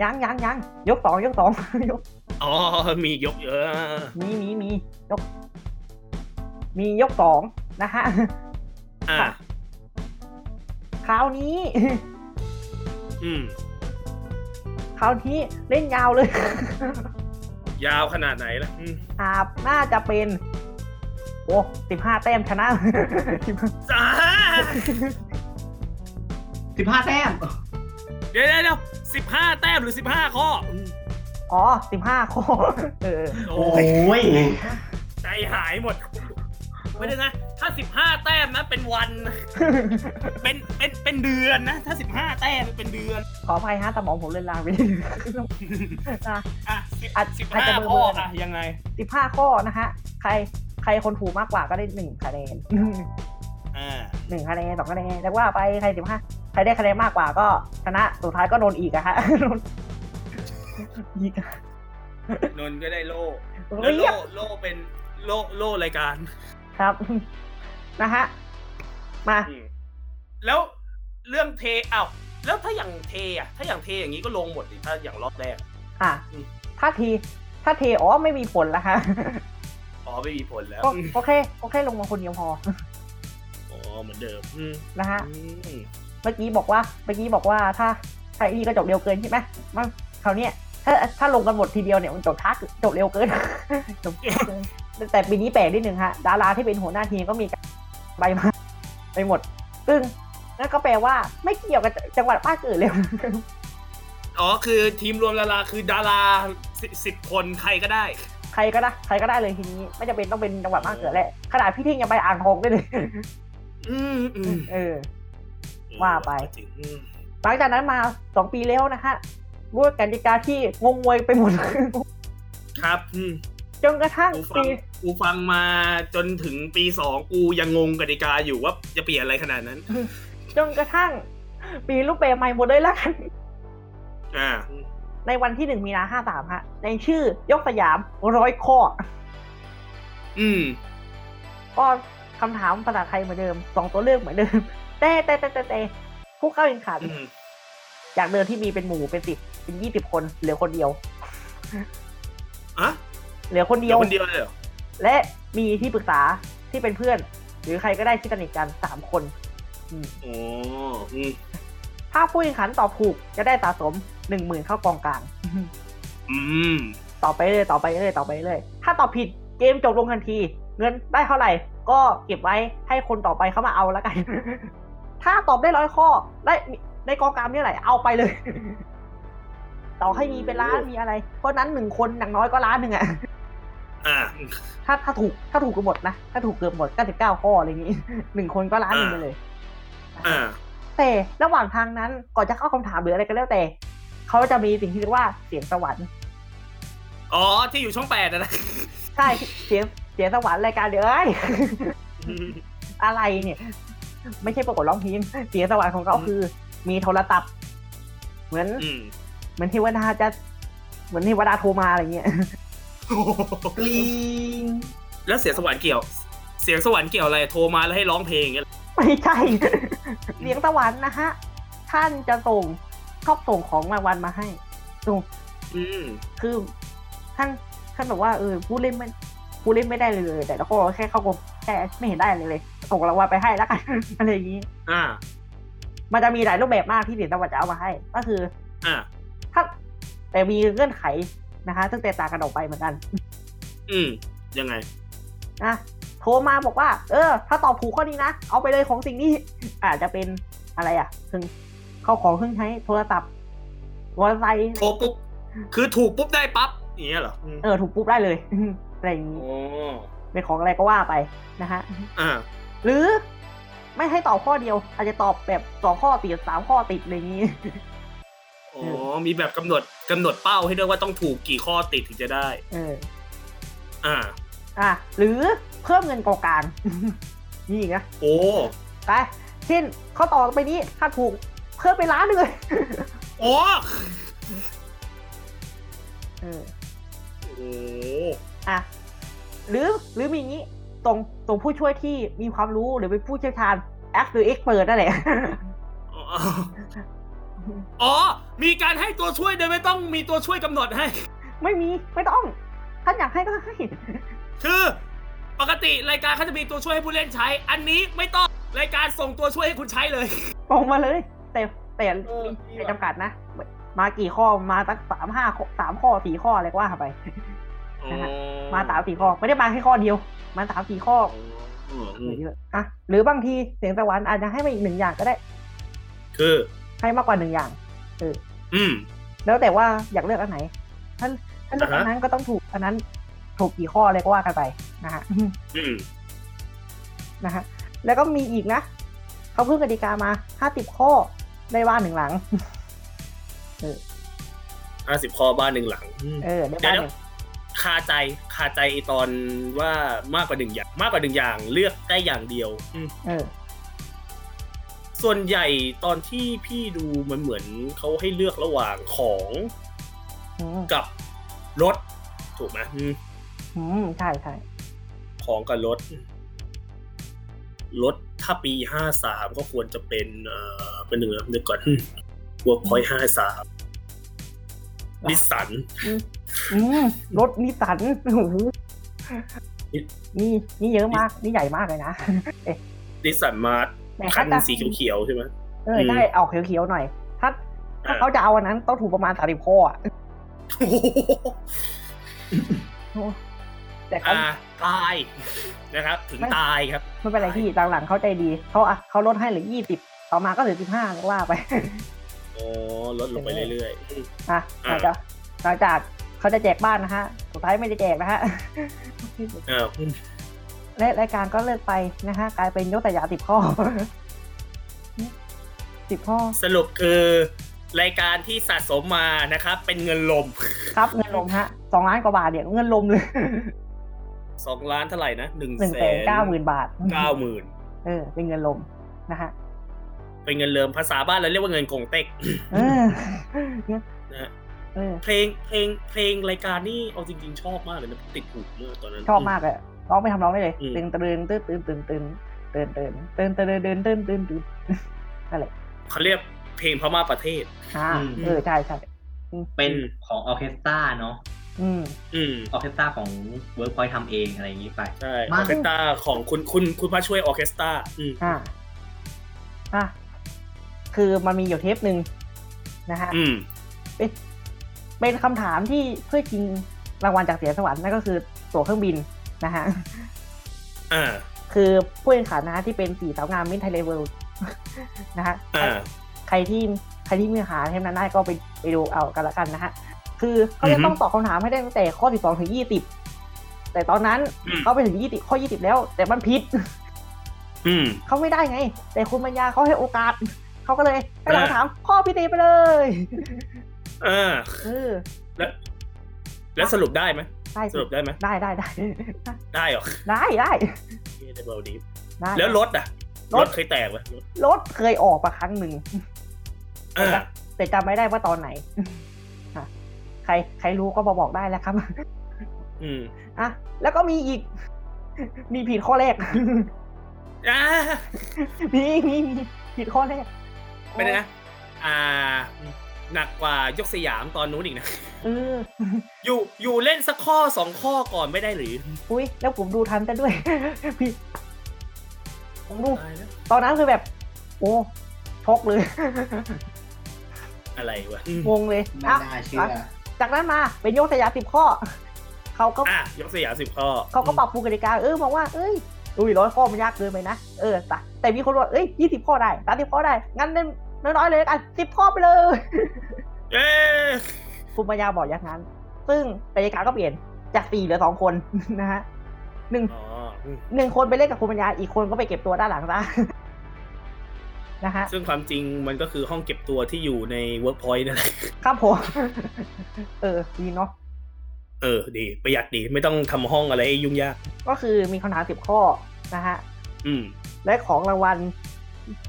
ยังยังยังยกสองยกสอง ยก
อ๋อ มียกเยอะ
มีมีมียก มียกสองนะฮะ
อ่า
คราวนี้
อืม
คราวนี้เล่นยาวเลย
ยาวขนาดไหนล่ะอืม
อาบน่าจะเป็น โอ้สิบห้าแต้มชนะ
จ้า
สิบห้าแต้ม
เดี๋ยวเดี๋ยวสิบห้าแต้มหรือสิบห้าข้ออืม
อ๋อสิบห้าข้อ เออ
โอ้
โอ้ย
ใจหายหมด ไม่ได้นะ ถ้าสิบห้าแต้มนะ เป็นวัน เป็นเป็นเป็นเดือนนะ ถ้าสิบห้าแต้มเป็นเดือน
ขออภัยฮะสมองผมเลือนลางไปนิด นึงนะ
อ่ะสิบ
อาจ
สิบ
อาจ
ห้า
จะเบลอๆ
ข้อ
หน่อ
อ่ะ
ย
ยังไง
สิบห้าข้อนะฮะ ใครใครคนถูกมากกว่าก็ได้หนึ่งคะแนน
อ่า
หนึ่งคะแนนสองคะแนนแล้วว่าไปใครสิบห้าใครได้คะแนนมากกว่าก็ชนะสุดท้ายก็โดนอีกอะฮ ะโดนอีกอะ
นนท์ก็ได้โล่แล้ว
เรี
โล่
ยบ
โล่เป็นโล่โล่รายการ
ครับนะฮะมา
แล้วเรื่องเทอ้าวแล้วถ้าอย่างเทอ่ะ ถ้าอย่างเทอย่างนี้ก็ลงหมดดิถ้าอย่างรอบแรก
อ่ะ
อืม
ถ้าที ถ้าเทอ๋อไม่มีผลละฮะ
อ๋อไม่มีผลแล้ว
ก็ก็แค่ก็แค่ลงมาคนเดียวพอ
อ๋อเหมือนเดิมอืม
นะฮะ
อืม
เมื่อกี้บอกว่าเมื่อกี้บอกว่าถ้าถ้าอีก็จบเร็วเกินใช่ไหมมันคราวเนี้ยถ้าถ้าลงกันหมดทีเดียวเนี่ยมันจบช้าจบเร็วเกิน จบเร็วเกินแต่ปีนี้แปลกนิดหนึ่งฮะดาราที่เป็นหัวหน้าทีมก็มีการใบมาไปหมด ซึ่งนั่นก็แปลว่าไม่เกี่ยวกับจังหวัดภาคอื่นเลย
อ๋อคือทีมรวมดาราคือดาราสิสิบคนใครก็ได้
ใครก็ได้ใครก็ได้เลยทีนี้ ไม่จำเป็นต้องเป็นจังหวัดภาคอื่นแหละขนาดพี่ทิ้งยังไปอ่างทองได้เลย
อืมอืม
เออ ว่าไป
จริงอืม
หลังจากนั้นมาสองปีแล้วนะฮะด้วยกติกาที่งงงวยไปหมด
ครับอืม
จนกระทั่ง
กูฟั
ปี
งกูฟังมาจนถึงปีสองกูยังงงกติกาอยู่ว่าจะเปลี่ยนอะไรขนาดนั้น
จนกระทั่งปีรูปแบบใหม่หมดเลยละกัน
อ่า
ในวันที่หนึ่งมีนาห้าสามฮะ ในชื่อยกสยามร้อยข้อ
อืม
ก็คำถามภาษาไทยเหมือนเดิมสองตัวเลือกเหมือนเดิม แต่แต่แต่แต่แต่ผู้เข้าแข่งขัน
อืม
จากเดิมที่มีเป็นหมู่เป็นสิบเป็นยี่สิบคน เหลือคนเดียว
อ่ะ
เหลือคนเดี
เดีย
ยวว
คนเดียวเลยเหรอ
และมีที่ปรึกษาที่เป็นเพื่อน หรือใครก็ได้ที่สนิทกันสามคน
โอ้อืม
ถ้าผู้แข่งขันตอบถูกจะได้สะสมหนึ่งหมื่นเข้ากองกลาง
อืม
ต่อไปเรื่อยต่อไปเรื่อยต่อไปเรื่อยถ้าตอบผิดเกมจบลงทันที เงินได้เท่าไหร่ ก็เก็บไว้ให้คนต่อไปเข้ามาเอาแล้วกัน ถ้าตอบได้ร้อยข้อ ได้ในกองกลางนี่ไหร่เอาไปเลย ต่อให้มีเป็นล้านมีอะไร เพราะนั้นหนึ่งคนอย่างน้อยก็ล้านหนึ่งอะ
อ่า
ถ้าถ้าถูกถ้าถูกเกือบหมดนะถ้าถูกเกือบหมดเก้าสิบเก้าข้ออะไรอย่างนี้ หนึ่งคนก็ล้านหนึ่งไปเลย
อ่า
แต่ระหว่างทางนั้นก่อนจะเข้าคำถามหรืออะไรก็แล้วแต่เขาจะมีสิ่งที่เรียกว่าเสียงสวรรค์
อ๋อ ที่อยู่ช่องแปดอะนะ
ใช่เสียงเสียงสวรรค์รายการเดี๋ยวเอ้ย อะไรเนี่ย ไม่ใช่ประกวดร้องเพล งเสียงสวรรค์ของเขา
อืม
คือ มีโทรศัพท์ เหมือน
อืม
เหมือนเทวดาจะ เหมือนเทวดาโทรมาอะไรเงี้ย
กรี๊ง
แล้วเสียงสวรรค์เกี่ยว เสียงสวรรค์เกี่ยวอะไร โทรมาแล้วให้ร้องเพลงอย่างเงี้ยเหรอ
ไม่ใช่ เสียงสวรรค์นะฮะ ท่านจะส่งชอบส่งของรางวัลมาให้ส่ง
อืม
คือท่านท่านบอกว่าเออผู้เล่นไม่ผู้เล่นไม่ได้เลย แต่แล้วก็แค่เข้ากรมแต่ไม่เห็นได้เลยเลยส่งรางวัลไปให้แล้วกัน อะไรอย่างนี้
อ่า
มันจะมีหลายรูปแบบมากที่เสียงสวรรค์จะเอามาให้ ก็คือ
อ่า
ถ้าแต่มีเงื่อนไขนะคะซึ่งแตกต่างกันออกไปเหมือนกัน
อืม ยังไง
นะโทรมาบอกว่า เออ ถ้าตอบถูกข้อนี้นะ เอาไปเลยของสิ่งนี้ อาจจะเป็นอะไรอ่ะถึงเข้าของเครื่องใช้โทรศัพท์มอเตอร์ไซค์
โทรปุ๊บ คือถูกปุ๊บได้ปั๊บ อย่างเงี้ยเหรอ
เออถูกปุ๊บได้เลย อะไรอย่างนี้
โอ้
เป็นของอะไรก็ว่าไปนะฮะ
อ่า
หรือไม่ให้ตอบข้อเดียว อาจจะตอบแบบสองข้อติดสามข้อติดอะไรอย่างนี้
โอ้มีแบบกำหนดกำหนดเป้าให้ด้วยว่าต้องถูกกี่ข้อติดถึงจะได้
เออ
อ่า
อ่ะหรือเพิ่มเงินกองกลาง นี่อีกนะ
โอ้
ไปเช่นข้อต่อไปนี้ถ้าถูกเพิ่มไปล้านหนึ่งเลย
โอ้
เออ
โอ้
อ่ะหรือหรือมีอย่างนี้ตรงตรงผู้ช่วยที่มีความรู้หรือเป็นผู้เชี่ยวชาญแอคหรือเอ็กเปิดนั่นแหละ
อ๋ออ๋อ มีการให้ตัวช่วยโดยไม่ต้องมีตัวช่วยกำหนดให้
ไม่มีไม่ต้องท่านอยากให้ก็ให้
คือปกติรายการเขาจะมีตัวช่วยให้ผู้เล่นใช้ อันนี้ไม่ต้องรายการส่งตัวช่วยให้คุณใช้เลย
ป ตรงมาเลย แต่แต่
เออดีว่ะ
แต่จำกัดนะ มากี่ข้อมาตั้งสามห้าข้อสามข้อสี่ข้ออะไรก็ว่าไป
อ๋อ
มาสามสี่ข้อไม่ได้มาแค่ข้อเดียว มาสามสี่ข้อ
อืมอื
ห
ม
รือเยอะอ่ะหรือบางทีเสียงสวรรค์อาจจะให้มาอีกหนึ่งอย่างก็ได้
คือ
ให้มากกว่าหนึ่งอย่าง
อืม
แล้วแต่ว่าอยากเลือกอันไหน ท่านท่านเลือก
อ่าฮะ
อันนั้นก็ต้องถูกอันนั้นถูกกี่ข้อเลยก็ว่ากันไปนะ ฮะ
อืม
นะฮะ แล้วก็มีอีกนะ เขาเพิ่มกติกามาห้าสิบข้อได้บ้านหนึ่งหลัง
ห้าสิบข้อบ้านหนึ่งหลังอืม
เออได้บ้านหนึ่ง
คาใจคาใจไอ้ตอนว่ามากกว่าหนึ่งอย่างมากกว่าหนึ่งอย่างเลือกได้อย่างเดียวอืม
เออ
ส่วนใหญ่ตอนที่พี่ดูมันเหมือนเขาให้เลือกระหว่างของ
อืม
กับรถ ถูกไหมอืม
อืมใช่ใช่
ของกับรถ รถถ้าปีห้าสามก็ควรจะเป็นเอ่อเป็นหนึ่งนะเดี๋ยวก่อนวัวพอยห้าสามนิสสัน
อืมรถนิสสัน โอ้โห
นี่
นี่นี่เยอะมาก นี่ใหญ่มากเลยนะ
นิสสันมาร์ท
แต่
คั
ถ้าน จะ
สีเขียวๆใช่ไหม
เออได้เอาเขียวๆหน่อย ถ้าถ้า
อ่า
เขาจะเอาอันนั้นต้องถูกประมาณสามสิบข้ออะ
โอ้โห
แต่เขา
อ่าตายนะครับ ถึงตายครับ
ไม่เป็นไรพี่หลังๆเขาใจดีเขาอ่ะเขาลดให้เหลือยี่สิบต่อมาก็เหลือสิบห้าว่าไป
อ๋อลดลงไปเรื่อยๆอืม
อ่ะห
อ่า
ลังจากหลังจากเขาจะแจกบ้านนะฮะ สุดท้ายไม่ได้แจกนะฮะ
อ้าว
และรายการก็เลิกไปนะฮะกลายเป็นยกแต่ยาสิบข้อ สิบข้อ
สรุปคือ รายการที่สะสมมานะครับ เป็นเงินลม
ครับเงินลมฮะสองล้านกว่าบาทเนี่ยเงินลม เลย
2 ล้านเท่าไหร่นะ1นึ่ง
หนึ่ง
แส
แสน
น
เก้าหมื่นบาท
เก้าหมื่น
เออเป็นเงินลมนะฮะ
เป็นเงินเลิมภาษาบ้านเราเรียกว่าเงินกงเต็ก
เออ
นะฮะ
เออ
เพลงเพลงเพลงรายการนี่เอาจริง ๆ ชอบมากเลยนะติดหูมากตอนนั้น
ชอบมากเลยร้องไปทำร้องได้เลย
อืม
ตึงตะเดินตื้นตื้นตื้นตื้นเดินเดินเดินเดินเดินเดินเดินเดินอะไร
เขาเรียกเพลงพม่าประเทศ
อ่า
อืม
เออใช่ใช่
เป็นของออร์เคสตราเนาะ
อืม
อืม
ออร์เคสตราของเวิร์กพอยทำเองอะไรอย่างนี้ไป
ใช่อ
มา
อร์เคสตราของคุณคุณคุณพระช่วยออร์เคสตราอืม
อ่า อ่ะ คือมันมีอยู่เทปหนึ่งนะฮะ
อืม
เป็น เป็นคำถามที่เพื่อชิงรางวัลจากเสียงสวรรค์นั่นก็คือตั๋วเครื่องบินนะฮะ
อ่า
คือผู้แข่งขันนะฮะที่เป็นสี่สาวงามมินไทยเลเวล นะฮะ
อ่า
ใครที่ใครที่มีปัญหาเทปนั้นได้ก็ไปไปดูเอากันละกันนะฮะ คือเขาจะ
อือฮึ
ต้องตอบคำถามให้ได้ตั้งแต่ข้อ 12 ถึง 20 แต่ตอนนั้น
อืม
เขาไปถึง 20 ข้อ 20 แล้ว แต่มันผิด
อืม
เขาไม่ได้ไง แต่คุณปัญญาเขาให้โอกาส เขาก็เลยให้เรา
อ่า
ถามข้อพิธีไปเลย
อ่า
เออ
แล้วสรุปได้ไหม
ได้
ส
สิ
รุปได้ไหม
ได้ได้ได้
ได้เหรอ
ได้ได้
เฮ้ยได้เบาดี
ได้
แล้วรถอ่ะ
ร
ร
ถ
ถเคยแตกไหมรถ
รถเคยออกมาครั้งหนึ่ง
เอ่า
แต่จำไม่ได้ว่าตอนไหน ค่ะใครใครรู้ก็มาบอกได้แล้วครับ
อืม
อ่ะแล้วก็มีอีก มีผิดข้อแรก
อ่า
มีมีมีผิดข้อแรก
เป็นไงนะ อ่า หนักกว่ายกสยามตอนนู้นอีกนะ
เออ
อยู่ อยู่เล่นสักข้อสองข้อก่อนไม่ได้หรือ
อุ้ยแล้วผมดูทันแต่ด้วย พี่ผมดู
ตายแล้ว
ตอนนั้นคือแบบ โอ้ช็อกเลย
อะไรวะ
งงเลย
ไม่
อ่ะ
น่าเชื่อ
จากนั้นมาเป็นโยกสยามสิบข้อ เขาก็
อ่ะยกสยามสิบข้อ
เขาก็ปรับปรุงกติกา เออมองว่า เอ้ย อุ้ยร้อยข้อมันยากเกินไปนะ เออแต่แต่มีคนบอกเอ้ยยี่สิบข้อได้สามสิบข้อได้ งั้นเล่นน้อยๆเลยละกันสิบข้อไปเลย
เอ๊ะ
คุณปัญญาบอกอย่างนั้น ซึ่งกติกาก็เปลี่ยนจากสี่เหลือสองคน นะฮะหนึ่ง
อ๋ออืม
หนึ่งคนไปเล่นกับคุณปัญญา อีกคนก็ไปเก็บตัวด้านหลังซะ นะฮะ
ซึ่งความจริงมันก็คือห้องเก็บตัวที่อยู่ในเวิร์กพอยต์นั่นแหละ
ครับผม เออดีเนาะ
เออ ดี ประหยัดดี ไม่ต้องทำห้องอะไรให้ยุ่งยาก
ก็คือมีคำถามสิบข้อนะฮะ
อืม
และของรางวัล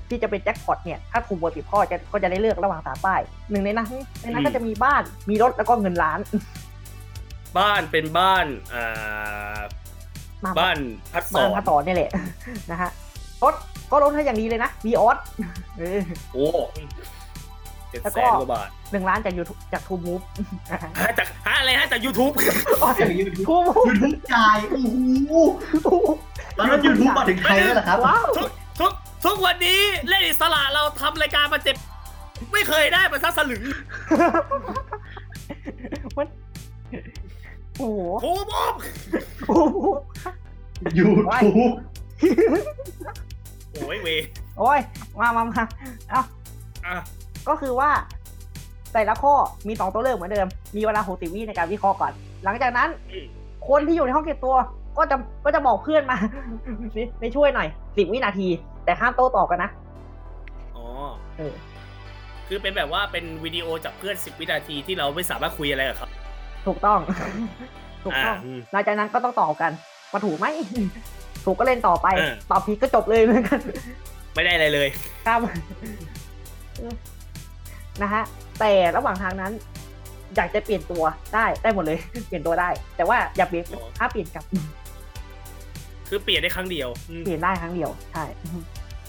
ที่จะเป็นแจ็คพอตเนี่ย ถ้าถูกบทสิบข้อจะก็จะได้เลือกระหว่างสามป้ายหนึ่งในนั้นในนั้น
อืม
ก็จะมีบ้าน มีรถแล้วก็เงินล้าน
บ้านเป็นบ้าน อ่า
มา
บ้านพัดส
บ้า
อน น
พระต่อเนี่ยแหละ นะฮะรถก็รถให้อย่างดีเลยนะมีออสเออ
โอ้เจ็ด
แล้ว
แส
ก็
นกว่าบาท
หนึ่งล้านจากยูทูจากทูมูฟ
ฮะจากฮะอะไรฮะจาก YouTube
จากยูทูบ
ทูมูฟ
ยูทูบจ่าย โอ้โห
ทูมูฟ
ตอนนั้นยูทูบมาถึงไทยแล้วเหรอครับ
ว้าว
ทุกทุก ทุกวันนี้เล่นอิสระเราทำรายการมาเจ็บ ไม่เคยได้มาสักสลึง
มันโอ้โห
โอ้โหบอก
โอ้โห
ยู
ไว้
ทูบ
โอ้ยเว
โอ้ยมามามาเอา
อ่ะ
ก็คือว่า แต่ละข้อมีสองตัวเลือกเหมือนเดิม มีเวลาหกสิบวิในการวิเคราะห์ก่อน หลังจากนั้น
อืม
คนที่อยู่ในห้องเก็บตัว ก็จะก็จะบอกเพื่อนมา ไปช่วยหน่อยสิบวินาที แต่ห้ามโต้ตอบกันนะ
อ๋อ
เออ
คือเป็นแบบว่าเป็นวิดีโอจากเพื่อนสิบวินาทีที่เราไม่สามารถคุยอะไรกับเขา
ถูกต้อง ถูกต้อง
า
หลังจากนั้นก็ต้องตอบกันมาถูกไหม ถูกก็เล่นต่อไป
เออ
ตอบผิดก็จบเลยเหมือนกัน
ไม่ได้อะไรเลย
ครับเออนะฮะ แต่ระหว่างทางนั้น อยากจะเปลี่ยนตัวได้ได้หมดเลย เปลี่ยนตัวได้ แต่ว่าอย่าเปลี่ยน
อ๋อ
ถ้าเปลี่ยนกลับ
คือเปลี่ยนได้ครั้งเดียวอืม
เปลี่ยนได้ครั้งเดียว ใช่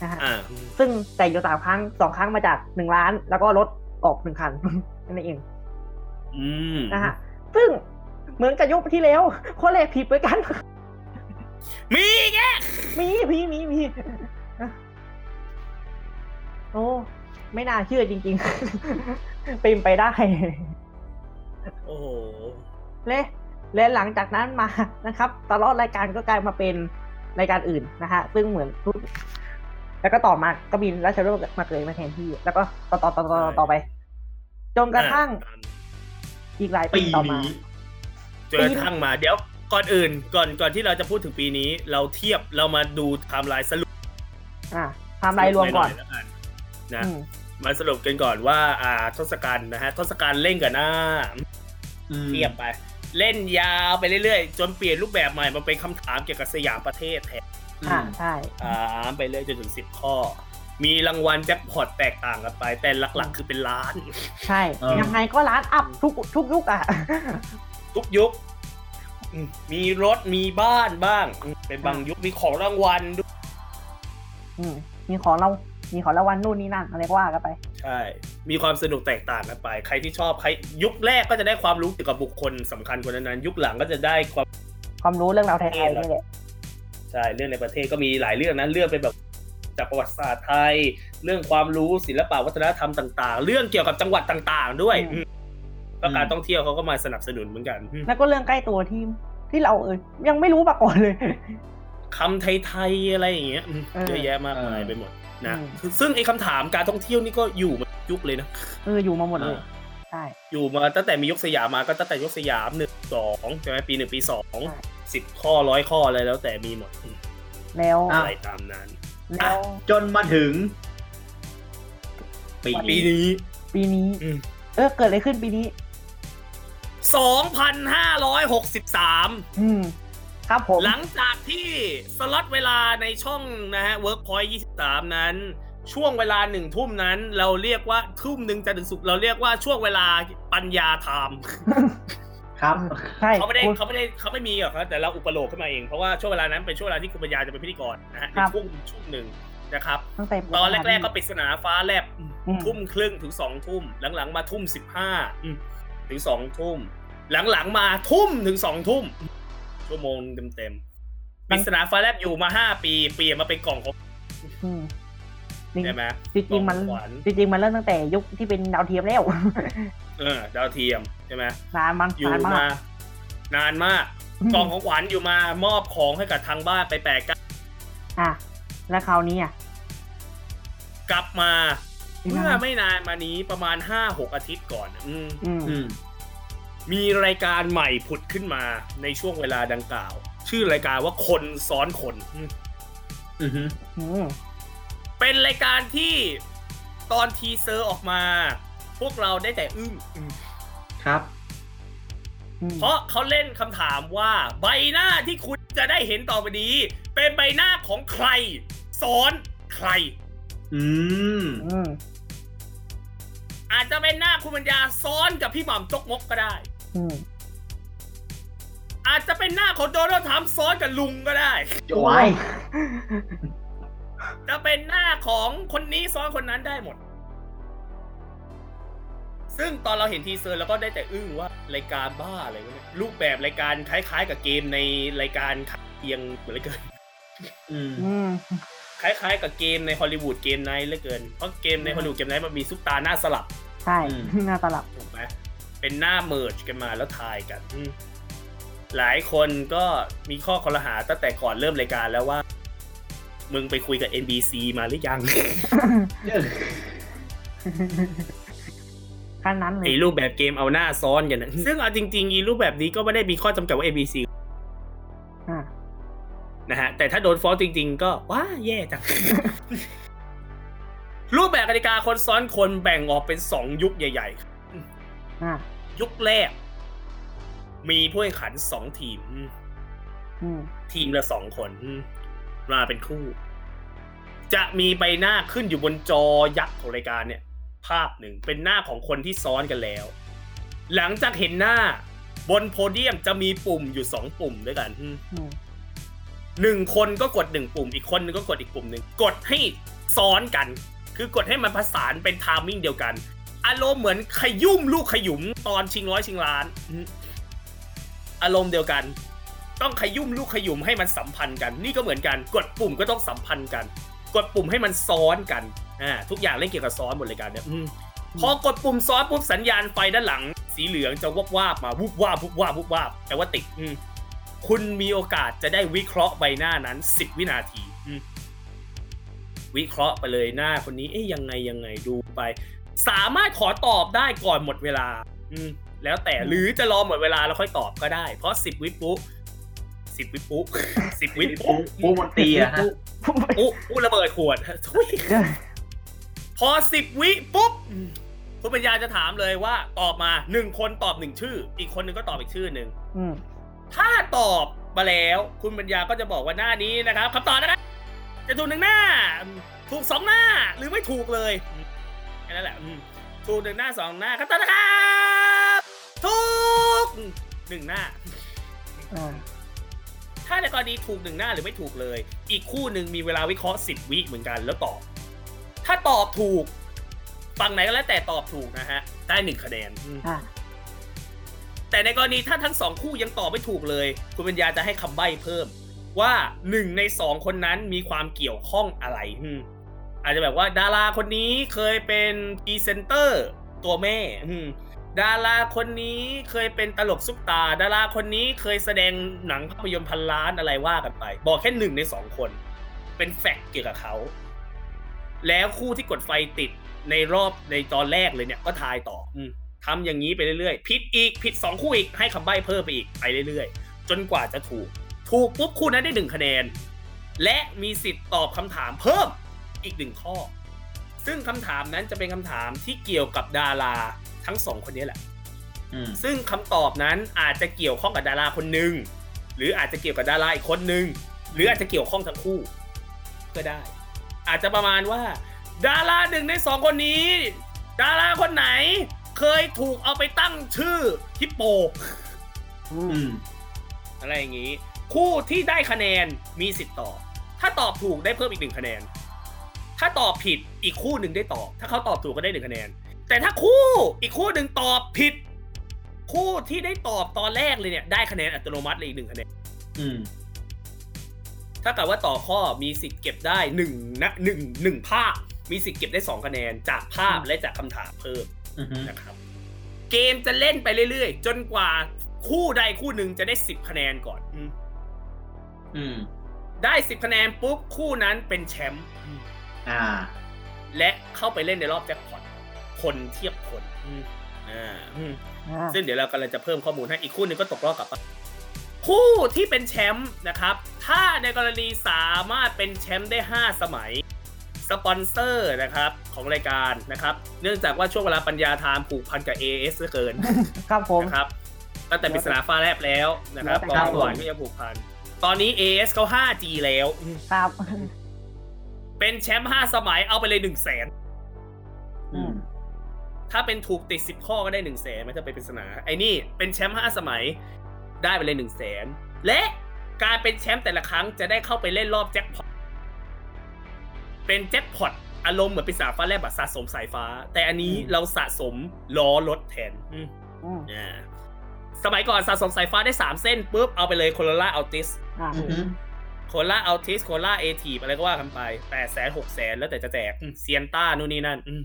นะฮะ
อ่า
ซึ่งแต่งอยู่สามครั้งสองครั้งมาจากหนึ่งล้าน แล้วก็ลดออกหนึ่งคัน นั่นเอง
อืม
นะฮะ ซึ่งเหมือนกับยุคที่แล้ว คนเลยผิดไปกัน
มีอีกแก
มีมีมีมี โอ้ ไม่น่าเชื่อจริง ๆ เป็นไปได้
โอ้โห
และและหลังจากนั้นมา นะครับ ตลอดรายการก็กลายมาเป็นรายการอื่นนะฮะ ซึ่งเหมือนทุกแล้วก็ต่อมาก็บินแล้วชาโร่มาเกยมาแทนที่ แล้วก็ต่อต่อต่อต่อต่อต่อไป จนกระทั่งอีกหลายปี
ปี
ต่อมา
นี้
จนกระทั่งมาเดี๋ยวก่อนอื่นก่อนก่อนที่เราจะพูดถึงปีนี้ เราเทียบเรามาดูไทม์ไลน์สรุป
อ่าไทำรายรวมก่อน
หยๆแล้วกันนะ
อืม
มาสรุปกันก่อนว่า อ่าทศกัณฐ์นะฮะทศกัณฐ์เล่นกับหน้าเทียบไป เล่นยาวไปเรื่อยๆ จนเปลี่ยนรูปแบบใหม่มาเป็นคำถามเกี่ยวกับสยามประเทศแทน
อ่าใช่
ถามไปเรื่อยจนถึงสิบข้อ มีรางวัลแจ็คพอตแตกต่างกันไป แต่หลักๆ คือเป็นล้าน
ใช่
เออ
ยังไงก็ร้านอัพทุกทุกยุคอ่ะ
ทุกยุคอืมมีรถมีบ้านบ้างอืมเป็นบางยุคมีของรางวัลด้วย
อืมมีของเรา มีของรางวัลนู่นนี่นั่นอะไรก็ว่ากันไป
ใช่ มีความสนุกแตกต่างกันไป ใครที่ชอบใครยุคแรกก็จะได้ความรู้เกี่ยวกับบุคคลสำคัญคนนั้นๆยุคหลังก็จะได้ความ
ความรู้เรื่องเราวไทยๆนี่แหละ
ใช่เรื่องในประเทศก็มีหลายเรื่องนะเรื่องเป็นแบบจากประวัติศาสตร์ไทย เรื่องความรู้ศิลปะวัฒนธรรมต่าง ๆ เรื่องเกี่ยวกับจังหวัดต่างๆ ด้วยอืมก็การท่องเที่ยวเขาก็มาสนับสนุนเหมือนกันอืม
แล้วก็เรื่องใกล้ตัวที่ที่เราเออยังไม่รู้มาก่อนเลย
คำไทยๆอะไรอย่างเงี้ยอืม
เออ
เยอะแยะมากมาย
เออ
ไปหมดนะ
อืม
คือซึ่งไอ้คำถามการท่องเที่ยวนี่ก็อยู่มายุคเลยนะ
เอออยู่มาหมดเลย
อ่า
ใช่
อยู่มาตั้งแต่มียกสยามมาก็ตั้งแต่ยกสยามหนึ่งสองใช่ไหมปีหนึ่งปีสอง
ใช่
สิบข้อร้อยข้ออะไรแล้วแต่มีหมดอืม
แล้ว
อ่ะ
อะไรตามนั้น
แล้ว
จนมาถึง ปี
ปีนี้
ปีนี้
อืม
เออเกิดอะไรขึ้นปีนี้
สองพันห้าร้อยหกสิบสาม
อืม ครับผม
หลังจากที่สล็อตเวลาในช่องนะฮะ Workpoint 23 นั้น ช่วงเวลาหนึ่งทุ่มนั้น เราเรียกว่าทุ่มหนึ่งจะถึงสุกร์เราเรียกว่าช่วงเวลาปัญญาไทม์
ครับ
ใช่
เขาไม่ได้
คุณ
เขาไม่ได้เขาไม่มีหรอกครับแต่เราอุปโลกน์ขึ้นมาเอง เพราะว่าช่วงเวลานั้นเป็นช่วงเวลาที่คุณปัญญาจะเป็นพิธีกรนะฮะใน
ครับ
ช่วงช่วงหนึ่งนะครับ
ตั้งแต่
ตอนแรก ๆ ก็ปริศนาฟ้าแลบ
อืม
ทุ่มครึ่งถึงสองทุ่ม หลัง ๆ มาทุ่มสิบห้าถึงสองทุ่ม หลัง ๆ มาทุ่มถึงสองทุ่ม ชั่วโมงเต็มๆป
มัน
ริศนาฟ้าแลบอยู่มาห้าปี เปลี่ยนมาเป็นกล่องของ
อืมจริง
ใช่ไหม
จริงๆมัน
กล่อขวัญ
จริงๆมันเริ่มตั้งแต่ยุคที่เป็นดาวเทียมแล้ว
เออดาวเทียมใช่ไหม
นานมัน
อยู่
นานมาม
าก นานมากกล่องของขวัญอยู่มามอบของให้กับทางบ้านไปแปะ
อ่ะแล้วคราวนี้อ่ะ
กลับมา
ยังไง
เมื่อไม่นานมานี้ประมาณ 5-6 อาทิตย์ก่อนอืม
อืม
อืม
มีรายการใหม่ผุดขึ้นมาในช่วงเวลาดังกล่าว ชื่อรายการว่าคนซ้อนคนอืม
อือหือ
อืม
เป็นรายการที่ตอนทีเซอร์ออกมา พวกเราได้แต่อึ้งอืม
ครับ
อืม
เพราะเขาเล่นคำถามว่า ใบหน้าที่คุณจะได้เห็นต่อไปนี้ เป็นใบหน้าของใคร ซ้อนใคร
อืม
อืม
อาจจะเป็นหน้าคุณปัญญาซ้อนกับพี่หม่ำจกมกก็ได้
อืม
อาจจะเป็นหน้าของโดนัลด์ทรัมป์ซ้อนกับลุงก็ได้
โอ้ย
จะเป็นหน้าของคนนี้ซ้อนคนนั้นได้หมด ซึ่งตอนเราเห็นทีเซอร์เราก็ได้แต่อึ้งว่ารายการบ้าอะไรวะเนี่ยรูปแบบรายการคล้ายๆ กับเกมในรายการขัดเคียงเหมือนกัน
อืม
อืม
ค ล้ายๆ กับเกมในฮอลลีวูดเกมไนท์เหลือเกิน เพราะเกมในฮอลลีวูดเกมไนท์มันมีซุปตาหน้าสลับ
ใช่
อืม
หน้าตลับ
ถูกไหมเป็นหน้าเมิร์จกันมาแล้วทายกันอืมหลายคนก็มีข้อคอรหาตั้งแต่ก่อนเริ่มรายการแล้วว่า มึงไปคุยกับ NBC มาหรือยัง
ขั้นนั้นเลย
ไอ้รูปแบบเกมเอาหน้าซ้อนกันนะ ซึ่งเอาจริงๆอีรูปแบบนี้ก็ไม่ได้มีข้อจำกัดว่า ABC
อ่ะ
นะฮะ แต่ถ้าโดนฟ้องจริง ๆ ก็ว้าแย่จัง รูปแบบกติกาคนซ้อนคนแบ่งออกเป็นสองยุคใหญ่ ๆ
อ่ะ
ยุคแรก มีผู้แข่งขันสองทีมอืม
อืม
ทีมละสองคนอืมมาเป็นคู่ จะมีใบหน้าขึ้นอยู่บนจอยักษ์ของรายการเนี่ย ภาพหนึ่งเป็นหน้าของคนที่ซ้อนกันแล้ว หลังจากเห็นหน้า บนโพเดียมจะมีปุ่มอยู่สองปุ่มด้วยกันอืม
อืม
หนึ่งคนก็กดหนึ่งปุ่ม อีกคนนึงก็กดอีกปุ่มหนึ่งกดให้ซ้อนกัน คือกดให้มันผสานเป็นไทามมิ่งเดียวกัน อารมณ์เหมือนขยุ่มลูกขยุมตอนชิงร้อยชิงล้าน อารมณ์เดียวกัน ต้องขยุ่มลูกขยุมให้มันสัมพันธ์กัน นี่ก็เหมือนกันกดปุ่มก็ต้องสัมพันธ์กัน กดปุ่มให้มันซ้อนกันอ่าทุกอย่างเล่นเกี่ยวกับซ้อนหมดเลยการเนี่ยอืมพอกดปุ่มซ้อนปุ๊บสัญญาณไฟด้านหลัง สีเหลืองจะวบวาบมาวุบวาบวุบวาบวุบวาบแต่ว่าติดอืมคุณมีโอกาสจะได้วิเคราะห์ใบหน้านั้น 10 วินาทีอืมวิเคราะห์ไปเลยหน้าคนนี้เอ๊ยยังไงยังไงดูไป สามารถขอตอบได้ก่อนหมดเวลา อืม แล้วแต่หรือจะรอหมดเวลาแล้วค่อยตอบก็ได้ เพราะสิบวิปุ๊สิบวิ ปุ๊สิบวิปุ๊
ปูมนตรีอะฮะ
ปุ๊ปุ๊ระเบิดขวด ทุยพอสิบวิปุ๊บคุณปัญญาจะถามเลยว่าตอบมาหนึ่งคนตอบหนึ่งชื่อ อีกคนหนึ่งก็ตอบอีกชื่อหนึ่ง
อืม
ถ้าตอบมาแล้วคุณปัญญาก็จะบอกว่าหน้านี้นะครับคำตอบนะครับจะถูกหนึ่งหน้า ถูกสองหน้า หรือไม่ถูกเลยแค่นั้นแหละอืมถูกหนึ่งหน้าสองหน้าคำตอบนะครับถูกหนึ่งหน้า
อ่า
ถ้าในกรณีถูกหนึ่งหน้าหรือไม่ถูกเลย อีกคู่หนึ่งมีเวลาวิเคราะห์สิบวิเหมือนกันแล้วตอบ ถ้าตอบถูกฝั่งไหนก็แล้วแต่ตอบถูกนะฮะ ได้หนึ่งคะแนนอืม
อ่า
แต่ในกรณีถ้าทั้งสองคู่ยังตอบไม่ถูกเลย คุณปัญญาจะให้คำใบ้เพิ่ม ว่าหนึ่งในสองคนนั้นมีความเกี่ยวข้องอะไรอืมอาจจะแบบว่าดาราคนนี้เคยเป็นพรีเซนเตอร์ตัวแม่อืมดาราคนนี้เคยเป็นตลกซุปตา ดาราคนนี้เคยแสดงหนังภาพยนตร์พันล้านอะไรว่ากันไป บอกแค่หนึ่งในสองคน เป็นแฟกต์เกี่ยวกับเขา แล้วคู่ที่กดไฟติดในรอบในตอนแรกเลยเนี่ยก็ทายต่ออืม ทำอย่างนี้ไปเรื่อยๆ ผิดอีก ผิด 2 คู่อีก ให้คำใบ้เพิ่มไปอีก ไปเรื่อยๆ จนกว่าจะถูก ถูกปุ๊บคู่นั้นได้ 1 คะแนน และมีสิทธิ์ตอบคำถามเพิ่มอีก 1 ข้อ ซึ่งคำถามนั้นจะเป็นคำถามที่เกี่ยวกับดาราทั้งสองคนนี้แหละ
อืม
ซึ่งคำตอบนั้นอาจจะเกี่ยวข้องกับดาราคนหนึ่งหรืออาจจะเกี่ยวกับดาราอีกคนหนึ่งหรืออาจจะเกี่ยวข้องทั้งคู่ ก็ได้ อาจจะประมาณว่า ดาราหนึ่งในสองคนนี้ ดาราคนไหนเคยถูกเอาไปตั้งชื่อฮิปโป
อืม
อืม
อะไรอย่างนี้ คู่ที่ได้คะแนนมีสิทธิ์ตอบ ถ้าตอบถูกได้เพิ่มอีกหนึ่งคะแนน ถ้าตอบผิดอีกคู่หนึ่งได้ตอบ ถ้าเขาตอบถูกก็ได้หนึ่งคะแนน แต่ถ้าคู่อีกคู่หนึ่งตอบผิด คู่ที่ได้ตอบตอนแรกเลยเนี่ยได้คะแนนอัตโนมัติเลยอีกหนึ่งคะแนน
อืม
ถ้าเกิดว่าต่อข้อมีสิทธิ์เก็บได้หนึ่งนะหนึ่งหนึ่งภาพ มีสิทธิ์เก็บได้สองคะแนนจากภาพและจากคำถามเพิ่ม
อืม
นะครับเกมจะเล่นไปเรื่อยๆ จนกว่าคู่ใดคู่หนึ่งจะได้ 10 คะแนนก่อน
อืม
ได้ 10 คะแนนปุ๊บคู่นั้นเป็นแชมป์
อ่า
และเข้าไปเล่นในรอบแจ็คพอตคนเทียบคนอ่า
อ่า
ซึ่งเดี๋ยวเรากำลังจะเพิ่มข้อมูลให้อีกคู่หนึ่งก็ตกรอบกลับไปคู่ที่เป็นแชมป์นะครับ ถ้าในกรณีสามารถเป็นแชมป์ได้ 5 สมัย สปอนเซอร์นะครับของรายการนะครับ เนื่องจากว่าช่วงเวลาปัญญาทามผูกพันกับ AS เหลือเกิน
ครับผม
นะครับตั้งแต่ปริศนาฟ้าแลบแล้วนะครับ
แล้ว
ต
แต่
อน
ครับผม
ก่อนก็ยังผูกพัน ตอนนี้ AS เขา 5G แล้ว
ครับ
เป็นแชมป์ 5 สมัยเอาไปเลย1 0 0 0 0แสน
อืม
ถ้าเป็นถูกติด 10 ข้อก็ได้1 0 0 0 0แสนไม่ถ้าเป็นปริศนา ไอ้นี่เป็นแชมป์ 5 สมัยได้ไปเลย1 0 0 0 0แสนและการเป็นแชมป์แต่ละครั้งจะได้เข้าไปเล่นรอบแจ็คพอต เป็นแจ็คพอตอารมณ์เหมือนปริศนาฟ้าแลบอะสะสมสายฟ้า แต่อันนี้เราสะสมล้อรถแทนอืม
อืม
อ่าสมัยก่อนสะสมสายฟ้าได้ 3 เส้นปุ๊บเอาไปเลยโคโรล่าอัลติส
อ่า
อืม
โคล่าเอาทิสโคล่าเอทีอะไรก็ว่ากันไปแปดแสนหกแสนแล้วแต่จะแจกอืมเซียนต้านู่นนี่นั่นอืม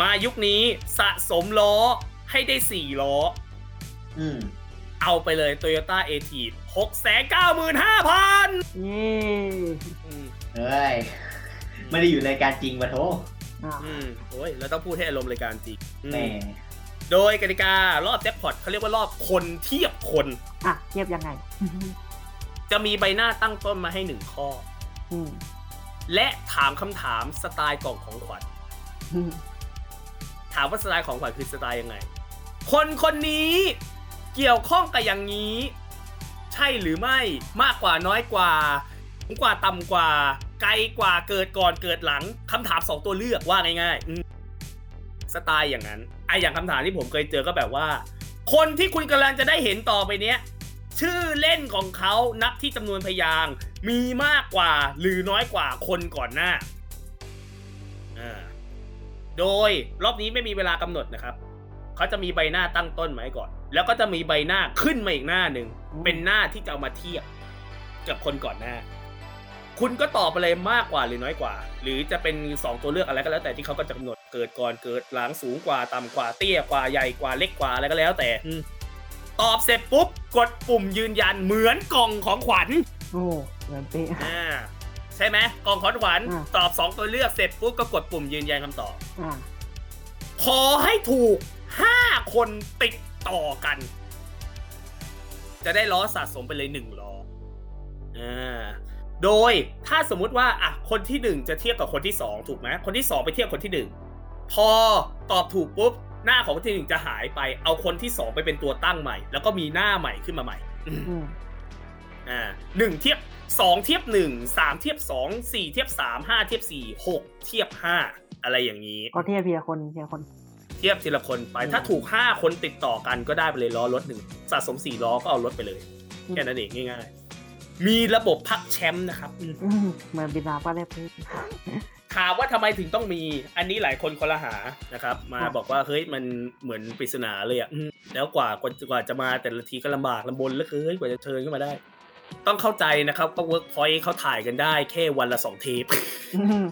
มายุคนี้สะสมล้อให้ได้สี่ล้อ
อืม
เอาไปเลย Toyota a t หกแสนเก้าหมื่นห้าพัน
เย้
เฮ้ย ไม่ได้อยู่รายการจริงปะโถ
อ่า
อืมโอ้ยเราต้องพูดให้อารมณ์รายการจริงอืม
แหม
โดยกติการอบแจ็คพอตเขาเรียกว่ารอบคนเทียบคน
อ่ะเทียบยังไง
จะมีใบหน้าตั้งต้นมาให้หนึ่งข้อ
อืม
และถามคำถามสไตล์กล่องของขวัญ
อืม
ถามว่าสไตล์ของขวัญคือสไตล์ยังไง คนคนนี้เกี่ยวข้องกับอย่างนี้ ใช่หรือไม่มากกว่าน้อยกว่าสูงกว่าต่ำกว่า ไกลกว่าเกิดก่อนเกิดหลังคำถามสองตัวเลือกว่าง่ายๆอืมสไตล์อย่างนั้นไอะอย่างคำถามที่ผมเคยเจอก็แบบว่า คนที่คุณกำลังจะได้เห็นต่อไปเนี้ย ชื่อเล่นของเขานับที่จำนวนพยางค์มีมากกว่าหรือน้อยกว่าคนก่อนหน้าอ่า โดยรอบนี้ไม่มีเวลากำหนดนะครับ เขาจะมีใบหน้าตั้งต้นมาให้ก่อน แล้วก็จะมีใบหน้าขึ้นมาอีกหน้าหนึ่ง เป็นหน้าที่จะเอามาเทียบกับคนก่อนหน้า คุณก็ตอบไปเลยมากกว่าหรือน้อยกว่า หรือจะเป็นสองตัวเลือกอะไรก็แล้วแต่ที่เขาก็จะกำหนด เกิดก่อนเกิดหลังสูงกว่าต่ำกว่าเตี้ยกว่าใหญ่กว่าเล็กกว่าอะไรก็แล้วแต่อืมตอบเสร็จปุ๊บกดปุ่มยืนยันเหมือนกล่องของขวัญ
โอ้เหมือนเป๊ะ
อ่าใช่ไหมกล่องของขวัญ
อ่า
ตอบสองตัวเลือกเสร็จปุ๊บก็กดปุ่มยืนยันคำตอบ
อ่า
ขอให้ถูก 5 คนติดต่อกัน จะได้ล้อสะสมไปเลย 1 ล้ออ่าโดยถ้าสมมุติว่าอ่ะคนที่ 1 จะเทียบกับคนที่ 2 ถูกไหมคนที่ 2 ไปเทียบคนที่ 1 พอตอบถูกปุ๊บ หน้าของคนที่หนึ่งจะหายไป เอาคนที่ 2 ไปเป็นตัวตั้งใหม่ แล้วก็มีหน้าใหม่ขึ้นมาใหม่
อืม
อ่าหนึ่งเทียบสองเทียบหนึ่งสามเทียบสองสี่เทียบสามห้าเทียบสี่หกเทียบห้าอะไรอย่างนี้
ก็เทียบทีละคนทีละคน
เทียบทีละคนไป
อืม
ถ้าถูก 5 คนติดต่อกันก็ได้ไปเลยล้อรถหนึ่งสะสม 4 ล้อก็เอารถไปเลย แค่นั้นเองง่ายๆ มีระบบพักแชมป์นะครับ
อืมเหมือนบินาป้าเล็บ พื้น
ถามว่าทำไมถึงต้องมี อันนี้หลายคนคนละหานะครับ มา
ครับ
บอกว่า เฮ้ย มันเหมือนปริศนาเลยอะ่ะแล้วกว่ากว่ากว่าจะมาแต่ละทีก็ลำบากลำบนเหลือเกินกว่าจะเชิญขึ้นมาได้ ต้องเข้าใจนะครับว่าเวิร์กพอยต์เขาถ่ายกันได้แค่วันละสองเทป
อืม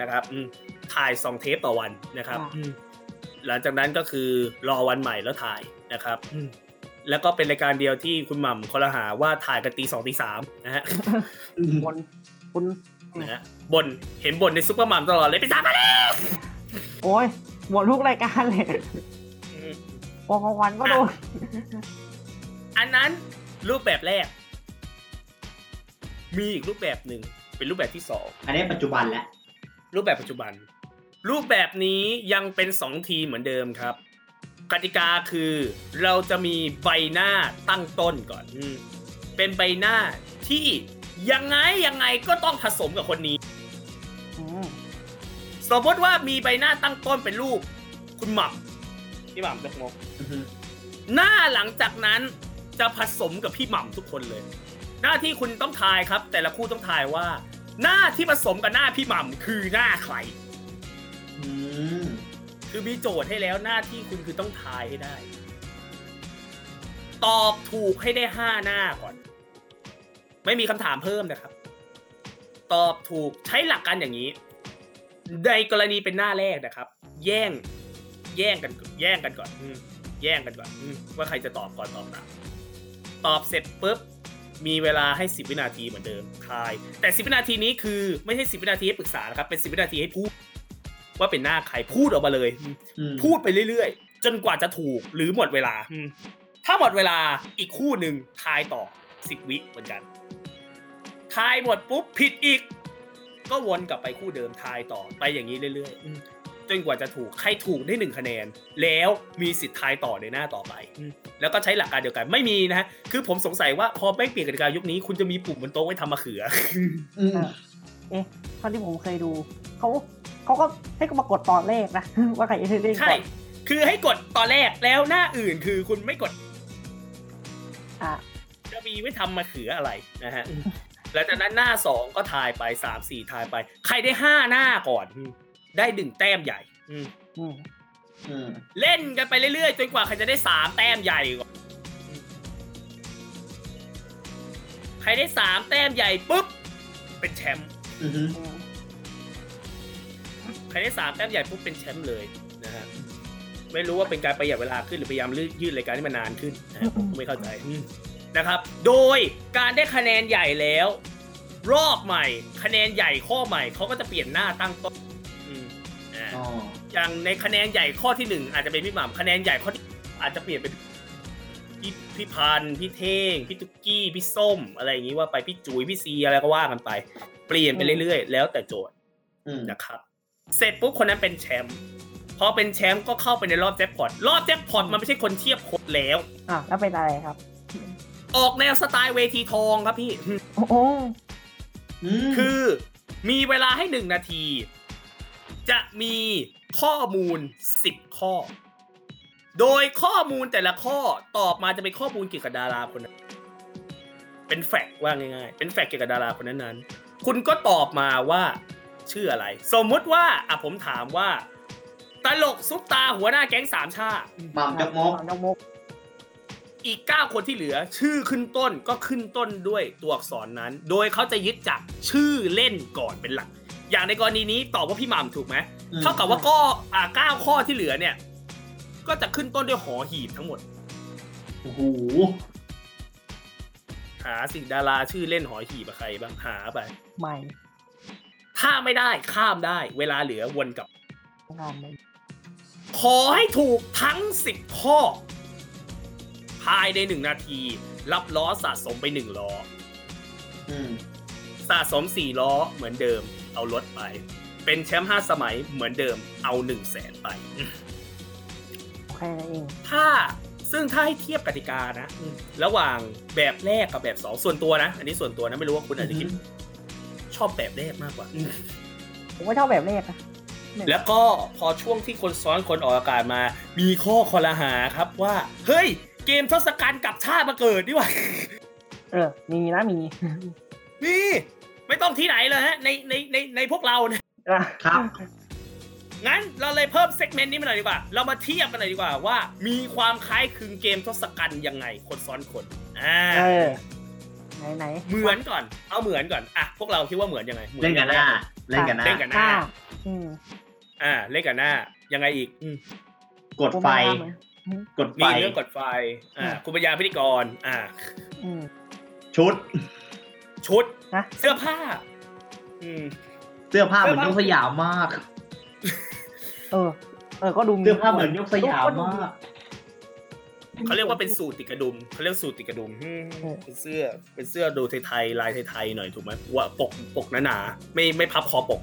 นะครับอืมถ่าย 2 เทปต่อวันนะครับ
ค่ะ
อืมหลังจากนั้นก็คือรอวันใหม่แล้วถ่ายนะครับอืมแล้วก็เป็นรายการเดียวที่คุณหม่ำคอรหาว่าถ่ายกันตีสองตีสามนะฮะ
คนคุณ
นะฮะบนเห็นบนในซุปเปอร์หม่ำตลอดเลยไปสามมาแล้ว
โอ้ยหมดทุกรายการเลย
อืม
กองของขวัญก็โดน
อันนั้นรูปแบบแรก มีอีกรูปแบบหนึ่งเป็นรูปแบบที่สอง
อันนี้ปัจจุบันแล้ว
รูปแบบปัจจุบัน รูปแบบนี้ยังเป็นสองทีมเหมือนเดิมครับ กติกาคือเราจะมีใบหน้าตั้งต้นก่อนอืมเป็นใบหน้าที่ยังไงยังไงก็ต้องผสมกับคนนี้
อืม
สมมติว่ามีใบหน้าตั้งต้นเป็นรูป คุณหม่ำพี่หม่ำเล็กงกหน้าหลังจากนั้นจะผสมกับพี่หม่ำทุกคนเลย หน้าที่คุณต้องทายครับ แต่ละคู่ต้องทายว่า หน้าที่ผสมกับหน้าพี่หม่ำคือหน้าใคร
อืม
คือมีโจทย์ให้แล้วหน้าที่คุณคือต้องทายให้ได้ ตอบถูกให้ได้ห้าหน้าก่อน ไม่มีคำถามเพิ่มนะครับ ตอบถูกใช้หลักการอย่างนี้ ในกรณีเป็นหน้าแรกนะครับ แย่ง แย่งกัน แย่งกันก่อนอืมแย่งกันก่อนอืมว่าใครจะตอบก่อนตอบหลังตอบเสร็จปุ๊บ มีเวลาให้ 10 วินาทีเหมือนเดิมทาย แต่ 10 วินาทีนี้คือไม่ใช่ 10 วินาทีให้ปรึกษานะครับ เป็น 10 วินาทีให้พูด ว่าเป็นหน้าใครพูดออกมาเลย
อืม
พูดไปเรื่อยๆ จนกว่าจะถูกหรือหมดเวลา ถ้าหมดเวลาอีกคู่หนึ่งทายต่อสิบวิเหมือนกัน ทายหมดปุ๊บผิดอีก ก็วนกลับไปคู่เดิมทายต่อไปอย่างนี้เรื่อยๆอืมจนกว่าจะถูกใครถูกได้หนึ่งคะแนน แล้วมีสิทธิ์ทายต่อในหน้าต่อไปอืมแล้วก็ใช้หลักการเดียวกันไม่มีนะฮะคือผมสงสัยว่าพอแม่งเปลี่ยนกติกายุคนี้ คุณจะมีปุ่มบนโต๊ะไว้ทำมะเขือ
อืม
เท่าที่ผมเคยดูเขาเขาก็ให้ก็มากดตอนแรกนะ ว่าใครจะได้เล่น
ใช่
ก่อน
คือให้กดตอนแรกแล้วหน้าอื่นคือคุณไม่กด
อ่ะ
จะมีไว้ทำมาเขืออะไรนะฮะ หลังจากนั้นหน้าสองก็ทายไปสามสี่ทายไป ใครได้ห้าหน้าก่อนได้หนึ่งแต้มใหญ่
อืม
อืม
เล่นกันไปเรื่อยๆ จนกว่าใครจะได้สามแต้มใหญ่ก่อนใคร ครได้สามแต้มใหญ่ปุ๊บ เป็นแชมป์
อือฮึ
ใครได้สามแต้มใหญ่ปุ๊บเป็นแชมป์เลยนะฮะไม่รู้ว่าเป็นการประหยัดเวลาขึ้นหรือพยายามยืดรายการให้มันนานขึ้นนะฮะผมไม่เข้าใจอืมนะครับ โดยการได้คะแนนใหญ่แล้ว รอบใหม่ คะแนนใหญ่ข้อใหม่เขาก็จะเปลี่ยนหน้าตั้งต้นอืมอ่า
อ๋อ
อย่างในคะแนนใหญ่ข้อที่หนึ่งอาจจะเป็นพี่หม่ำคะแนนใหญ่ข้อที่อาจจะเปลี่ยนเป็นพี่พี่พันธุ์พี่เท่งพี่ตุ๊กกี้พี่ส้ม อะไรอย่างนี้ว่าไปพี่จุ๋ยพี่ซีอะไรก็ว่ากันไป เปลี่ยนไปเรื่อยๆ แล้วแต่โจทย์
อืม
นะครับเสร็จปุ๊บคนนั้นเป็นแชมป์พอเป็นแชมป์ก็เข้าไปในรอบแจ็คพอตรอบแจ็คพอตมันไม่ใช่คนเทียบคนแล้ว
อ่ะแล้วเป็นอะไรครับ
ออกแนวสไตล์เวทีทองครับพี่
โอ้โห
ม
คือมีเวลาให้หนึ่งนาที จะมีข้อมูล 10 ข้อ โดยข้อมูลแต่ละข้อตอบมาจะเป็นข้อมูลเกี่ยวกับดาราคนนั้น เป็นแฟกต์ว่าง่ายๆ เป็นแฟกต์เกี่ยวกับดาราคนนั้นนั้นๆคุณก็ตอบมาว่าชื่ออะไร สมมุติว่าอ่ะผมถามว่า ตลกซุปตาหัวหน้าแก๊งสามชาติ
หม่ำจักมก
ยกมก
อีก 9 คนที่เหลือ ชื่อขึ้นต้นก็ขึ้นต้นด้วยตัวอักษรนั้น โดยเขาจะยึดจากชื่อเล่นก่อนเป็นหลัก อย่างในกรณีนี้ตอบว่าพี่หม่ำถูกไหม
อืม
เท่ากับว่าก็อ่าเก้าข้อที่เหลือเนี่ย ก็จะขึ้นต้นด้วยหอหีบทั้งหมด
โอ้โห
หาสิ่งดาราชื่อเล่นหอหีบอะใครบ้างหาไป
ใหม่
ถ้าไม่ได้ข้ามได้ เวลาเหลือวนกลับ
งานเลย
ขอให้ถูกทั้ง 10 ข้อ ภายใน 1 นาที รับล้อสะสมไป 1 ล้อ
อืม
สะสม 4 ล้อเหมือนเดิม เอารถไป เป็นแชมป์5สมัยเหมือนเดิมเอา1 0 0 0 0แสนไป
แค่นั้นเอง
ถ้าซึ่งถ้าให้เทียบกติกานะอืมระหว่างแบบแรกกับแบบ 2 ส่วนตัวนะ อันนี้ส่วนตัวนะไม่รู้ว่าคุณอาจจะคิดชอบแบบแรกมากกว่า
ผมก็ชอบแบบเลขอะ
แล้วก็พอช่วงที่คนซ้อนคนออกอากาศมา มีข้อคอรหาครับว่า เฮ้ย เกมทศกัณฐ์กลับชาติมาเกิดดีหว่า
เออ มีนะมี
นี่ ไม่ต้องที่ไหนเลยฮะในในในในพวกเราเนี่ย
อ่ะ
ครับ
งั้นเราเลยเพิ่มเซกเมนต์นี้มาหน่อยดีกว่า เรามาเทียบกันหน่อยดีกว่าว่า มีความคล้ายคลึงเกมทศกัณฐ์ยังไง คนซ้อนคน อ่า
เออ ไหนไหน
เหมือนก่อน เอาเหมือนก่อน อ่ะ พวกเราคิดว่าเหมือนยังไงหมือ
เล่นกันหน้า เล่นกันหน้า
เล่นกันห
อ่า
น้า
อืม
อ่า เล่นกันหน้า ยังไงอีกอืม
กดไฟ
ผมว่าเหมือน
กดไฟ
มีเรื่องกดไฟ อ่า คุณปัญญาพิธีกร อ่า
อืม
ชุด
ชุด
นะ
เสื้อผ้า อืม
เสื้อผ้าเหมือน
เสื้
ย
อ
ก
ผ้า
สยามมาก
เออ เออ ก็ดูมี
เสื้อผ้าเหมือนยกสยามมาก
เขาเรียกว่าเป็นสูตรติดกระดุมเขาเรียกสูตรติดกระดุมอืมเป็นเสื้อ เป็นเสื้อดูไทยๆลายไทยๆหน่อยถูกไหมว่าปกปกหนาๆไม่ไม่พับคอปก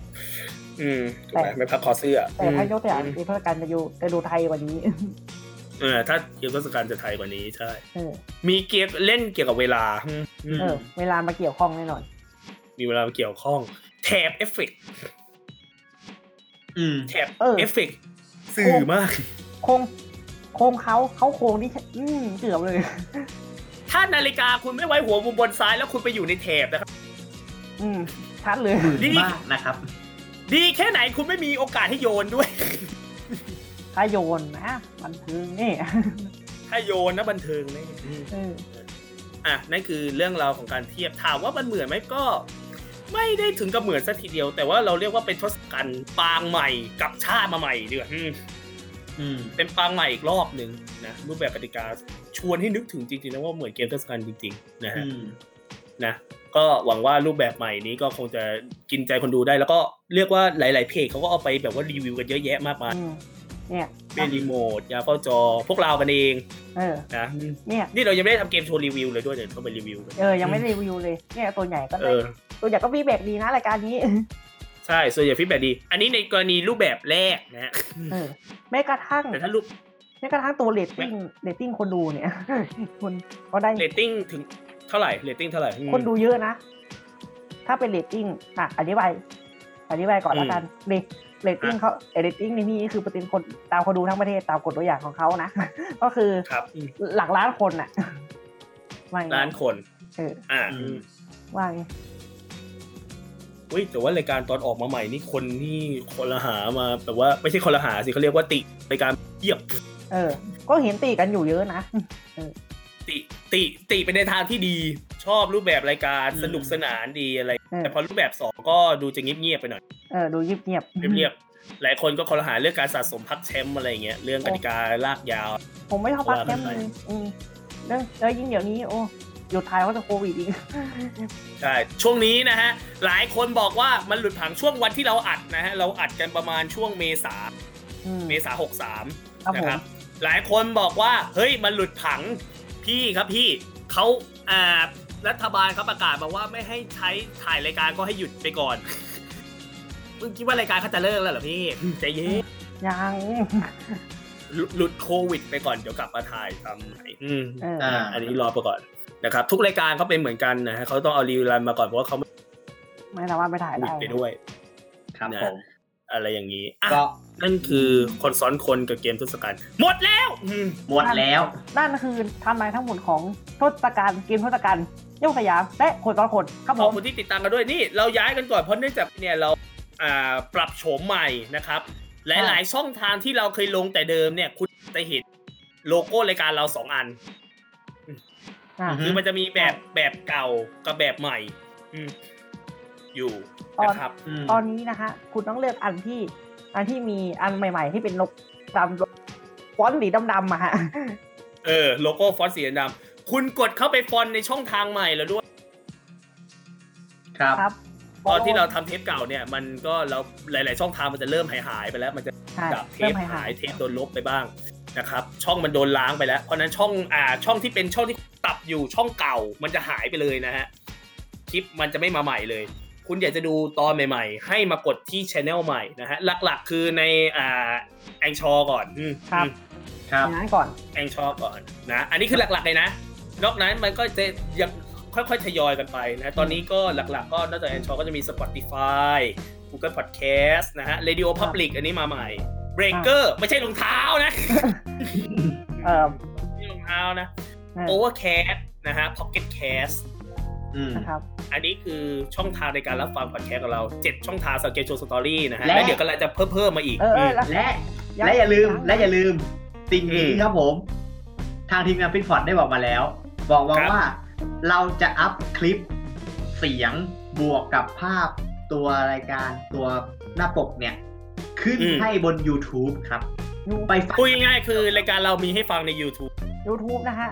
อืมถูกไหมไม่พับคอเสื้อ
แต่ถ้ายกตัวอย่าง
อืม
เกมพัฒการจะอยู่จะดูไทยกว่านี้
เออถ้าเกียวกับสการจะไทยกว่านี้ใช่
เออ
มีเกียร์เล่นเกี่ยวกับเวลาอืม
เออ เวลามาเกี่ยวข้องแน่นอน
มีเวลาเกี่ยวข้อง แถบเอฟเฟกต์
อืม
แถบ
เออ
เอฟเฟกต์สื่อมาก
โค้งโค้งเขาเขาโค้งนี่อืมเกือบเลย
ถ้านาฬิกาคุณไม่ไว้หัวมุมบนซ้ายแล้วคุณไปอยู่ในแถบนะครับ
อืมชัดเลย
ดี
มากนะครับ
ดีแค่ไหนคุณไม่มีโอกาสให้โยนด้วย
ถ้าโยนนะมันคือนี่
ถ้าโยนนะบันเทิงเลยอืม
เออ
อ่ะนั่นคือเรื่องราวของการเทียบถามว่ามันเหมือนไหมก็ ไม่ได้ถึงกับเหมือนสักทีเดียว แต่ว่าเราเรียกว่าเป็นทศกัณฐ์ปางใหม่กับชาติมาใหม่ดีกว่าอืม
อืม
เป็นปางใหม่อีกรอบหนึ่งนะรูปแบบกติกาชวนให้นึกถึงจริงๆนะว่าเหมือนเกมทศกัณฐ์จริงๆนะฮะ
อืม
นะก็หวังว่ารูปแบบใหม่นี้ก็คงจะกินใจคนดูได้ แล้วก็เรียกว่าหลายๆเพจเขาก็เอาไปแบบว่ารีวิวกันเยอะแยะมากมาย
อืม เนี่ย
เป็นรีโมทยาเฝ้าจอ พวกเรากันเอง
เออ
นะ
เนี่ย
นี่เรายังไม่ได้ทำเกมโชว์รีวิวเลยด้วยเดี๋ยวต้องไปรีวิวกัน
เออ ยังไม่รีวิวเลย เนี่ยตัวใหญ่ก็
เอ
ได้
อ
ตัวใหญ่ก็ฟีดแบกดีนะรายการนี้
ใช่ ส่วนใหญ่ฟีดแบ็ดี อันนี้ในกรณีรูปแบบแรกนะฮะ
เออ แม้กระทั่ง
แต่ถ้ารูป
แม้กระทั่งตัวเรตติ้งเรตติ้งคนดูเนี่ย คนก็ได้
เรตติ้งถึงเท่าไหร่ เรตติ้งเท่าไหร่อืม
คนดูเยอะนะ ถ้าเป็นเรตติ้งอ่ะอธิบายอธิบายก่อน
อืม
ละกันเรตเรตติ้งเขาเอ่อเรตติ้งในนี่คือเป็นคนตามคนดูทั้งประเทศตามกฎตัวอย่างของเขานะ ก็คือ
ครับอืม
หลักล้านคนอ่ะ ว่าไง
ล้านคน
เออ
อ่า
อืม
ว่าไง
อุ้ยแต่ว่ารายการตอนออกมาใหม่นี่คนนี่คนละหามาแบบว่าไม่ใช่คนละหาสิเขาเรียกว่าติรายการเหยียบ
เออ ก็เห็นตีกันอยู่เยอะนะ
ติติติไปในทางที่ดี ชอบรูปแบบรายการ
อืม
สนุกสนานดีอะไร
อืม
แต่พอรูปแบบสองก็ดูจะเงียบๆไปหน่อย
เออดูเงียบๆ
เรียบๆหลายคนก็คอรหาเรื่องการสะสมพักแชมป์อะไรเงี้ยเรื่องกติกาลากยาว
ผมไม่ชอบพักแค่
ว่ากั
มื
นไป
ออืมเนอะแล้วยิ่งเดี๋ยวนี้ โอ้หยุดทายว่าจะโควิดอีก
ใช่ช่วงนี้นะฮะหลายคนบอกว่ามันหลุดผังช่วงวันที่เราอัดนะฮะเราอัดกันประมาณช่วงเมษา
อืม
เมษาหกสาม
ครับ
นะ
ผ
ค
ม
รับหลายคนบอกว่าเฮ้ยมันหลุดผังพี่ครับพี่เขาอ่ารัฐบาลเขาประกาศมาว่าไม่ให้ใช้ถ่ายรายการก็ให้หยุดไปก่อน มึงคิดว่ารายการเขาจะเลิกแล้วเหรอพี่ใจเย็น
ยัง
หลุดหลุดโควิด ไปก่อนเดี๋ยวกลับมาถ่ายทำใหม่อืม
เออ
อ่า
อันนี้รอไปก่อนนะครับ ทุกรายการเขาเป็นเหมือนกันนะฮะเขาต้องเอารีรันมาก่อนเพราะว่าเขาไม่
ไม่สามารถไปถ่าย
หลุ
ได้
ดไปด้วย
ครับ
นะ
ผม
อะไรอย่างนี้อ่ะ
ก็
นั่นคือคนซ้อนคนกับเกมทศกัณฐ์หมดแล้วอืม
หมดแล้ว
นั่นคือทำลายทั้งหมดของทศกัณฐ์เกมทศกัณฐ์เย่าสยามและคนต่อคนครับ
ข
ผ
อบ
ม
คุณที่ติดตามกันด้วยนี่เราย้ายกันก่อนเพราะเนื่องจากเนี่ยเราอ่าปรับโฉมใหม่นะครับ หลาย ๆ ช่องทางที่เราเคยลงแต่เดิมเนี่ย คุณจะเห็นโลโก้รายการเราสองอัน
อ่า
อือฮึ
คือมันจะมีแบบแบบเก่ากับแบบใหม่ อืมอยู่
ตอน
นะครับ
อืม
ตอนนี้นะคะ คุณต้องเลือกอันที่ อันที่มีอันใหม่ ๆ ที่เป็นนกดำฟอนต์สีดำๆมาฮะ
เออโลโก้ฟอนต์สีดำคุณกดเข้าไปฟอนต์ในช่องทางใหม่แล้วด้วย
ครับ
ครับ
ตอนที่เราทำเทปเก่าเนี่ย มันก็เราหลาย ๆ ช่องทางมันจะเริ่มหายหายๆไปแล้ว มันจะ
ใช่
จากเท
เริ่
ป
มหาย
หา
หาย
ยเทปโดนลบไปบ้างนะครับ ช่องมันโดนล้างไปแล้ว เพราะฉะนั้นช่องอ่าช่องที่เป็นช่องที่ตับอยู่ช่องเก่ามันจะหายไปเลยนะฮะคลิปมันจะไม่มาใหม่เลย คุณอยากจะดูตอนใหม่ๆ ให้มากดที่ช anel ใหม่นะฮะหลักๆ คือในอ่าแองชอก่อนอืม
ครับ
ครับ
อย่างนั้นก่อน
แองชอก่อนนะอันนี้คือหลักๆเลยนะ นอกนั้นมันก็จะยังค่อยๆทยอยกันไปนะฮะตอนนี้ก็หลักๆ ก็นอกจากแองชอก็จะมี Spotify Google Podcast นะฮะ Radio Public อันนี้มาใหม่ Breaker ไม่ใช่รองเท้านะ
เอ่อ
นี่รองเท้านะ
เออ
Overcast นะฮะ Pocket Cast
อืม
นะครับ
อันนี้คือช่องทางในการรับฟังพอดแคสต์ของเรา 7 ช่องทางสเกลโชว์สตอรี่นะฮะ
และ
และเดี๋ยวก็เราจะเพิ่มเพิ่มมาอีก
เออเออ
ม
แล้ว
และ และอย่าลืมและอย่าลืมสิ่งนี้
อืม
ครับผม ทางทีมงานฟิตพอดได้บอกมาแล้ว บอกมา
ครับ
ว่าเราจะอัพคลิปเสียงบวกกับภาพตัวรายการตัวหน้าปกเนี่ย ขึ้นให้บน YouTube ครับ ไปฟัง
พูดง่ายๆคือรายการเรามีให้ฟังใน YouTube
YouTube นะฮะ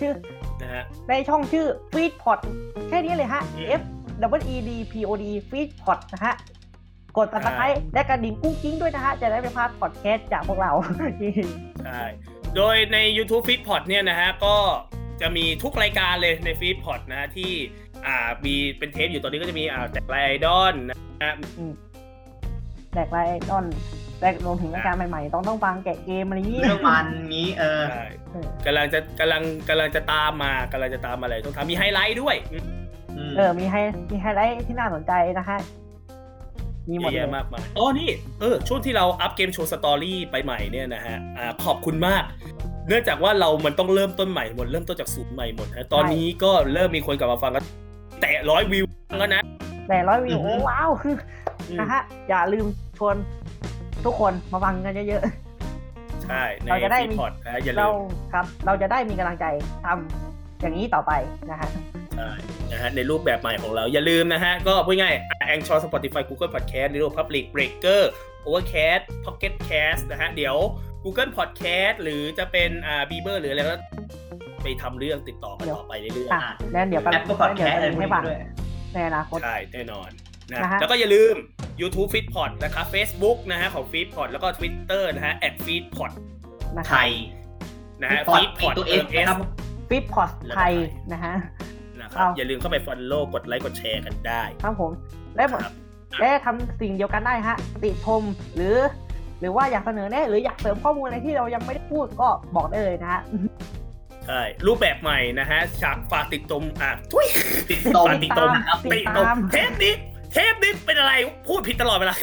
ชื่อ
นะฮะ
ในช่องชื่อ Feed Pod แค่นี้เลยฮะ
อืม
F W E D P O D Feed Pod นะฮะ กดติดตามและกระดิ่งกุ้งกิ้งด้วยนะฮะ จะได้ไม่พลาดพอดแคสต์จากพวกเรา
ใช่ โดยใน YouTube f e e d p o t เนี่ยนะฮะ ก็จะมีทุกรายการเลยใน f e e d p o t นะฮะที่อ่ามีเป็นเทปอยู่ตอนนี้ก็จะมีอ่าแต่ไลไอดอนนะฮะ
แตกไลน์นอนแตกรวมถึงรายการใหม่ๆ ต้องต้องฟังแกะเกมอะไรนี้
เรื่องมันงี้เออ
ใช่
เออ
กำลังจะกำลังกำลังจะตามมากำลังจะตามมาเลยต้องทำมีไฮไลท์ด้วยอืม
อืม
เออ มีให้มีไฮไลท์ที่น่าสนใจนะฮะ มีหมด
เยอะ
เลย
แยะมากมายอ๋อนี่เออช่วงที่เราอัพเกมโชว์สตอรี่ไปใหม่เนี่ยนะฮะอ่าขอบคุณมาก เนื่องจากว่าเรามันต้องเริ่มต้นใหม่หมดเริ่มต้นจากศูนย์ใหม่หมดนะตอนนี้ก็เริ่มมีคนกลับมาฟังแล้วแต่ร้อยวิวแล้วนะ
แต่ร้อยวิวโอ้ว้าว
อืม
นะฮะ อย่าลืมชวนทุกคนมาฟังกันเยอะ
ใช่ใน
เราจะได้
ฟี
มี
พอร์ตนะฮะอย่าลื
เรา
ม
ครับเราจะได้มีกำลังใจทำอย่างนี้ต่อไปนะฮะ
ใช่นะฮะในรูปแบบใหม่ของเราอย่าลืมนะฮะ ก็พูดง่ายแองชอร์สปอติฟายกูเกิลพอดแคสต์ในรูปพับลิกเบรกเกอร์ Overcast Pocket Cast นะฮะ เดี๋ยว Google Podcast หรือจะเป็นอ่า Bieber หรืออะไรก็ไปทำเรื่องติดต่อกันต่อไปเรื่อย
อ่ะแล้วเดี๋ยวก็
แอปก็พอดแค
เดี๋ยว
สต์อะ
จะ
ไรพว
มี
ก
ให้
นี้
ฟัง
ด้วย
ในอนาคต
ๆ ใช่ แน่นอนนะ
นะฮะ
แล้วก็อย่าลืม YouTube Feedpot นะครับ Facebook นะฮะ ของ Feedpot แล้วก็ Twitter นะฮะ @feedpot
นะ
ไท
คะ
ย
นะฮะ
พอด
feedpot
ตัวเอส
เอ
นะ
ส
ครับ
ฟิปพอด
แล้วก็
ไท
ไท
ย
ย
นะฮะ
นะครับ
เอา
อย่าลืมเข้าไป follow กดไลค์กดแชร์กันได้
ครับผม และหมด
ครับ
และทำสิ่งเดียวกันได้ฮะ ติชมหรือ หรือว่าอยากเสนอแนะหรืออยากเสริมข้อมูลอะไรที่เรายังไม่ได้พูดก็บอกได้เลยนะฮะ
ใช่รูปแบบใหม่นะฮะฉากฝากติดตมอ่ะทุย
ติดตม
ฝากติดตมติด
ติดตามติด
ตม
ตาม
เทปนี้เทปนี้เป็นอะไรพูดผิดตลอดเวลา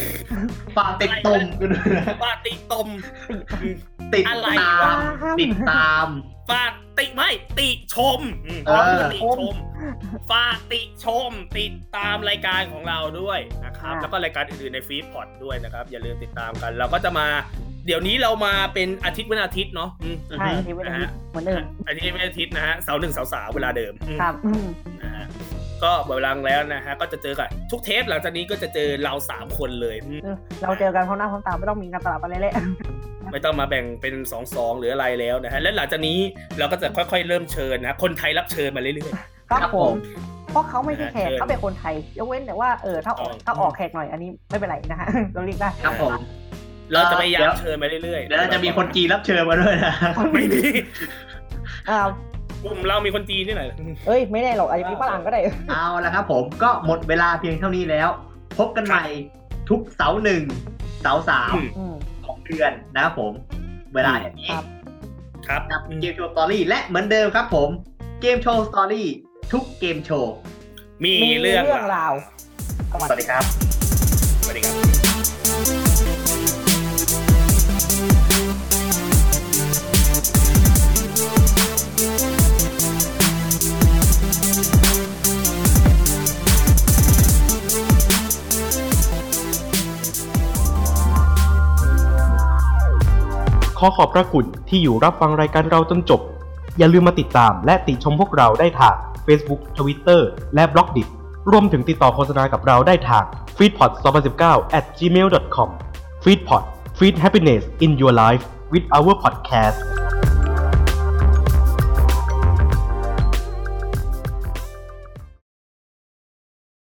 ฝากติดตมกันด้วยนะ
ปาติตม
ติด
อะไร
ตาว
ะ
มติดตาม
ปาติไม่ ติชมอืม
เออ
ติชมปาติชม ติดตามรายการของเราด้วยนะครับ
อ่า
แล้วก็รายการอื่นๆในฟีดพอดด้วยนะครับ อย่าลืมติดตามกัน เราก็จะมา เดี๋ยวนี้เรามาเป็นอาทิตย์วันอาทิตย์เนาะอืม
ใช่ที่เวลา
นะฮะ
เหมือนเดิม
อาทิตย์วันอาทิตย์นะฮะเสาร์หนึ่งเสาร์สามเวลาเดิมอืม
ครับอืม
น ก็หมดเวลาลงแล้วนะฮะก็จะเจอกันทุกเทปหลังจากนี้ก็จะเจอเราสามคนเลยอืม
เออเราเจอกันพร้อมหน้าพร้อมตาไม่ต้องมีกันตลาดไปเลยแหละ
ไม่ต้องมาแบ่งเป็นสองสองหรืออะไรแล้วนะฮะและหลังจากนี้เราก็จะค่อยๆ เริ่มเชิญนะคนไทยรับเชิญมาเรื่อย
ครับ
ครับ
ผ
ผม ม
เพราะเขาไม่ใช่แขก
เชิญ
เขาเป็นคนไทยยกเว้นแต่ว่าเออถ้าออก
อ๋อ
ถ้าออกแขกหน่อยอันนี้ไม่เป็นไรนะฮ ะ เราเรียกได้
ครับผม
ๆเราจะพยายามเชิญมาเรื่อยๆ
เดี๋ยวเราจะมีคนจีนรับเชิญมาด้วยนะ
ไม่มี
อ้าว
กลุ่มเรามีคนจีนที่ไหน
เอ้ยไม่แน่หรอกอาจจะมีฝรั่งก็ได้
เอาละครับผมก็หมดเวลาเพียงเท่านี้แล้ว พบกันใหม่ทุกเสาร์หนึ่งเสาร์สาม
อืม
อืม
ของเดือนนะครับผม เวลาอย่างนี้
ครับ
ครับ
กับเกมโชว์สตอรี่และเหมือนเดิมครับผม เกมโชว์สตอรี่ทุกเกมโชว์
มีเรื่อง
มีเรื่องราว
สวัสดีครับ
สวัสดีครับ
ขอขอบพระคุณที่อยู่รับฟังรายการเราจนจบ อย่าลืมมาติดตามและติชมพวกเราได้ทาง Facebook Twitter และ b l o g d i t รวมถึงติดต่อโฆษณากับเราได้ทาง f e e d p o d 2019 at gmail.com f e e d p o d Feed Happiness in Your Life with our podcast